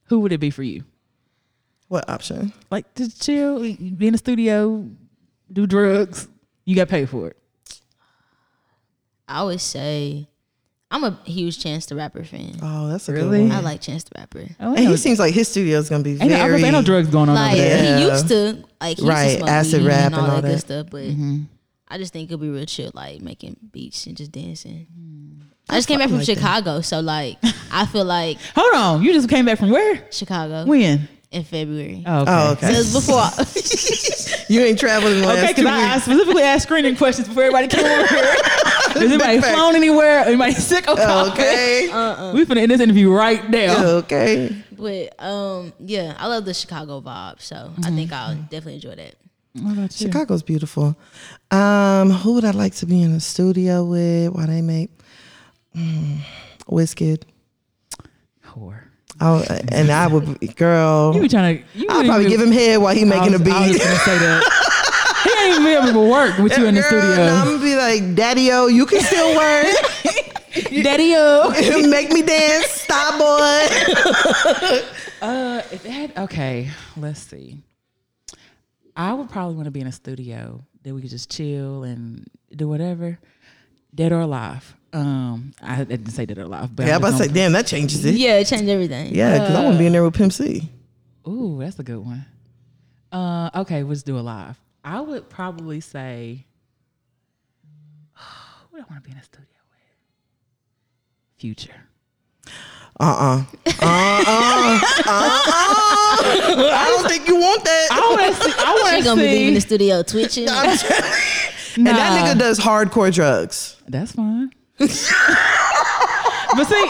Speaker 1: who would it be for you?
Speaker 2: What option?
Speaker 1: Like to chill, be in the studio, do drugs. You got paid for it.
Speaker 3: I would say I'm a huge Chance the Rapper fan.
Speaker 2: Oh, that's a
Speaker 1: Really?
Speaker 2: good
Speaker 3: I
Speaker 2: one.
Speaker 3: like Chance the Rapper.
Speaker 1: Oh,
Speaker 2: And
Speaker 1: no,
Speaker 2: he seems like his studio is gonna be
Speaker 1: ain't, no, I was
Speaker 2: very.
Speaker 1: saying ain't no drugs going on
Speaker 3: Like
Speaker 1: over there.
Speaker 3: he
Speaker 2: Yeah.
Speaker 3: used to like he used
Speaker 2: Right,
Speaker 3: to smoke
Speaker 2: acid
Speaker 3: weed
Speaker 2: rap
Speaker 3: and all, that, good stuff, but I just think it'll be real chill, like making beats and just dancing. I just came back from Chicago, so like I feel like
Speaker 1: Hold on, you just came back from where?
Speaker 3: Chicago.
Speaker 1: When?
Speaker 3: in February.
Speaker 1: Oh, okay.
Speaker 2: Oh,
Speaker 3: It
Speaker 2: okay.
Speaker 3: was before.
Speaker 2: You ain't traveled in the last
Speaker 1: Okay,
Speaker 2: two
Speaker 1: because <laughs> I
Speaker 2: weeks.
Speaker 1: asked, specifically asked screening questions before everybody came over here.
Speaker 2: <laughs>
Speaker 1: Is anybody
Speaker 2: fact.
Speaker 1: flown anywhere? Anybody sick? Okay.
Speaker 2: Okay.
Speaker 1: We finna end this interview right now.
Speaker 2: Okay.
Speaker 3: <laughs> But um, yeah, I love the Chicago vibe, so I think I'll definitely enjoy that.
Speaker 1: What about you?
Speaker 2: Chicago's beautiful. Um, who would I like to be in a studio with? Why they make Mm, Wizkid?
Speaker 1: Whore.
Speaker 2: Oh, and I would, girl.
Speaker 1: You be trying to. You
Speaker 2: I'll
Speaker 1: wouldn't
Speaker 2: probably
Speaker 1: even-
Speaker 2: give him head while he making
Speaker 1: I
Speaker 2: a
Speaker 1: was- I was
Speaker 2: beat.
Speaker 1: gonna say that. he ain't even be able to work with you in the
Speaker 2: Girl, and I'm
Speaker 1: studio.
Speaker 2: gonna be like, Daddy O, you can still work. <laughs>
Speaker 1: Daddy O.
Speaker 2: Make me dance, stop boy.
Speaker 1: <laughs> Uh, if that okay, let's see. I would probably want to be in a studio that we could just chill and do whatever, dead or alive. Um, I didn't say dead or alive, but
Speaker 2: Yeah, I'm
Speaker 1: I'm
Speaker 2: about to
Speaker 1: just
Speaker 2: say, damn, that changes it.
Speaker 3: Yeah, change everything.
Speaker 2: Yeah, because I want to be in there with Pimp C.
Speaker 1: gonna- Ooh, that's a good one. Uh, okay, let's do alive. I would probably say, <sighs> who do I want to be in a studio with? Future. <laughs>
Speaker 2: Uh uh. Uh uh. I don't think you want that.
Speaker 1: <laughs> I want to see. I want
Speaker 3: She
Speaker 1: to
Speaker 3: gonna be leaving
Speaker 1: see.
Speaker 3: the studio
Speaker 2: <laughs>
Speaker 3: twitching.
Speaker 1: nah,
Speaker 2: And that nigga does hardcore drugs.
Speaker 1: That's fine. <laughs> but see,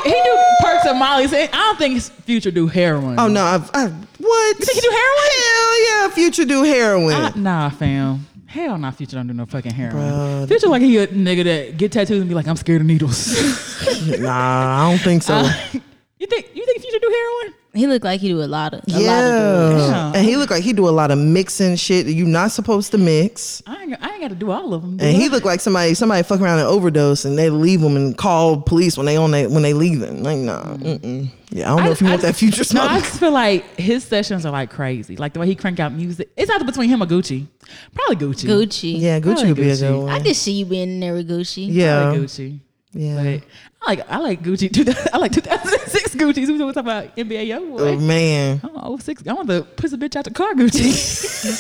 Speaker 1: he do perks of Molly's. I don't think Future do heroin.
Speaker 2: Oh no, I've, I've what? You
Speaker 1: think he do Ah.
Speaker 2: heroin? Hell yeah, Future do heroin.
Speaker 1: I- nah, fam. Hell, nah. Future don't do no fucking heroin.
Speaker 2: Bro.
Speaker 1: Future like he a nigga that get tattoos and be like, I'm scared of needles. <laughs>
Speaker 2: nah, I don't think so.
Speaker 1: Ah, you think you think Future do heroin?
Speaker 3: he looked like he do a lot of. A lot of drugs.
Speaker 2: yeah, and he look like he do a lot of mixing shit. that You not supposed to mix.
Speaker 1: I ain't, I ain't got to do all of them. do
Speaker 2: And he
Speaker 1: I?
Speaker 2: looked like somebody somebody fuck around and overdose, and they leave him and call police when they on they, when they leave him. Like nah, mm-mm. yeah, I don't know if you want that future
Speaker 1: No, I
Speaker 2: smoke.
Speaker 1: just feel like his sessions are like crazy. Like the way he crank out music. It's either between him or Gucci. Probably Gucci.
Speaker 3: Gucci.
Speaker 2: yeah, Gucci
Speaker 1: probably
Speaker 2: would be a
Speaker 1: Gucci.
Speaker 2: good
Speaker 3: I
Speaker 2: one.
Speaker 3: could see you being in there with Gucci.
Speaker 1: Probably
Speaker 2: Yeah,
Speaker 1: Gucci.
Speaker 2: yeah.
Speaker 1: But I like I like Gucci. 2000 <laughs> I like <laughs> 2006 Gucci's. We were talking about NBA Young
Speaker 2: Oh
Speaker 1: Boy.
Speaker 2: man, <laughs>
Speaker 1: I want 06. I want to push a bitch out the car, Gucci.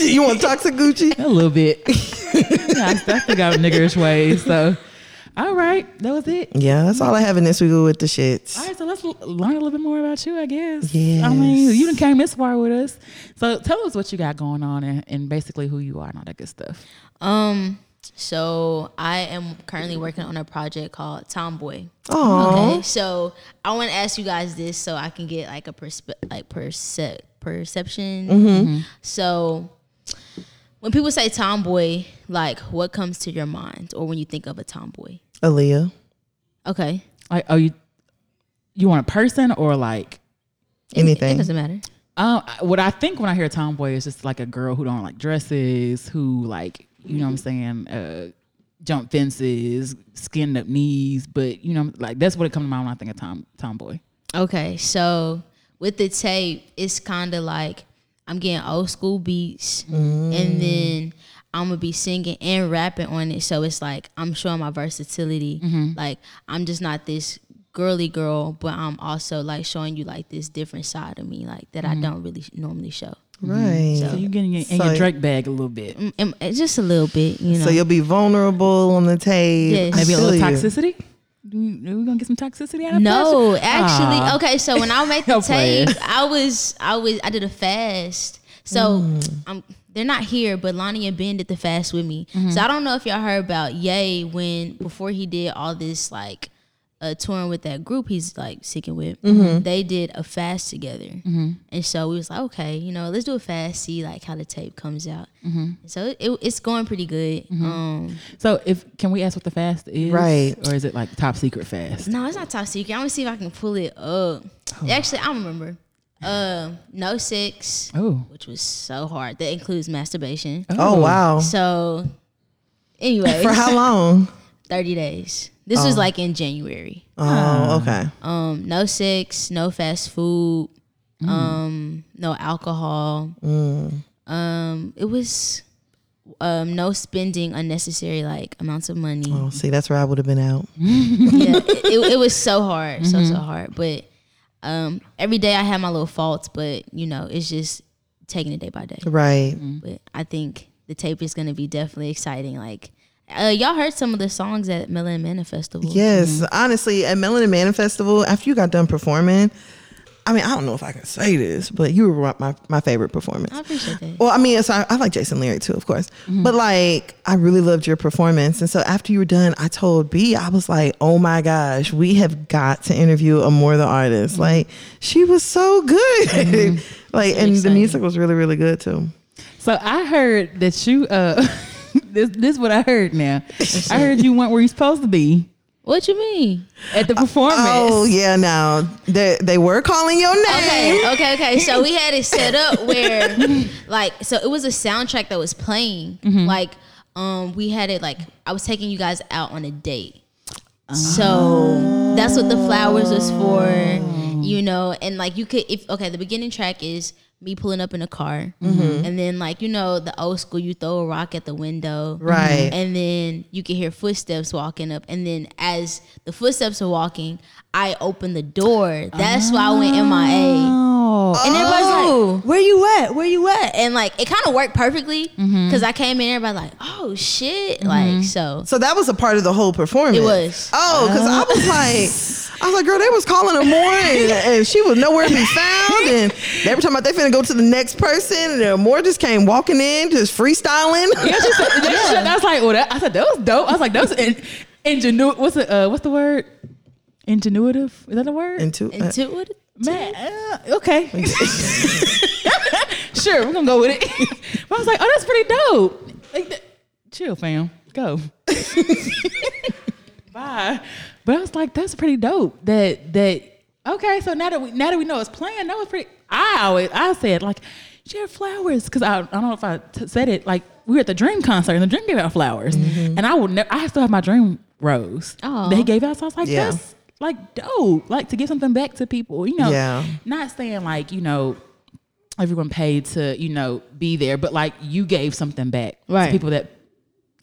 Speaker 1: <laughs>
Speaker 2: you want toxic Gucci?
Speaker 1: a little
Speaker 2: <laughs>
Speaker 1: bit. yeah, I still got niggerish ways. So, all right, that was it.
Speaker 2: Yeah, that's all I have in this week with the shits.
Speaker 1: All right, so let's l- learn a little bit more about you, I guess. I
Speaker 2: Yes.
Speaker 1: mean, you done came this far with us. So tell us what you got going on and, and basically who you are and all that good stuff.
Speaker 3: Um. So I am currently working on a project called Tomboy.
Speaker 2: Oh,
Speaker 3: Okay. So I want to ask you guys this, so I can get like a perspe- like perce- perception.
Speaker 2: Mm-hmm.
Speaker 3: Mm-hmm. So when people say tomboy, like what comes to your mind, or when you think of a tomboy?
Speaker 2: Aaliyah.
Speaker 3: Okay.
Speaker 1: Like, oh, you you want a person or like?
Speaker 3: It-
Speaker 2: Anything.
Speaker 3: It doesn't matter.
Speaker 1: Um, I- what I think when I hear tomboy is just like a girl who don't like dresses, who like you know what I'm saying, uh, jump fences, skinned up knees, but you know like that's what it comes to mind when I think of tom tomboy.
Speaker 3: Okay, so with the tape, it's kind of like I'm getting old school beats, and then I'm gonna be singing and rapping on it. So it's like I'm showing my versatility. Like I'm just not this girly girl, but I'm also like showing you like this different side of me, like that I don't really normally show.
Speaker 2: Right.
Speaker 1: So you're getting in, in
Speaker 2: So-
Speaker 1: your Drake bag a little bit,
Speaker 3: Mm, and- and just a little bit, you know.
Speaker 2: So you'll be vulnerable on the tape.
Speaker 3: Yes.
Speaker 2: I
Speaker 1: maybe a
Speaker 2: feel
Speaker 1: little
Speaker 2: you.
Speaker 1: toxicity. Do we, are we gonna get some toxicity out of
Speaker 3: No,
Speaker 1: this?
Speaker 3: actually,
Speaker 1: Aw.
Speaker 3: okay. So when I
Speaker 1: <laughs>
Speaker 3: make the
Speaker 1: I'm playing.
Speaker 3: tape, I was, I was, I did a fast. So
Speaker 1: Mm.
Speaker 3: um, they're not here, but Lonnie and Ben did the fast with me.
Speaker 1: Mm-hmm.
Speaker 3: So I don't know if y'all heard about Ye when before he did all this like uh, touring with that group he's like sticking with.
Speaker 1: Mm-hmm.
Speaker 3: They did a fast together, and so we was like, okay, you know, let's do a fast, see like how the tape comes out.
Speaker 1: Mm-hmm.
Speaker 3: So it, it's going pretty good. Um,
Speaker 1: So if can we ask what the fast is,
Speaker 2: Right.
Speaker 1: Or is it like top secret fast?
Speaker 3: No, it's not top secret. I'm gonna see if I can pull it up.
Speaker 2: Oh.
Speaker 3: Actually, I remember. Uh, no sex,
Speaker 1: Oh,
Speaker 3: which was so hard. That includes masturbation.
Speaker 2: Oh wow.
Speaker 3: So, anyway,
Speaker 2: For how
Speaker 1: <laughs>
Speaker 2: Oh. long?
Speaker 3: thirty days. This was like in January.
Speaker 2: Oh, okay.
Speaker 3: Um, no sex, no fast food,
Speaker 2: Mm.
Speaker 3: um, no alcohol. Um, it was um no spending unnecessary like amounts of money.
Speaker 2: Oh, see, that's where I would have been out.
Speaker 1: Mm-hmm.
Speaker 3: yeah, it, it, it was so hard, so so hard. But um, every day I had my little faults, but you know, it's just taking it day by day.
Speaker 2: Right.
Speaker 1: Mm-hmm.
Speaker 3: But I think the tape is gonna be definitely exciting. Like uh, y'all heard some of the songs at Melon Manifestival.
Speaker 2: Yes. Honestly, at Melanin Man Festival, after you got done performing, I mean, I don't know if I can say this, but you were my, my favorite performance.
Speaker 3: I appreciate that.
Speaker 2: Well, I mean, so I, I like Jason Leary too, of course. But like, I really loved your performance. And so after you were done, I told B, I was like, oh my gosh, we have got to interview a more the artist. Like, she was so good. <laughs> like, and the
Speaker 3: exciting.
Speaker 2: music was really, really good too.
Speaker 1: So I heard that you uh <laughs> this this is what I heard now. I heard you went where you're supposed to be
Speaker 3: What you mean?
Speaker 1: at the performance.
Speaker 2: Oh, yeah, no. They, they were calling your name.
Speaker 3: Okay, okay, okay. So we had it set up where, like, so it was a soundtrack that was playing. Like, um, we had it like I was taking you guys out on a date. So that's what the flowers was for, you know. And like you could, if okay, the beginning track is me pulling up in a car, and then like you know the old school, you throw a rock at the window,
Speaker 2: Right.
Speaker 3: and then you can hear footsteps walking up and then as the footsteps are walking i open the door that's why i went mia
Speaker 1: Oh.
Speaker 3: and everybody's like where you at where you at and like it kind of worked perfectly because i came in everybody like oh shit like so
Speaker 2: So that was a part of the whole performance.
Speaker 3: It was.
Speaker 2: Oh, because I was like, I was like, girl, they was calling her more,
Speaker 3: <laughs>
Speaker 2: and, and she was nowhere to be found, and they were talking about they finna go to the next person, and more just came walking in, just freestyling. <laughs>
Speaker 1: Yeah, she said, that shit, <laughs> I was like, well, that, I said that was dope. I was like, that was in, ingenuity. What's the uh, what's the word? Ingenuitive? Is that the word?
Speaker 2: And two, uh,
Speaker 3: and two what-
Speaker 1: Man, uh, okay. <laughs> sure, we're gonna go with it. <laughs> but I was like, oh, that's pretty dope. Like, that, chill, fam. Go. <laughs> Bye. But I was like, that's pretty dope. That that okay. So now that we now that we know it's planned, that was pretty. I always I said like, she had flowers because I, I don't know if I t- said it like we were at the Dream concert and the Dream gave out flowers and I would never I still have my Dream rose
Speaker 3: Aw.
Speaker 1: that he gave out. So I was like,
Speaker 2: Yeah.
Speaker 1: that's like dope. Like to give something back to people, you <laughs> know.
Speaker 2: Yeah.
Speaker 1: Not saying like you know everyone paid to you know be there, but like you gave something back
Speaker 3: Right.
Speaker 1: to people that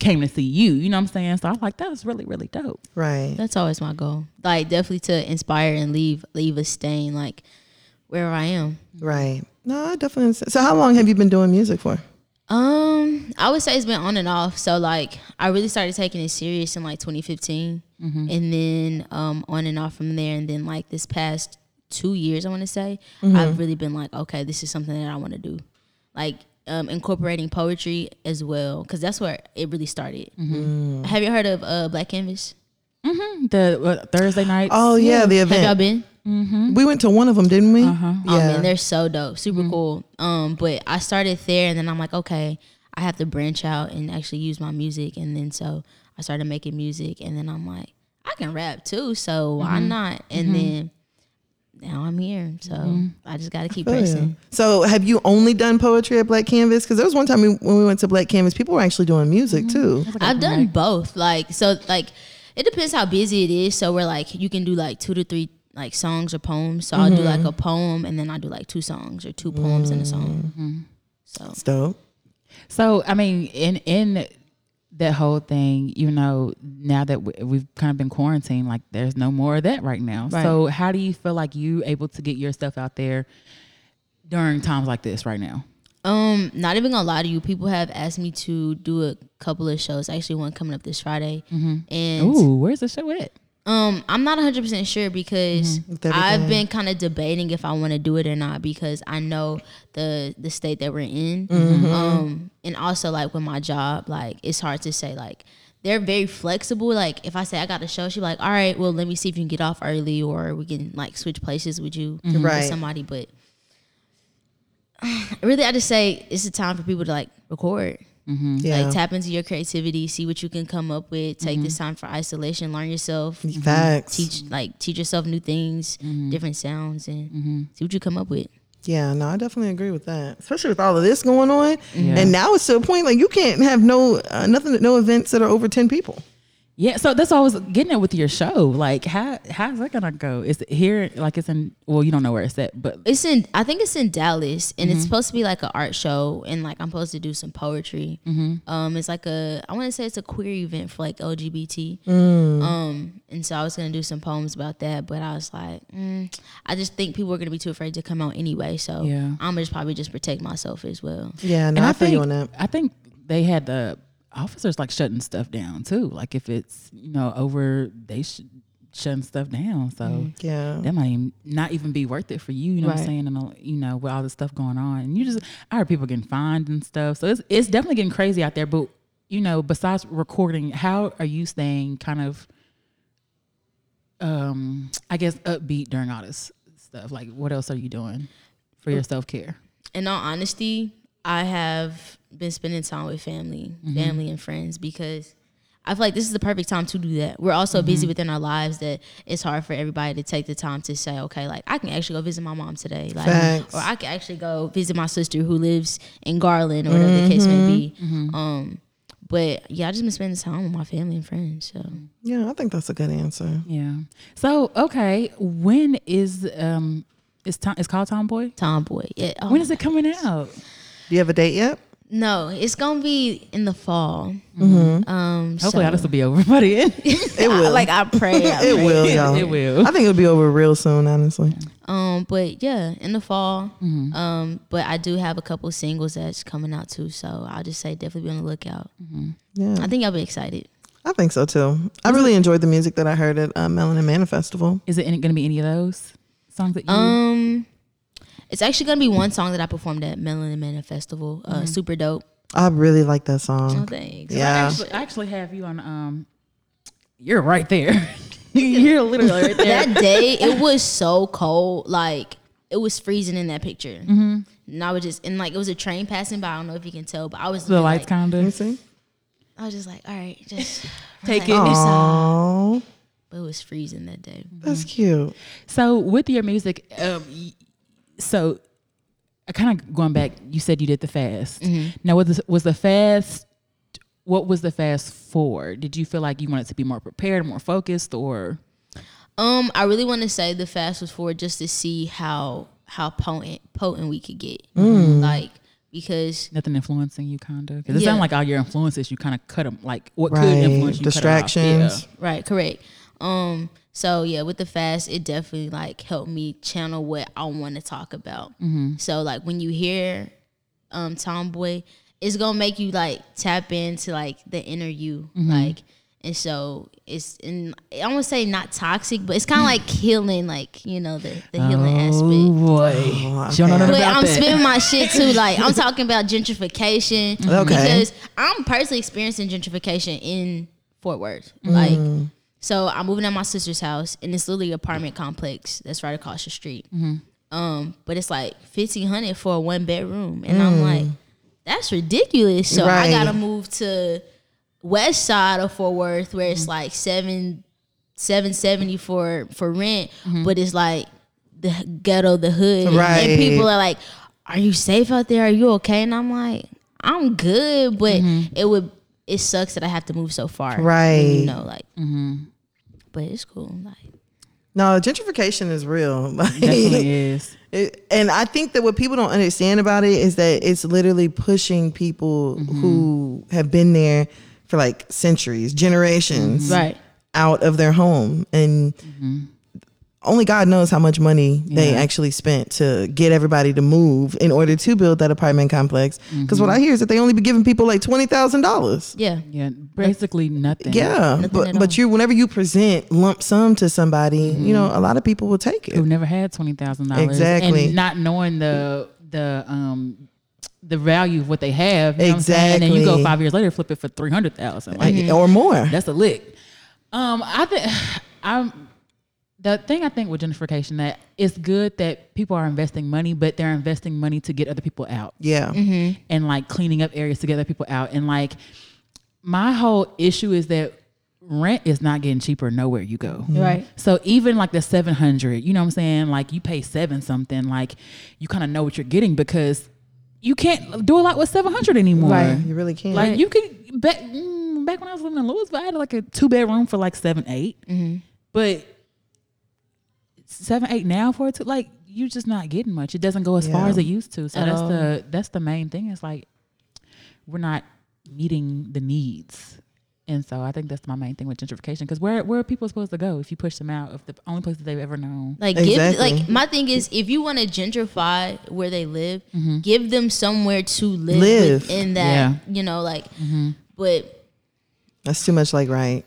Speaker 1: came to see you. You know what I'm saying? So I was like, that was really really dope.
Speaker 2: right.
Speaker 3: that's always my goal like definitely to inspire and leave leave a stain like wherever i am
Speaker 2: Right. No, I definitely. understand. So, how long have you been doing music for?
Speaker 3: Um, I would say it's been on and off. So like, I really started taking it serious in like 2015, and then um, on and off from there. And then like this past two years, I want to say, I've really been like, okay, this is something that I want to do, like um, incorporating poetry as well, because that's where it really started. Have you heard of uh, Black Canvas?
Speaker 1: The uh, Thursday night.
Speaker 2: Oh yeah, the
Speaker 3: Have y'all
Speaker 2: event.
Speaker 3: been?
Speaker 2: We went to one of them, didn't we?
Speaker 3: Oh
Speaker 2: Yeah.
Speaker 3: man, they're so dope, super cool. Um, but I started there, and then I'm like, okay, I have to branch out and actually use my music, and then so I started making music, and then I'm like, I can rap too, so why not? And then now I'm here, so I just got to keep
Speaker 2: Oh, yeah.
Speaker 3: pressing.
Speaker 2: So, have you only done poetry at Black Canvas? Because there was one time we, when we went to Black Canvas, people were actually doing music
Speaker 3: Mm-hmm.
Speaker 2: too.
Speaker 3: I've done both, like so, like it depends how busy it is. So we're like, you can do like two to three like songs or poems. So I'll do like a poem, and then I do like two songs or two poems and a song. So
Speaker 2: It's dope.
Speaker 1: So I mean, in in that whole thing, you know, now that we- we've kind of been quarantined, like there's no more of that right now. So how do you feel like you able to get your stuff out there during times like this right now?
Speaker 3: Um, not even gonna lie to you, people have asked me to do a couple of shows. Actually, one coming up this Friday, and
Speaker 1: Ooh, where's the show at?
Speaker 3: um, I'm not 100 percent sure because
Speaker 2: Mm-hmm. With everything.
Speaker 3: I've been kind of debating if I want to do it or not because I know the the state that we're in,
Speaker 2: Mm-hmm.
Speaker 3: um, and also like with my job, like it's hard to say like they're very flexible. Like if I say I got a show, she's like, all right, well let me see if you can get off early or we can like switch places with you with
Speaker 2: Mm-hmm. Right.
Speaker 3: somebody, but. <sighs> Really, I just say it's a time for people to like record.
Speaker 2: Yeah.
Speaker 3: Mm-hmm.
Speaker 2: Mm-hmm.
Speaker 3: Like tap into your creativity, see what you can come up with. Take this time for isolation, learn yourself,
Speaker 2: Facts.
Speaker 3: teach like teach yourself new things, different sounds, and see what you come up with.
Speaker 2: Yeah, no, I definitely agree with that. Especially with all of this going on, and now it's to a point like you can't have no uh, nothing, no events that are over ten people.
Speaker 1: Yeah, so that's all I was getting at with your show. Like, how how's that gonna go? Is it here? Like, it's in. Well, you don't know where it's at, but
Speaker 3: It's in I think it's in Dallas, and it's supposed to be like an art show, and like I'm supposed to do some poetry. Um, it's like a I want to say it's a queer event for like LGBT. Um, and so I was gonna do some poems about that, but I was like, mm, I just think people are gonna be too afraid to come out anyway. So
Speaker 1: Yeah.
Speaker 3: I'm gonna just probably just protect myself as well.
Speaker 2: Yeah, no,
Speaker 1: and
Speaker 2: I,
Speaker 1: I,
Speaker 2: feel
Speaker 1: think
Speaker 2: you on that.
Speaker 1: I think they had the officers like shutting stuff down too. Like, if it's you know over, they should shutting stuff down. So
Speaker 2: Yeah.
Speaker 1: that might even- not even be worth it for you. You know what I'm
Speaker 3: Right.
Speaker 1: saying? And uh, you know, with all this stuff going on, and you just I heard people getting fined and stuff. So it's it's definitely getting crazy out there. But you know, besides recording, how are you staying kind of, um, I guess upbeat during all this stuff? Like, what else are you doing for your self care?
Speaker 3: in all honesty, I have been spending time with family,
Speaker 2: Mm-hmm.
Speaker 3: family and friends because I feel like this is the perfect time to do that. We're also
Speaker 2: Mm-hmm.
Speaker 3: busy within our lives that it's hard for everybody to take the time to say, okay, like I can actually go visit my mom today, like,
Speaker 2: Facts.
Speaker 3: or I can actually go visit my sister who lives in Garland or whatever the case may be.
Speaker 2: Mm-hmm.
Speaker 3: Um, but yeah, I just been spending time with my family and friends. So
Speaker 2: Yeah, I think that's a good answer.
Speaker 1: Yeah. So okay, when is um, it's time? It's called Tomboy.
Speaker 3: tomboy, yeah. Oh,
Speaker 1: When is it coming out?
Speaker 2: Do you have a date yet?
Speaker 3: no, it's gonna be in the fall.
Speaker 1: Hopefully,
Speaker 3: Um, so-
Speaker 1: all this will be over by the <laughs> end.
Speaker 2: Mm-hmm. Oh,
Speaker 1: Oh,
Speaker 2: It will.
Speaker 3: <laughs> like I pray,
Speaker 2: <laughs>
Speaker 3: I
Speaker 2: it
Speaker 3: pray.
Speaker 2: will, y'all.
Speaker 1: It will.
Speaker 2: I think it'll be over real soon, honestly.
Speaker 3: Um, but yeah, in the fall.
Speaker 1: Mm-hmm.
Speaker 3: Um, but I do have a couple singles that's coming out too, so I'll just say definitely be on the lookout.
Speaker 1: Mm-hmm.
Speaker 2: Yeah.
Speaker 3: I think y'all be excited.
Speaker 2: I think so too. I really enjoyed the music that I heard at uh, Melanin Man Festival.
Speaker 1: Is it going to be any of those songs that you?
Speaker 3: Um, it's actually gonna be one song that I performed at Melanin Man Festival. Uh,
Speaker 1: Mm-hmm.
Speaker 3: super dope.
Speaker 2: I really like that song.
Speaker 3: Oh, thanks.
Speaker 2: Yeah.
Speaker 1: actually, I actually have you on. Um, you're right there. <laughs> you're literally right there.
Speaker 3: That day it was so cold, like it was freezing in that picture.
Speaker 1: Mm-hmm.
Speaker 3: And I was just and like it was a train passing by. I don't know if you can tell, but I was
Speaker 1: <laughs> the
Speaker 3: looking
Speaker 1: lights
Speaker 3: like,
Speaker 1: kind of.
Speaker 2: See?
Speaker 3: I was just like, all right, just
Speaker 1: <laughs> Take
Speaker 3: relax.
Speaker 1: it.
Speaker 2: Oh,
Speaker 3: But it was freezing that day.
Speaker 2: that's cute.
Speaker 1: So with your music, um, y- so I kind of going back. You said you did the fast.
Speaker 2: Mm-hmm.
Speaker 1: Now was the, was the fast? What was the fast for? Did you feel like you wanted to be more prepared, more focused, or
Speaker 3: Um, I really want to say the fast was for just to see how how potent potent we could get, like because
Speaker 1: nothing influencing you, kind of? Because it
Speaker 3: Yeah.
Speaker 1: sounds like all your influences, you kind of cut them. Like what could
Speaker 2: Right.
Speaker 1: influence you? cut it off. Yeah.
Speaker 2: Distractions.
Speaker 3: right, correct. Um, so yeah, with the fast, it definitely like helped me channel what I want to talk about. So like when you hear um Tomboy, it's gonna make you like tap into like the inner you, like. And so it's, and I want to say not toxic, but it's kind of like healing, like you know the, the healing aspect.
Speaker 1: Oh boy, she don't know nothing
Speaker 3: But
Speaker 1: about
Speaker 3: I'm
Speaker 1: that.
Speaker 3: spinning my shit too. Like I'm talking about gentrification because I'm personally experiencing gentrification in Fort Worth. Like, so I'm moving out my sister's house, and it's literally an apartment complex that's right across the street. Um, but it's like fifteen hundred for a one bedroom, and I'm like, that's ridiculous. So
Speaker 2: Right.
Speaker 3: I gotta move to West Side of Fort Worth, where it's like seven seven seventy for for rent, but it's like the ghetto, the hood,
Speaker 2: Right.
Speaker 3: and people are like, "Are you safe out there? Are you okay?" And I'm like, "I'm good," but it would it sucks that I have to move so far,
Speaker 2: Mm-hmm. Right. Mm-hmm.
Speaker 3: You know, like, but it's cool. Like,
Speaker 2: No, gentrification is real. Like, <laughs>
Speaker 1: Definitely is.
Speaker 2: It, and I think that what people don't understand about it is that it's literally pushing people who have been there for like centuries, generations,
Speaker 3: right?
Speaker 2: out of their home. And only God knows how much money they actually spent to get everybody to move in order to build that apartment complex. Because what I hear is that they only be giving people like $20,000.
Speaker 3: Yeah,
Speaker 1: Yeah, basically nothing.
Speaker 2: Yeah, but
Speaker 3: at
Speaker 2: but you whenever you present lump sum to somebody, you know a lot of people will take it.
Speaker 1: who never had twenty thousand dollars
Speaker 2: Exactly.
Speaker 1: and not knowing the the um the value of what they have. You know what I'm saying? And then you
Speaker 2: Exactly.
Speaker 1: go five years later, flip it for three hundred thousand. Like
Speaker 2: or more.
Speaker 1: that's a lick. Um, I think <sighs> I'm the thing I think with gentrification that it's good that people are investing money, but they're investing money to get other people out
Speaker 2: Yeah,
Speaker 1: and like cleaning up areas to get other people out. And like my whole issue is that rent is not getting cheaper nowhere you go.
Speaker 3: right.
Speaker 1: So even like the 700, you know what I'm saying? Like you pay seven something, like you kind of know what you're getting because you can't do a lot with 700 anymore.
Speaker 2: right. You really can.
Speaker 1: Like you could back, mm, back when I was living in Louisville, I had like a two bedroom for like seven, Mm-hmm. But seven, eight now for it to like, you're just not getting much. It doesn't go as far
Speaker 2: Yeah.
Speaker 1: as it used to. So
Speaker 3: At
Speaker 1: that's
Speaker 3: all.
Speaker 1: the, that's the main thing. It's like, we're not meeting the needs. And so I think that's my main thing with gentrification. Because where, where are people supposed to go if you push them out of the only place that they've ever known?
Speaker 3: Like give
Speaker 2: Exactly.
Speaker 3: like my thing is if you want to gentrify where they live, give them somewhere to live,
Speaker 2: Mm-hmm. Live. Mm-hmm.
Speaker 3: within that.
Speaker 1: Yeah.
Speaker 3: You know, like but
Speaker 2: That's too much like right.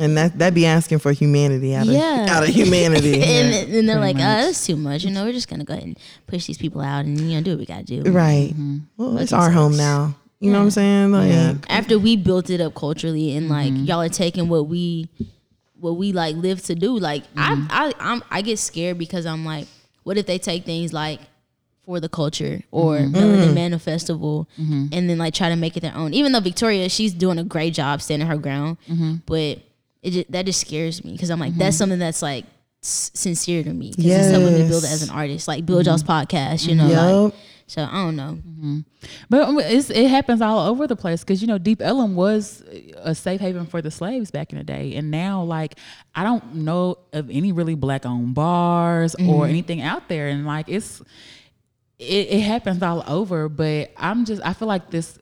Speaker 2: And that that'd be asking for humanity out of
Speaker 3: Mm-hmm. Yeah.
Speaker 2: out of humanity.
Speaker 3: <laughs> And, and they're like,
Speaker 1: much.
Speaker 3: uh, that's too much. You know, we're just gonna go ahead and push these people out and, you know, do what we gotta do.
Speaker 2: Right.
Speaker 3: Mm-hmm.
Speaker 2: Well, it's our home now. You know what I'm saying? Like
Speaker 3: After we built it up culturally and like y'all are taking what we what we like live to do. Like I I I'm, I get scared because I'm like, what if they take things like for the culture or the Manna Festival and then like try to make it their own. Even though Victoria, she's doing a great job standing her ground, but it just, that just scares me because I'm like, that's something that's like s- sincere to me. Because it's helping me build
Speaker 2: Yes. Mm-hmm.
Speaker 3: as an artist, like build y'all's podcast, you know. Like,
Speaker 2: Yup.
Speaker 3: so I don't know.
Speaker 1: But um, it's, it happens all over the place because you know Deep Ellum was a safe haven for the slaves back in the day, and now like I don't know of any really black-owned bars or anything out there, and like it's it, it happens all over. But I'm just I feel like this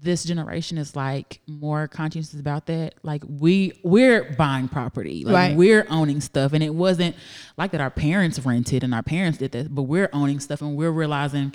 Speaker 1: this generation is like more conscientious about that. Like we we're buying property, like
Speaker 3: Right.
Speaker 1: we're owning stuff, and it wasn't like that. Our parents rented and our parents did this, but we're owning stuff and we're realizing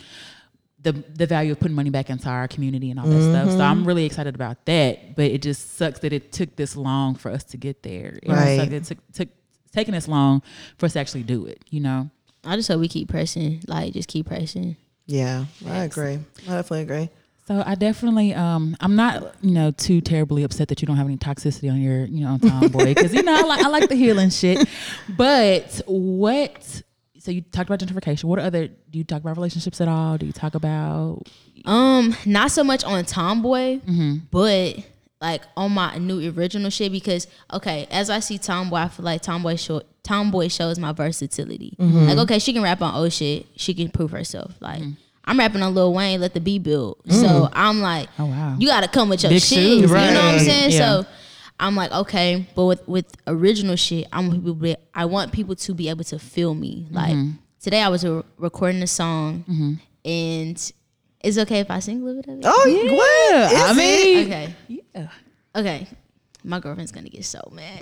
Speaker 1: the the value of putting money back into our community and all that stuff. So I'm really excited about that. But it just sucks that it took this long for us to get there. It
Speaker 2: Right.
Speaker 1: sucks that it took, took taking this long for us to actually do it. You know.
Speaker 3: I just hope we keep pressing, like just keep pressing.
Speaker 2: Yeah. I agree. I definitely agree.
Speaker 1: So I definitely, um, I'm not, you know, too terribly upset that you don't have any toxicity on your, you know, on tomboy because you know I like I like the healing shit. But what? So you talked about gentrification. What other? Do you talk about relationships at all? Do you talk about?
Speaker 3: Um, not so much on Tomboy,
Speaker 1: Mm-hmm.
Speaker 3: but like on my new original shit because okay, as I see Tomboy, I feel like Tomboy show, Tomboy shows my versatility.
Speaker 1: Mm-hmm.
Speaker 3: Like okay, she can rap on oh shit, she can prove herself. Like
Speaker 1: Mm.
Speaker 3: I'm rapping on Lil Wayne, let the beat build. So I'm like,
Speaker 1: Oh, wow.
Speaker 3: you got to come with your
Speaker 1: Big
Speaker 3: shit.
Speaker 1: shoes,
Speaker 3: You know what I'm
Speaker 2: right.
Speaker 3: saying?
Speaker 1: Yeah.
Speaker 3: So. I'm like okay, but with, with original shit, I'm people. Be, I want people to be able to feel me. Like
Speaker 1: Mm-hmm.
Speaker 3: today, I was re- recording a song, and it's okay if I sing a little bit of it.
Speaker 2: Oh yeah. What? Is
Speaker 1: I
Speaker 2: it?
Speaker 1: mean,
Speaker 3: Okay.
Speaker 1: yeah.
Speaker 3: Okay. My girlfriend's gonna get so mad.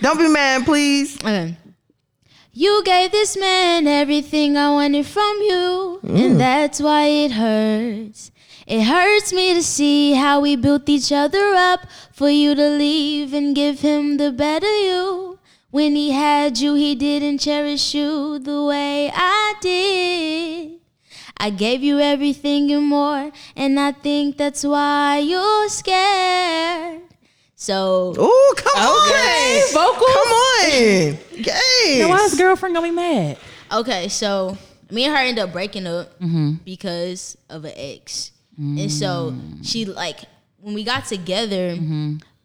Speaker 2: Don't be mad, please.
Speaker 3: Okay. You gave this man everything I wanted from you, and that's why it hurts. It hurts me to see how we built each other up for you to leave and give him the better you. When he had you, he didn't cherish you the way I did. I gave you everything and more, and I think that's why you're scared. So,
Speaker 2: Oh, come on.
Speaker 1: Vocal.
Speaker 2: Come on. Yes.
Speaker 1: Why is girlfriend gonna be mad?
Speaker 3: Okay, so me and her ended up breaking up because of an ex, and so she like when we got together,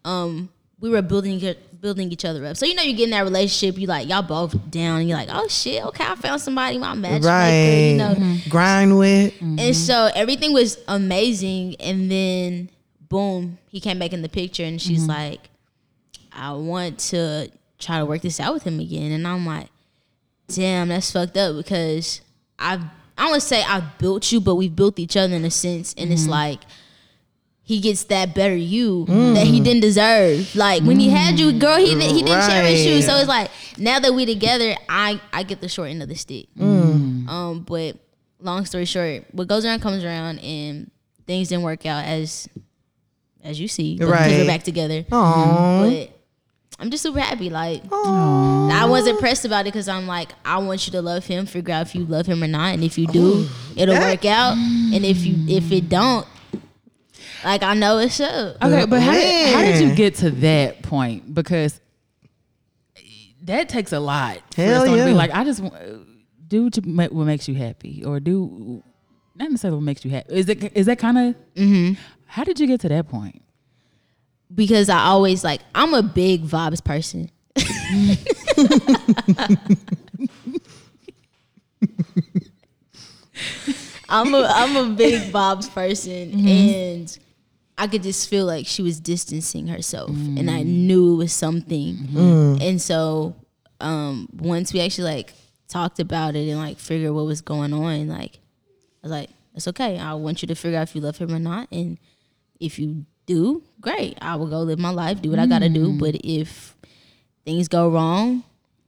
Speaker 3: um, we were building each- building each other up. So you know, you get in that relationship, you like y'all both down. And you're like, oh shit, okay, I found somebody, my matchmaker,
Speaker 2: right.
Speaker 3: you know.
Speaker 2: Grind with.
Speaker 3: And so everything was amazing, and then boom, he came back in the picture, and she's like, I want to try to work this out with him again, and I'm like damn, that's fucked up because I've I don't want to say I built you, but we built each other in a sense, and
Speaker 2: Mm-hmm.
Speaker 3: it's like he gets that better you
Speaker 2: Mm.
Speaker 3: that he didn't deserve. Like when he had you, girl, he didn't he didn't cherish you. So
Speaker 2: Right.
Speaker 3: it's like now that we together, I I get the short end of the stick.
Speaker 2: Mm.
Speaker 3: Um, but long story short, what goes around comes around, and things didn't work out as as you see. But right, we're
Speaker 2: Right.
Speaker 3: back together.
Speaker 2: Aw.
Speaker 3: But I'm just super happy. Like I wasn't pressed about it because I'm like, I want you to love him. Figure out if you love him or not, and if you do, it'll
Speaker 2: that-
Speaker 3: work out. And if you if it don't, like I know it's up.
Speaker 1: Okay, but how did, how did you
Speaker 2: Man.
Speaker 1: get to that point? Because that takes a lot. for
Speaker 2: Hell
Speaker 1: someone To
Speaker 2: yeah.
Speaker 1: be like, I just wa- do what, you, ma- what makes you happy, or do not necessarily what makes you happy. Is it is that kind of?
Speaker 2: Mm-hmm.
Speaker 1: How did you get to that point?
Speaker 3: because I always like I'm a big vibes person. I'm a I'm a big vibes person and I could just feel like she was distancing herself and I knew it was something. And so um once we actually like talked about it and like figured what was going on, like I was like, it's okay. I want you to figure out if you love him or not. And if you do, great. I will go live my life, do what I gotta do. But if things go wrong,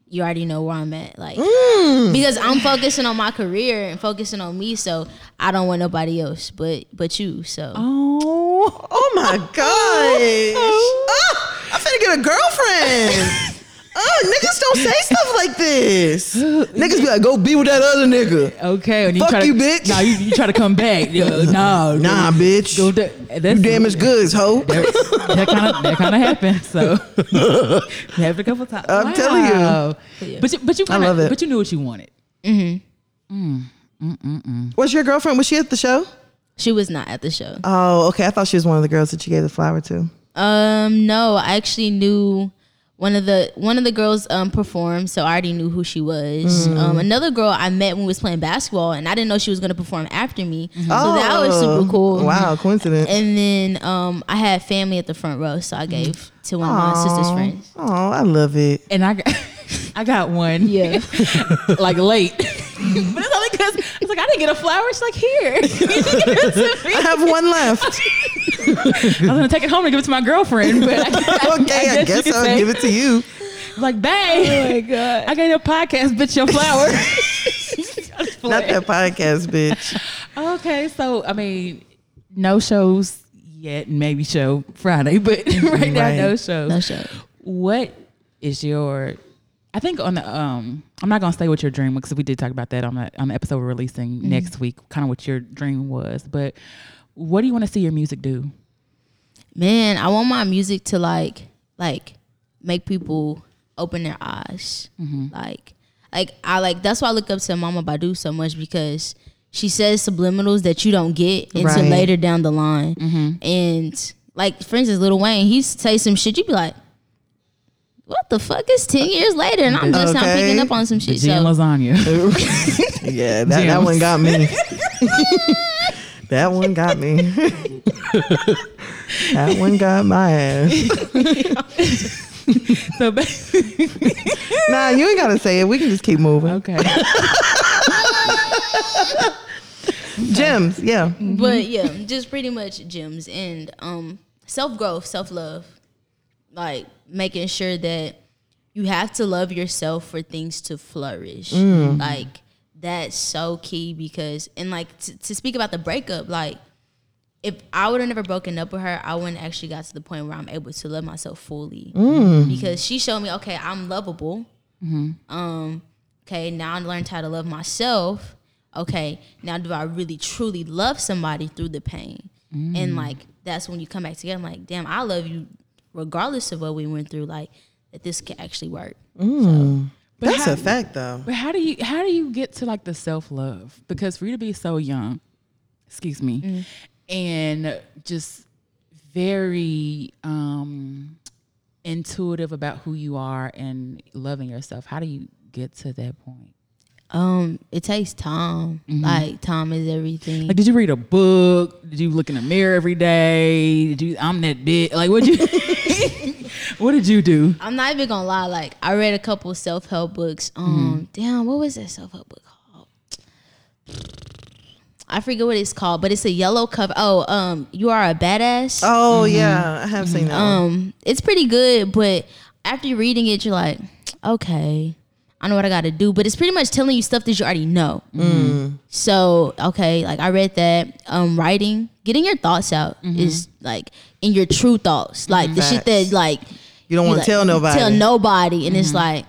Speaker 3: you already know where I'm at. Like because I'm focusing on my career and focusing on me, so I don't want nobody else but but you. So
Speaker 1: Oh, Oh,
Speaker 2: <laughs> Oh my gosh. <laughs> Ah, I'm finna get a <laughs> girlfriend. Oh, niggas don't say stuff like this. <gasps> Niggas be like, go be with that other nigga.
Speaker 1: okay. And you
Speaker 2: Fuck
Speaker 1: try to,
Speaker 2: you, bitch.
Speaker 1: Nah, you, you try to come
Speaker 2: <laughs>
Speaker 1: back. Yo, no,
Speaker 2: Nah, bitch.
Speaker 1: Go
Speaker 2: You
Speaker 1: da- that's,
Speaker 2: damaged goods, <laughs> hoe.
Speaker 1: that kind of that kind of happened.
Speaker 2: <laughs>
Speaker 1: So it happened a couple times.
Speaker 2: I'm telling you.
Speaker 1: you, but you, but you
Speaker 2: I
Speaker 1: kind
Speaker 2: love
Speaker 1: of,
Speaker 2: it.
Speaker 1: but you knew what you wanted.
Speaker 2: Was your girlfriend, was she at the show?
Speaker 3: She was not at the show.
Speaker 2: Oh, okay. I thought she was one of the girls that you gave the flower to.
Speaker 3: Um, no, I actually knew one of the one of the girls um performed, so I already knew who she was. Um, another girl I met when we was playing basketball, and I didn't know she was gonna perform after me, so
Speaker 2: oh,
Speaker 3: that was super cool.
Speaker 2: <laughs> Wow, coincidence.
Speaker 3: And then um, I had family at the front row, so I gave
Speaker 2: Mm.
Speaker 3: to one of my sister's friends.
Speaker 2: Oh, I love it.
Speaker 1: And I got, <laughs> I got one.
Speaker 3: Yeah,
Speaker 1: like <laughs> late. but it's only because I was like, I didn't get a flower. She's like, here.
Speaker 2: I have one left.
Speaker 1: <laughs> I was gonna take it home and give it to my girlfriend, <laughs> but I, I,
Speaker 2: Okay, <laughs> I
Speaker 1: you
Speaker 2: guess
Speaker 1: could
Speaker 2: I'll
Speaker 1: say,
Speaker 2: give it to <laughs> you.
Speaker 1: Like, babe, oh my god, I got your podcast, bitch, your <laughs> flower. Just
Speaker 2: Not
Speaker 1: playing.
Speaker 2: that podcast, bitch.
Speaker 1: Okay, so I mean, no shows yet. Maybe show Friday, but <laughs> right, now
Speaker 2: Right.
Speaker 1: no shows.
Speaker 3: <laughs> no show.
Speaker 1: What is your? I think on the um, I'm not gonna stay with your dream because we did talk about that on the on the episode we're releasing next week. Kind of what your dream was, but what do you want to see your music do?
Speaker 3: Man, I want my music to like like make people open their eyes.
Speaker 2: Mm-hmm.
Speaker 3: Like like I like that's why I look up to Mama Badu so much because she says subliminals that you don't get until
Speaker 2: Right. Mm-hmm.
Speaker 3: later down the line. And like for instance, Lil Wayne, he say some shit you be like, "What the fuck?" It's ten years later, and I'm just now
Speaker 2: Okay.
Speaker 3: picking up on some shit.
Speaker 1: G and <laughs>
Speaker 3: So
Speaker 1: lasagna.
Speaker 2: Yeah, that, that
Speaker 1: Gems.
Speaker 2: one got me. that one got me. that one got my ass.
Speaker 1: so ba-
Speaker 2: Nah, you ain't gotta say it. We can just keep moving.
Speaker 1: <laughs> okay,
Speaker 2: Gems, yeah.
Speaker 3: but yeah, just pretty much gems and um self growth, self love, like making sure that you have to love yourself for things to flourish. Like that's so key because and like t- to speak about the breakup, like if I would have never broken up with her, I wouldn't actually got to the point where I'm able to love myself fully because she showed me, okay, I'm lovable. Um, okay, now I learned how to love myself. Okay, now do I really truly love somebody through the pain? And like that's when you come back together. I'm like, damn, I love you regardless of what we went through. Like that this can actually work.
Speaker 1: But
Speaker 2: That's
Speaker 1: how-
Speaker 2: a fact though.
Speaker 1: But how do you how do you get to like the self love? Because for you to be so young, excuse me, and just very um intuitive about who you are and loving yourself. How do you get to that point?
Speaker 3: Um, it takes time. Like time is everything.
Speaker 1: Like, did you read a book? Did you look in the mirror every day? Did you? I'm that bitch. Like, what you? <laughs> what did you do?
Speaker 3: I'm not even gonna lie. Like I read a couple self help books. Um, damn, what was that self help book called? I forget what it's called, but it's a yellow cover. Oh, um, you are a badass.
Speaker 2: Oh yeah, I have seen that. one.
Speaker 3: Um, it's pretty good, but after you're reading it, you're like, okay, I know what I got to do. But it's pretty much telling you stuff that you already know.
Speaker 2: Mm-hmm.
Speaker 3: So okay, like I read that. Um, writing, getting your thoughts out is like in your true thoughts, like the shit that
Speaker 2: Facts.
Speaker 3: like
Speaker 2: You don't
Speaker 3: you,
Speaker 2: want
Speaker 3: like,
Speaker 2: to tell nobody.
Speaker 3: Tell nobody, and it's like,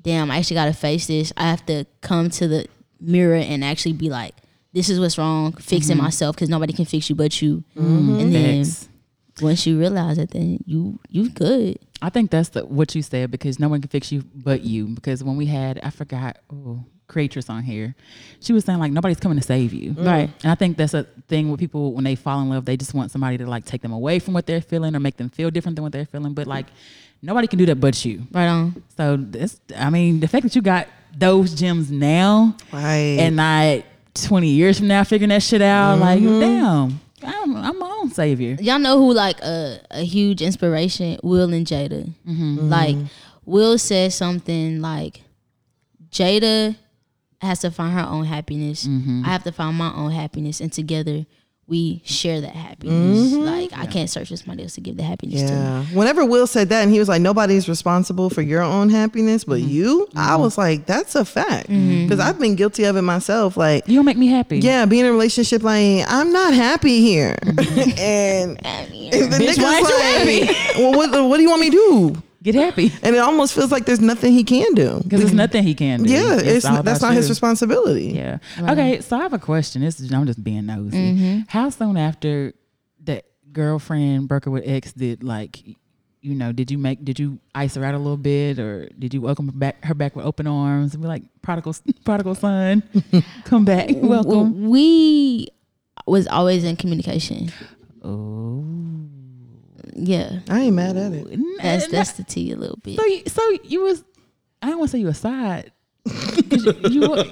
Speaker 3: damn, I actually got to face this. I have to come to the mirror and actually be like, this is what's wrong. Fixing myself because nobody can fix you but you. And then
Speaker 1: Facts.
Speaker 3: once you realize it, then you you good.
Speaker 1: I think that's the, what you said because no one can fix you but you. Because when we had, I forgot, oh, creatress on here, she was saying like nobody's coming to save you, right? And I think that's a thing with people when they fall in love, they just want somebody to like take them away from what they're feeling or make them feel different than what they're feeling. But like nobody can do that but you.
Speaker 3: Right on.
Speaker 1: So this, I mean, the fact that you got those gems now
Speaker 2: right.
Speaker 1: and not twenty years from now figuring that shit out, like damn, I'm, I'm my own savior.
Speaker 3: Y'all know who like a, a huge inspiration? Will and Jada. Like Will said something like, Mm-hmm. Jada has to find her own happiness. I have to find my own happiness, and together we share that happiness. Like I can't search for somebody else to give the happiness to.
Speaker 2: Yeah. Whenever Will said that, and he was like, "Nobody's responsible for your own happiness, but you," I was like, "That's a fact," because I've been guilty of it myself. Like,
Speaker 1: You don't make me happy.
Speaker 2: yeah, being in a relationship, like I'm not happy here, <laughs> and and the nigga's
Speaker 1: Mm-hmm. why aren't you
Speaker 2: like, "Well, what, the- what do you want me to do?"
Speaker 1: Get happy.
Speaker 2: And it almost feels like there's nothing he can do.
Speaker 1: Because there's nothing he can do.
Speaker 2: Mm-hmm. Yeah, it's,
Speaker 1: all
Speaker 2: not, that's
Speaker 1: about
Speaker 2: not his
Speaker 1: you.
Speaker 2: responsibility.
Speaker 1: Yeah. Okay. So I have a question. This is, I'm just being nosy.
Speaker 2: Mm-hmm.
Speaker 1: How soon after that girlfriend broke up with ex did like, you know, did you make did you ice her out a little bit or did you welcome her back her back with open arms and be like prodigal <laughs> prodigal
Speaker 2: <laughs>
Speaker 1: son, come back, <laughs>
Speaker 3: Well,
Speaker 1: welcome.
Speaker 3: we was always in communication. Oh. Yeah.
Speaker 2: I ain't mad at it.
Speaker 3: That's that's the tea a little bit.
Speaker 1: So you, so you was I don't want to say you a side. 'Cause you,
Speaker 2: <laughs>
Speaker 1: you were-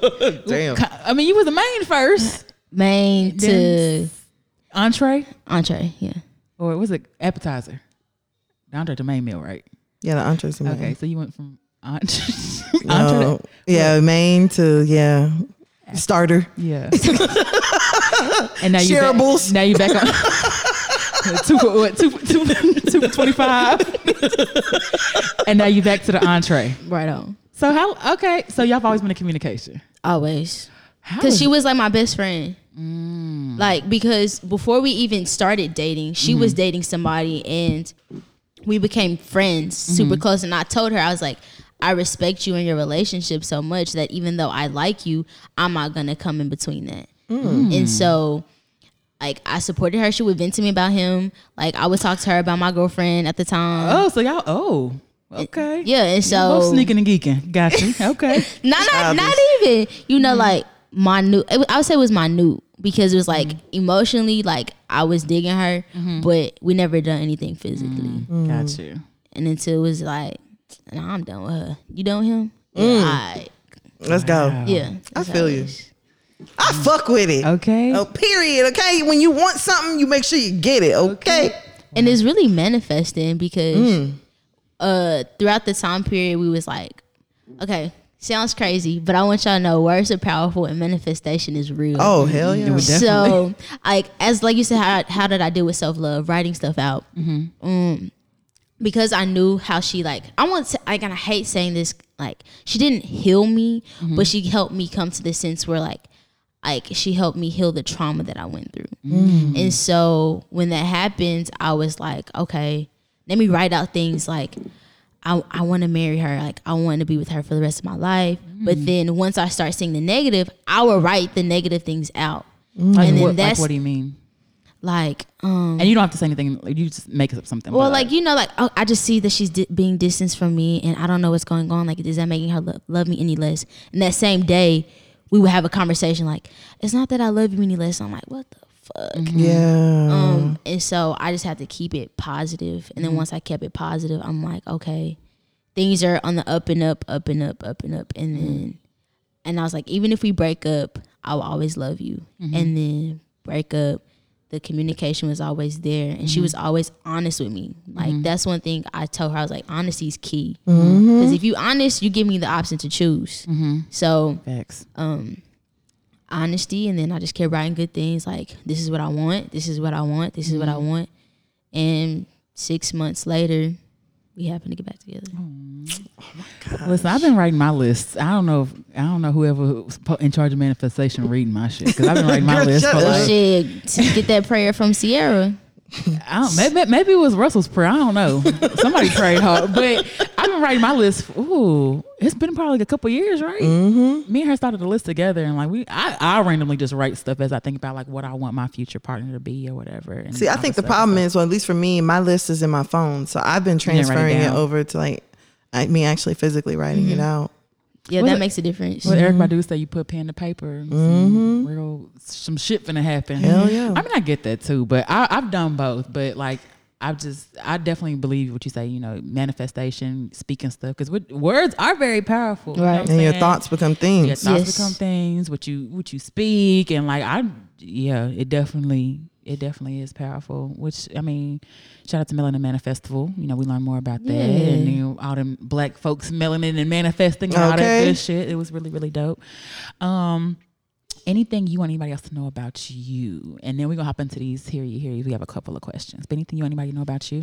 Speaker 2: Damn.
Speaker 1: I mean, you was the main first
Speaker 3: Main to
Speaker 1: entree
Speaker 3: entree, yeah.
Speaker 1: or was it appetizer? The entree to main meal, right?
Speaker 2: Yeah, the entree's the main.
Speaker 1: Okay, so you went from
Speaker 2: <laughs>
Speaker 1: entre, entre
Speaker 2: No.
Speaker 1: to-
Speaker 2: Yeah, main to yeah, starter. <laughs>
Speaker 1: yeah, and now
Speaker 2: Shareables.
Speaker 1: you back, now you back on
Speaker 2: <laughs>
Speaker 1: <laughs> two for what two for- two for- two for twenty
Speaker 2: <laughs>
Speaker 1: five, and now you back to the entree.
Speaker 3: Right on.
Speaker 1: So how okay? So y'all have always been in communication.
Speaker 3: Always.
Speaker 1: How
Speaker 3: Because
Speaker 1: is-
Speaker 3: she was like my best friend. Like, because before we even started dating, she was dating somebody and we became friends super close. And I told her, I was like, I respect you and your relationship so much that even though I like you, I'm not going to come in between that. And so, like, I supported her. She would vent to me about him. Like, I would talk to her about my girlfriend at the time.
Speaker 1: oh, so y'all oh okay
Speaker 3: Yeah. And
Speaker 1: Y'all
Speaker 3: so,
Speaker 1: both sneaking and geeking. Got
Speaker 3: <laughs>
Speaker 1: you. Okay.
Speaker 3: not not, not even you know like my new I would- I would say it was my new because it was like emotionally like I was digging her but we never done anything physically
Speaker 1: Mm.
Speaker 2: Mm.
Speaker 1: Got you.
Speaker 3: and until it was like nah, I'm done with her you done with him yeah, alright.
Speaker 2: Let's go.
Speaker 3: yeah
Speaker 2: Mm. I feel you. I fuck with it.
Speaker 1: Okay.
Speaker 2: Oh, period. Okay. When you want something, you make sure you get it. Okay.
Speaker 3: and it's really manifesting because
Speaker 2: Mm.
Speaker 3: uh throughout the time period we was like okay sounds crazy but I want y'all to know words are powerful and manifestation is real
Speaker 2: Oh hell yeah.
Speaker 3: So, <laughs> like as like you said, how, how did I deal with self love? Writing stuff out, mm because I knew how she like. I want to. I kind of hate saying this. Like she didn't heal me, but she helped me come to the sense where like, like she helped me heal the trauma that I went through. And so when that happens, I was like, okay, let me write out things like I, I want to marry her. Like I want to be with her for the rest of my life. But then once I start seeing the negative, I will write the negative things out.
Speaker 1: Like,
Speaker 3: And then
Speaker 1: what, like,
Speaker 3: that's
Speaker 1: what do
Speaker 3: like,
Speaker 1: you mean?
Speaker 3: um
Speaker 1: And you don't have to say anything. like, You just make up something.
Speaker 3: well
Speaker 1: but,
Speaker 3: like you know like oh, I just see that she's di- being distanced from me and I don't know what's going on. Like is that making her lo- love me any less? And that same day, we would have a conversation like it's not that I love you any less. I'm like what the fuck.
Speaker 2: yeah.
Speaker 3: Um, and so I just have to keep it positive. And then once I kept it positive, I'm like, okay, things are on the up and up, up and up, up and up. And then, and I was like, even if we break up, I will always love you. And then break up, the communication was always there. And she was always honest with me. Like, that's one thing I told her. I was like, honesty is key. Because if you honest, you give me the option to choose. So, um,
Speaker 1: Facts.
Speaker 3: honesty and then I just kept writing good things like this is what I want, this is what I want, this is what I want. And six months later, we happened to get back together.
Speaker 1: Uh, Listen, I've been writing my lists. I don't know. If, I don't know whoever was po- in charge of manifestation reading my shit because I've been writing my
Speaker 2: Girl,
Speaker 1: list.
Speaker 2: shut
Speaker 1: For
Speaker 2: up.
Speaker 1: like,
Speaker 3: Shit, to get that prayer from Sierra.
Speaker 1: I don't, maybe maybe it was Russell's prayer. I don't know. <laughs> Somebody prayed hard, but I've been writing my list. for- Ooh, it's been probably a couple years, right? Mm-hmm. Me and her started a list together, and like we, I, I randomly just write stuff as I think about like what I want my future partner to be or whatever. And
Speaker 2: See, I
Speaker 1: all
Speaker 2: think the
Speaker 1: this stuff.
Speaker 2: problem is, well, at least for me, my list is in my phone, so I've been
Speaker 1: didn't write it
Speaker 2: transferring it,
Speaker 1: down. Mm-hmm.
Speaker 2: over to like I, me actually physically writing it out.
Speaker 3: Yeah,
Speaker 1: Well,
Speaker 3: that makes a difference.
Speaker 1: What Eric
Speaker 2: Mm-hmm.
Speaker 1: Badu say, you put pen to paper, some real some shit finna happen.
Speaker 2: Hell yeah.
Speaker 1: I mean, I get that too, but I, I've done both. But like, I just, I definitely believe what you say. You know, manifestation, speaking stuff, because words are very powerful.
Speaker 3: Right.
Speaker 2: And your thoughts become things.
Speaker 1: your thoughts
Speaker 3: Yes.
Speaker 1: become things. What you what you speak, and like I, yeah, it definitely. It definitely is powerful, which I mean, shout out to Melanin Manifestival. You know, we learned more about that and you know, all them black folks melanin and manifesting and all that
Speaker 2: Okay.
Speaker 1: good shit. It was really, really dope. Um, anything you want anybody else to know about you, and then we're gonna hop into these. Here you, here you. We have a couple of questions. But anything you want anybody to know about you?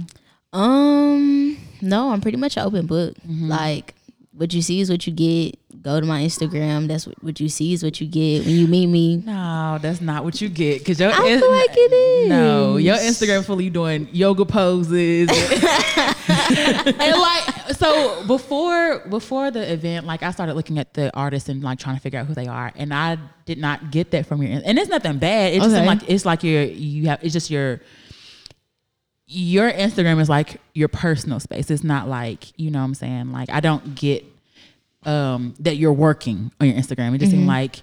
Speaker 3: Um, no, I'm pretty much an open book.
Speaker 2: Mm-hmm.
Speaker 3: Like what you see is what you get. Go to my Instagram. That's what, what you see is what you get. When you meet me,
Speaker 1: No, that's not what you get. Cause your
Speaker 3: I feel like it is.
Speaker 1: No, your Instagram fully doing yoga poses.
Speaker 3: <laughs>
Speaker 1: <laughs> and like so before before the event, like I started looking at the artists and like trying to figure out who they are. And I did not get that from your and it's nothing bad. It's just
Speaker 3: Okay.
Speaker 1: like it's like your you have it's just your your Instagram is like your personal space. It's not like, you know what I'm saying? Like I don't get um that you're working on your Instagram. It just
Speaker 3: Mm-hmm.
Speaker 1: seemed like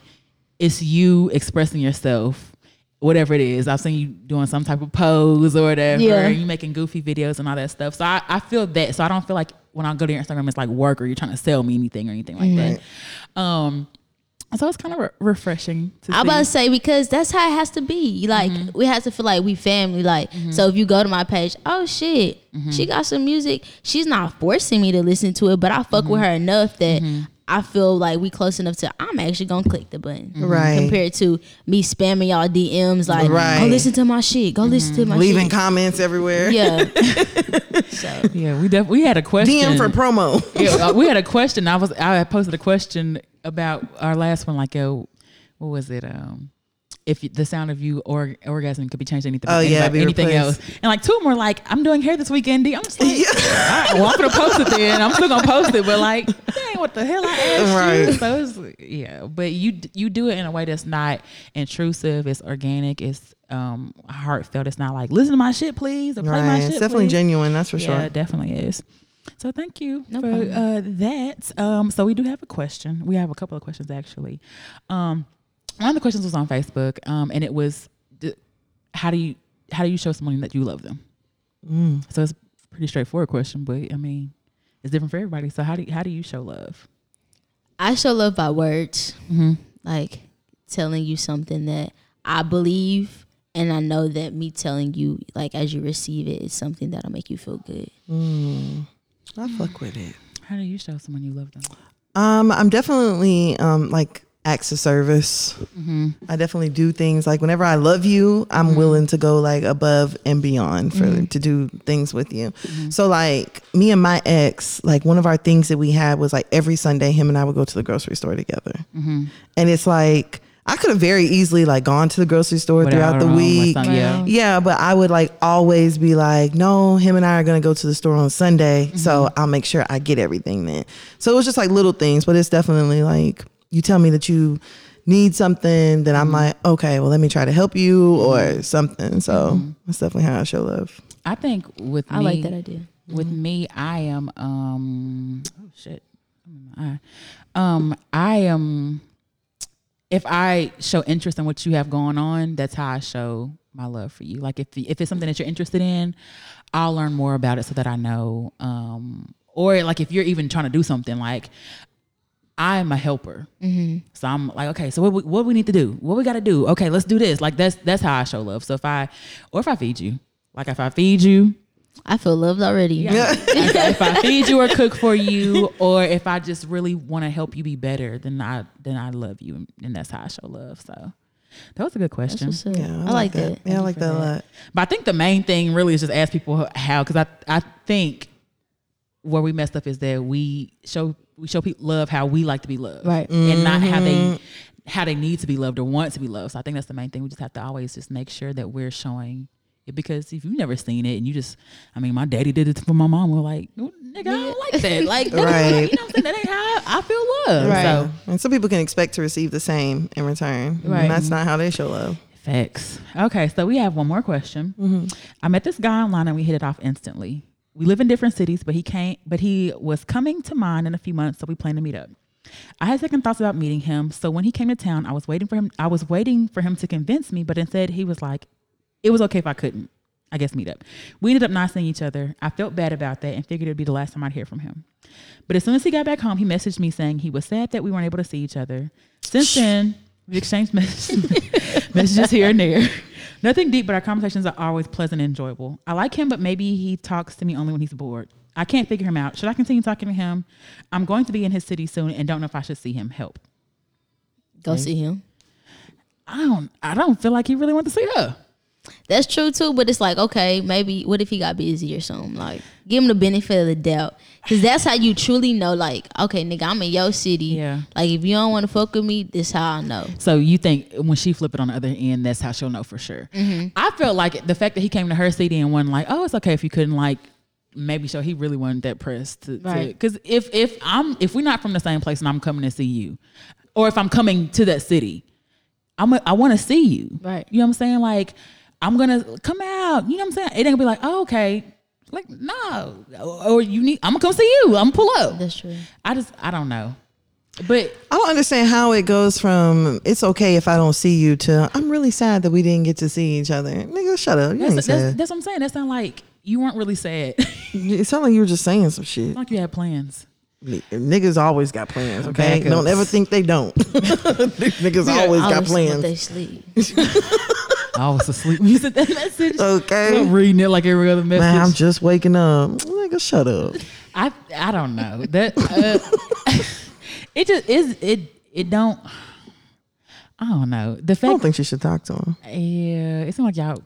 Speaker 1: it's you expressing yourself, whatever it is. I've seen you doing some type of pose or whatever.
Speaker 3: Yeah.
Speaker 1: You making goofy videos and all that stuff. So I, I feel that. So I don't feel like when I go to your Instagram it's like work or you're trying to sell me anything or anything like that. Um so it's kind of re- refreshing to
Speaker 3: I'm about
Speaker 1: see.
Speaker 3: to say because that's how it has to be. Like
Speaker 2: Mm-hmm.
Speaker 3: we have to feel like we family. Like so, if you go to my page, oh shit,
Speaker 2: Mm-hmm.
Speaker 3: she got some music. She's not forcing me to listen to it, but I fuck
Speaker 2: Mm-hmm.
Speaker 3: with her enough that I feel like we close enough to. I'm actually gonna click the button.
Speaker 2: Right.
Speaker 3: Compared to me spamming y'all DMs like,
Speaker 2: Right. Mm-hmm.
Speaker 3: go listen to my shit. Go listen to my
Speaker 2: Leaving
Speaker 3: shit.
Speaker 2: comments everywhere. <laughs>
Speaker 3: yeah. so
Speaker 1: <laughs> Yeah, we def- we had a question.
Speaker 2: DM for promo.
Speaker 1: yeah, uh, we had a question. I was I had posted a question about our last one, like, uh, what was it? Um, if you, the sound of you or orgasm could be changed to anything,
Speaker 2: Oh, yeah,
Speaker 1: anybody-
Speaker 2: be
Speaker 1: anything
Speaker 2: replaced.
Speaker 1: else, and like two of 'em were like, I'm doing hair this weekend. D. I'm just like, all right, well, I'm gonna post it then. I'm still gonna post it, but like, dang, what the hell I asked you?
Speaker 2: Right.
Speaker 1: So it's yeah, but you d- you do it in a way that's not intrusive. It's organic. It's um heartfelt. It's not like listen to my shit, please, or play my
Speaker 2: Right.
Speaker 1: shit.
Speaker 2: It's definitely
Speaker 1: please.
Speaker 2: genuine, that's for
Speaker 1: Yeah,
Speaker 2: sure.
Speaker 1: it definitely is. So thank you for
Speaker 3: problem.
Speaker 1: uh, that. Um, so we do have a question. We have a couple of questions actually. Um, one of the questions was on Facebook, um, and it was, d- how do you how do you show someone that you love them?
Speaker 2: Mm.
Speaker 1: So it's a pretty straightforward question, but I mean, it's different for everybody. So how do you, how do you show love?
Speaker 3: I show love by words, like telling you something that I believe, and I know that me telling you, like as you receive it, is something that'll make you feel good.
Speaker 2: I fuck with it.
Speaker 1: How do you show someone you love them?
Speaker 2: Um, I'm definitely um like acts of service. I definitely do things like whenever I love you, I'm willing to go like above and beyond for to do things with you. So like me and my ex, like one of our things that we had was like every Sunday, him and I would go to the grocery store together, and it's like. I could have very easily like gone to the grocery store
Speaker 1: Without
Speaker 2: throughout the
Speaker 1: her on,
Speaker 2: week.
Speaker 1: without- yeah.
Speaker 2: Yeah, but I would like always be like, no, him and I are gonna go to the store on Sunday, so
Speaker 3: Mm-hmm.
Speaker 2: I'll make sure I get everything then. So it was just like little things, but it's definitely like you tell me that you need something, then
Speaker 3: Mm-hmm.
Speaker 2: I'm like, okay, well, let me try to help you or something. So
Speaker 3: Mm-hmm.
Speaker 2: that's definitely how I show love.
Speaker 1: I think with
Speaker 3: I like
Speaker 1: me-
Speaker 3: that idea.
Speaker 1: With me, I am um oh shit. I'm in my eye. Um I am if I show interest in what you have going on, that's how I show my love for you. Like if if it's something that you're interested in, I'll learn more about it so that I know um or like if you're even trying to do something like I'm a helper. So I'm like, okay, so what we, what we need to do? What we got to do? Okay, let's do this. Like that's that's how I show love. So if I or if I feed you, like if I feed you,
Speaker 3: I feel loved already.
Speaker 1: if, if I feed you or cook for you, or if I just really want to help you be better, then I then I love you, and, and that's how I show love. So that was a good question.
Speaker 3: What's up? I, like that.
Speaker 2: Yeah, I like that a lot.
Speaker 1: But I think the main thing really is just ask people how, because I I think where we messed up is that we show we show people love how we like to be loved,
Speaker 3: Right.
Speaker 1: and not how they how they need to be loved or want to be loved. So I think that's the main thing. We just have to always just make sure that we're showing. it Because if you've never seen it and you just, I mean, my daddy did it for my mom. We're like, "Well, nigga, I don't like that.
Speaker 3: <laughs>
Speaker 1: Like,
Speaker 2: <laughs>
Speaker 1: that ain't-
Speaker 2: Right.
Speaker 1: you know what I'm saying? That ain't how I, I feel loved. So
Speaker 2: And some people can expect to receive the same in return.
Speaker 3: Right.
Speaker 2: And that's not how they show love.
Speaker 1: Facts. Okay, so we have one more question. I met this guy online and we hit it off instantly. We live in different cities, but he came, but he was coming to mine in a few months, so we plan to meet up. I had second thoughts about meeting him, so when he came to town, I was waiting for him. I was waiting for him to convince me, but instead he was like, "It was okay if I couldn't." I guess meet up. We ended up not seeing each other. I felt bad about that and figured it'd be the last time I'd hear from him. But as soon as he got back home, he messaged me saying he was sad that we weren't able to see each other. Since then, we've exchanged <laughs> messages, messages here and there. <laughs> Nothing deep, but our conversations are always pleasant and enjoyable. I like him, but maybe he talks to me only when he's bored. I can't figure him out. Should I continue talking to him? I'm going to be in his city soon and don't know if I should see him. Help.
Speaker 3: Go see him.
Speaker 1: I don't I don't feel like he really went to see her.
Speaker 3: That's true too, but it's like, okay, maybe what if he got busy or something? Like, give him the benefit of the doubt. Cause that's how you truly know, like, okay, nigga, I'm in your city.
Speaker 1: Yeah.
Speaker 3: Like if you don't wanna fuck with me, this how I know.
Speaker 1: So you think when she flip it on the other end, that's how she'll know for sure.
Speaker 3: Mm-hmm.
Speaker 1: I felt like the fact that he came to her CD and wasn't like, oh, it's okay if you couldn't like maybe show he really wasn't that pressed to
Speaker 3: Right.
Speaker 1: because if if I'm if we're not from the same place and I'm coming to see you, or if I'm coming to that city, I'm a, I want to see you.
Speaker 3: Right.
Speaker 1: You know what I'm saying? Like I'm gonna come out. You know what I'm saying? It ain't gonna be like, oh, okay. Like no, or, or you need. I'm gonna come see you. I'm gonna pull up.
Speaker 3: That's true.
Speaker 1: I just I don't know, but
Speaker 2: I don't understand how it goes from it's okay if I don't see you to I'm really sad that we didn't get to see each other. Nigga, shut up. You ain't
Speaker 1: That's, that's,
Speaker 2: sad.
Speaker 1: that's what I'm saying. That sound like you weren't really sad. <laughs>
Speaker 2: it sounded like you were just saying some shit.
Speaker 1: like you had plans.
Speaker 2: N- Niggas always got plans, okay?
Speaker 1: Backups.
Speaker 2: Don't ever think they don't. <laughs> Niggas always got
Speaker 3: Always let
Speaker 2: plans.
Speaker 3: They sleep.
Speaker 1: I was asleep when you sent that message. <laughs>
Speaker 2: Okay.
Speaker 1: I'm reading it like every other message. <laughs>
Speaker 2: Man, I'm just waking up. Nigga, shut up.
Speaker 1: I I don't know that. Uh, <laughs> it just is it it don't. <sighs> I don't know the
Speaker 2: I don't
Speaker 1: fact.
Speaker 2: think she should talk to him.
Speaker 1: yeah, it seems like y'all.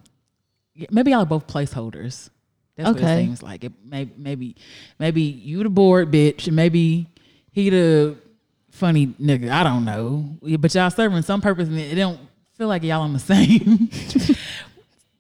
Speaker 1: yeah, Maybe y'all are both placeholders. That's what it
Speaker 3: Okay.
Speaker 1: seems like. It maybe maybe maybe you the bored bitch, and maybe he the funny nigga. I don't know, Yeah, but y'all serving some purpose, and it don't feel like y'all on the <laughs> same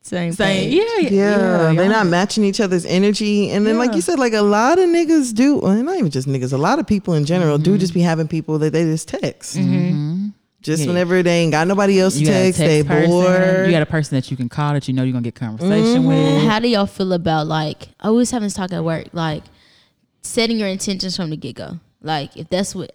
Speaker 3: Same
Speaker 1: same. Yeah, yeah,
Speaker 2: Yeah,
Speaker 1: y'all-
Speaker 2: they're not matching each other's energy. And then, like you said, like a lot of niggas do, well, not even just niggas, a lot of people in general do
Speaker 1: Mm-hmm.
Speaker 2: just be having people that they just text. Mm-hmm. Just whenever they ain't got nobody else to
Speaker 1: You got a
Speaker 2: text, they
Speaker 1: text person.
Speaker 2: bored. Mm-hmm.
Speaker 1: You got a person that you can call that you know you're gonna get conversation with.
Speaker 3: How do y'all feel about like I always having this talk at work, like setting your intentions from the get go. Like if that's what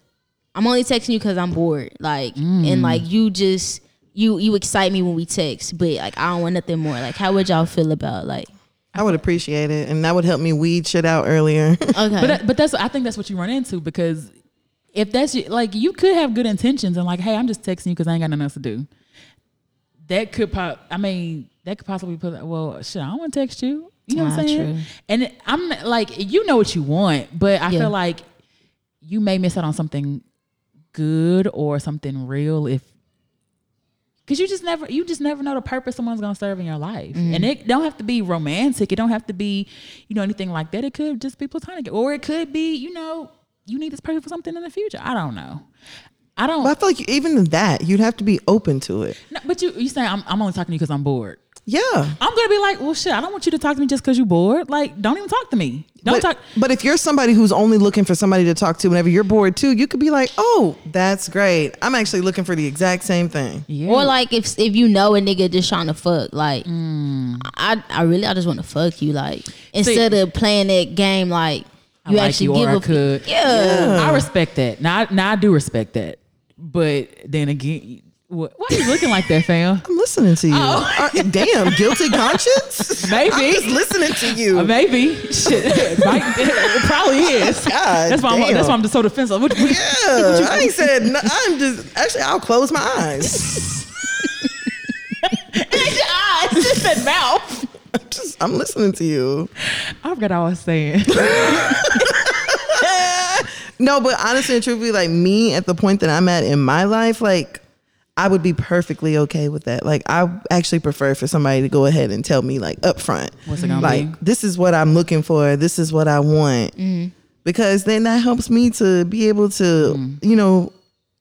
Speaker 3: I'm only texting you because I'm bored. Like and like
Speaker 1: Mm.
Speaker 3: you just you you excite me when we text, but like I don't want nothing more. Like how would y'all feel about like
Speaker 2: I would appreciate it. And that would help me weed shit out earlier. <laughs>
Speaker 3: okay
Speaker 1: But that- but that's I think that's what you run into because if that's your, like you could have good intentions and like hey I'm just texting you because I ain't got nothing else to do. That could pop. I mean that could possibly put well shit I don't want to text you. You know what I'm
Speaker 3: Ah,
Speaker 1: saying?
Speaker 3: true.
Speaker 1: And it- I'm not- like you know what you want, but I
Speaker 3: Yeah.
Speaker 1: feel like you may miss out on something good or something real if Cause you just never, you just never know the purpose someone's gonna serve in your life,
Speaker 2: Mm-hmm.
Speaker 1: and it don't have to be romantic. It don't have to be, you know, anything like that. It could just be platonic, or it could be, you know, you need this person for something in the future. I don't know. I don't.
Speaker 2: but I
Speaker 1: But,
Speaker 2: feel like even that, you'd have to be open to it.
Speaker 1: no, but you, you saying I'm, I'm only talking to you because I'm bored.
Speaker 2: Yeah.
Speaker 1: I'm gonna be like, well, shit. I don't want you to talk to me just because you're bored. Like, don't even talk to me. Don't
Speaker 2: but,
Speaker 1: talk.
Speaker 2: but if you're somebody who's only looking for somebody to talk to whenever you're bored too, you could be like, oh, that's great. I'm actually looking for the exact same thing.
Speaker 1: Yeah.
Speaker 3: or like if if you know a nigga just trying to fuck, like
Speaker 1: Mm.
Speaker 3: I I really I just want to fuck you, like instead of playing that game, like
Speaker 1: I
Speaker 3: you
Speaker 1: like
Speaker 3: actually
Speaker 1: you or
Speaker 3: give
Speaker 1: I
Speaker 3: a
Speaker 1: could.
Speaker 3: yeah.
Speaker 1: I respect that. Now, I- now I do respect that. But then again, what, why are you looking like that,
Speaker 2: <laughs>
Speaker 1: fam?
Speaker 2: I'm listening to you.
Speaker 1: Oh.
Speaker 2: Uh, damn, guilty conscience? <laughs>
Speaker 1: Maybe.
Speaker 2: I'm just listening to
Speaker 1: Uh,
Speaker 2: you. <laughs>
Speaker 1: Maybe shit, Mike, it probably is.
Speaker 2: God
Speaker 1: that's why I'm,
Speaker 2: damn.
Speaker 1: that's why I'm just so defensive. What- what-
Speaker 2: Yeah, I ain't said. No, I'm just actually. I'll close my eyes.
Speaker 1: It's your eyes, it's that <laughs> mouth.
Speaker 2: I'm just. I'm listening to you.
Speaker 1: I forgot I was saying. <laughs>
Speaker 2: No, but honestly and truthfully, like me at the point that I'm at in my life, like I would be perfectly okay with that. Like I actually prefer for somebody to go ahead and tell me like up front.
Speaker 1: What's it gonna
Speaker 2: like
Speaker 1: be? Mm-hmm.
Speaker 2: this is what I'm looking for, this is what I want. Because then that helps me to be able to,
Speaker 1: Mm.
Speaker 2: you know,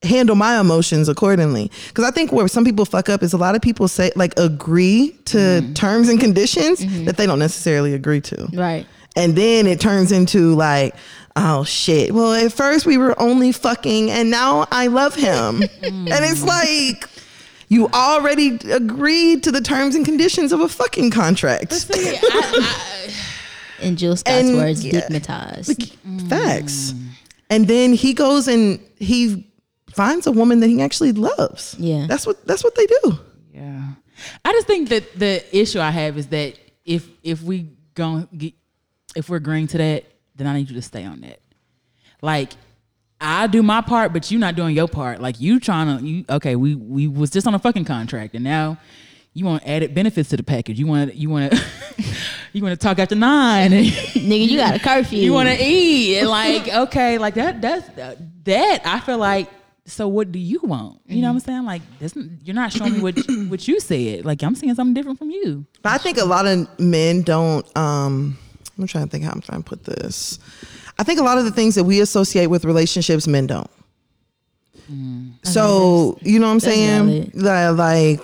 Speaker 2: handle my emotions accordingly. Cuz I think where some people fuck up is a lot of people say like agree to
Speaker 1: Mm-hmm.
Speaker 2: terms and conditions that they don't necessarily agree to.
Speaker 3: right.
Speaker 2: And then it turns into like, oh shit. Well, at first we were only fucking and now I love him. and it's like, you already agreed to the terms and conditions of a fucking contract.
Speaker 3: In Jill Scott's
Speaker 2: And-
Speaker 3: words,
Speaker 2: yeah.
Speaker 3: digmatized.
Speaker 2: <laughs> Facts. And then he goes and he finds a woman that he actually loves.
Speaker 3: Yeah.
Speaker 2: That's what that's what they do.
Speaker 1: yeah, I just think that the issue I have is that if if we go get if we're agreeing to that, then I need you to stay on that. Like I do my part, but you not doing your part. Like you trying to you okay, we we was just on a fucking contract and now you want added benefits to the package. You want you want to <laughs> you want to talk after 9 and
Speaker 3: Nigga, you got a curfew.
Speaker 2: <laughs>
Speaker 1: You want to eat and like okay, like that. That's that. I feel like so what do you want? You know what I'm
Speaker 2: Mm-hmm.
Speaker 1: saying? Like, this, you're not showing me what what you said. Like, I'm seeing something different from you.
Speaker 2: But I think a lot of men don't. Um, I'm trying to think how I'm trying to put this. I think a lot of the things that we associate with relationships, men don't. So you know what I'm saying? Like, like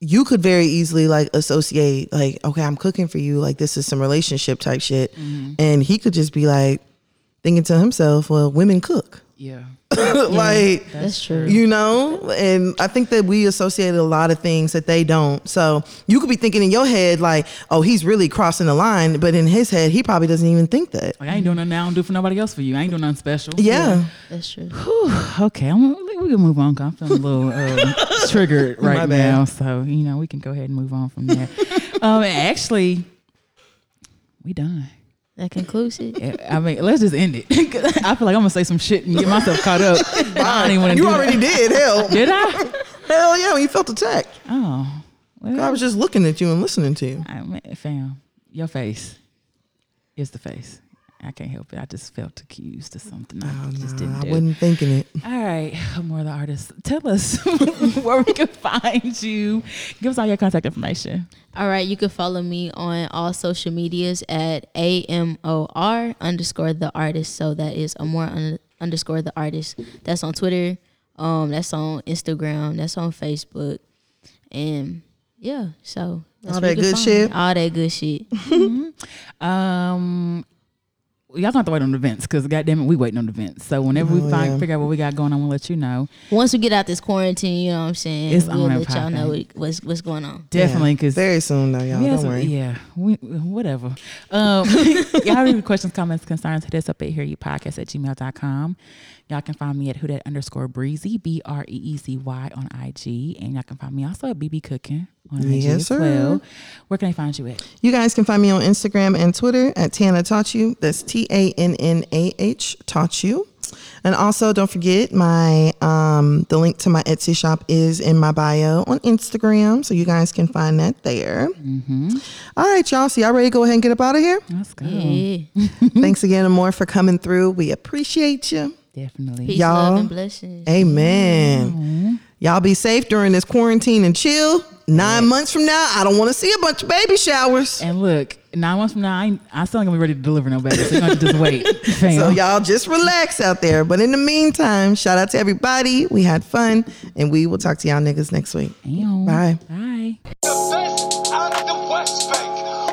Speaker 2: you could very easily like associate like, okay, I'm cooking for you. Like this is some relationship type shit, and he could just be like thinking to himself, well, women cook.
Speaker 1: Yeah.
Speaker 2: like
Speaker 3: That's true.
Speaker 2: you know and i think that we associate a lot of things that they don't so you could be thinking in your head like oh he's really crossing the line but in his head he probably doesn't even think that
Speaker 1: Like, I ain't doing nothing I don't do for nobody else for you. I ain't doing nothing special.
Speaker 2: yeah,
Speaker 3: That's true.
Speaker 1: Okay, I'm, we can move on. 'cause I'm feeling a little
Speaker 2: <laughs>
Speaker 1: um, triggered
Speaker 2: My
Speaker 1: right
Speaker 2: bad.
Speaker 1: now, so you know we can go ahead and move on from
Speaker 2: <laughs>
Speaker 1: there. um, actually, we done.
Speaker 3: That concludes it.
Speaker 1: I mean, let's just end it. <laughs> 'Cause I feel like I'm gonna say some shit and get myself caught up. I don't even want to.
Speaker 2: you
Speaker 1: do
Speaker 2: already
Speaker 1: <laughs>
Speaker 2: did hell
Speaker 1: That. Did I?
Speaker 2: hell yeah you felt attacked
Speaker 1: Oh, well,
Speaker 2: i was just looking at you and listening to you
Speaker 1: I mean, fam, your face is the face. I can't help it. I just felt accused of something I just didn't
Speaker 2: Oh, i
Speaker 1: do.
Speaker 2: wasn't thinking it
Speaker 1: All right, more the artist. Tell us <laughs> where we can find you. Give us all your contact information.
Speaker 3: All right, you can follow me on all social medias at AMOR underscore the artist. So that is Amor un- underscore the artist. That's on Twitter. Um, that's on Instagram. That's on Facebook. And yeah, so that's
Speaker 2: All
Speaker 3: where
Speaker 2: that
Speaker 3: you can
Speaker 2: good
Speaker 3: find
Speaker 2: shit.
Speaker 3: me. All that good shit.
Speaker 1: Um, y'all gonna have to wait on the events because goddamn it, we waiting on the events. So whenever we find figure out what we got going on, we'll let you know.
Speaker 3: Once we get out this quarantine, you know what I'm saying?
Speaker 1: It's
Speaker 3: we'll
Speaker 1: on and
Speaker 3: let y'all know
Speaker 1: popping.
Speaker 3: what- what's what's going on.
Speaker 1: Definitely because.
Speaker 2: very soon though y'all
Speaker 1: Yes,
Speaker 2: Oh, don't worry
Speaker 1: yeah, we, whatever. Um, <laughs> y'all have any questions, comments, concerns, hit us up at hear you podcast at gmail.com. Y'all can find me at who that underscore breezy, B R E E Z Y on IG. And y'all can find me also at BB Cooking on IG
Speaker 2: Yes,
Speaker 1: as
Speaker 2: sir.
Speaker 1: well. Where can I find you at?
Speaker 2: You guys can find me on Instagram and Twitter at Tana Taught You. That's T A N N A H Taught You. And also, don't forget my um, the link to my Etsy shop is in my bio on Instagram, so you guys can find that there. All right, y'all. So y'all ready to go ahead and get up out of here?
Speaker 1: Let's go.
Speaker 3: Yeah.
Speaker 2: Thanks again, Amore, for coming through. We appreciate you.
Speaker 1: Definitely.
Speaker 3: Peace,
Speaker 2: Y'all-
Speaker 3: love, and blessings.
Speaker 2: Amen. Y'all be safe during this quarantine and chill. Nine months from now, I don't want to see a bunch of baby showers.
Speaker 1: And look, nine months from now, I, ain't- I still ain't gonna be ready to deliver no baby. So you're gonna have to just wait. Fam.
Speaker 2: <laughs> So y'all just relax out there. But in the meantime, shout out to everybody. We had fun, and we will talk to y'all niggas next week.
Speaker 1: Damn.
Speaker 2: Bye.
Speaker 1: Bye.
Speaker 5: the best out of the West Bank.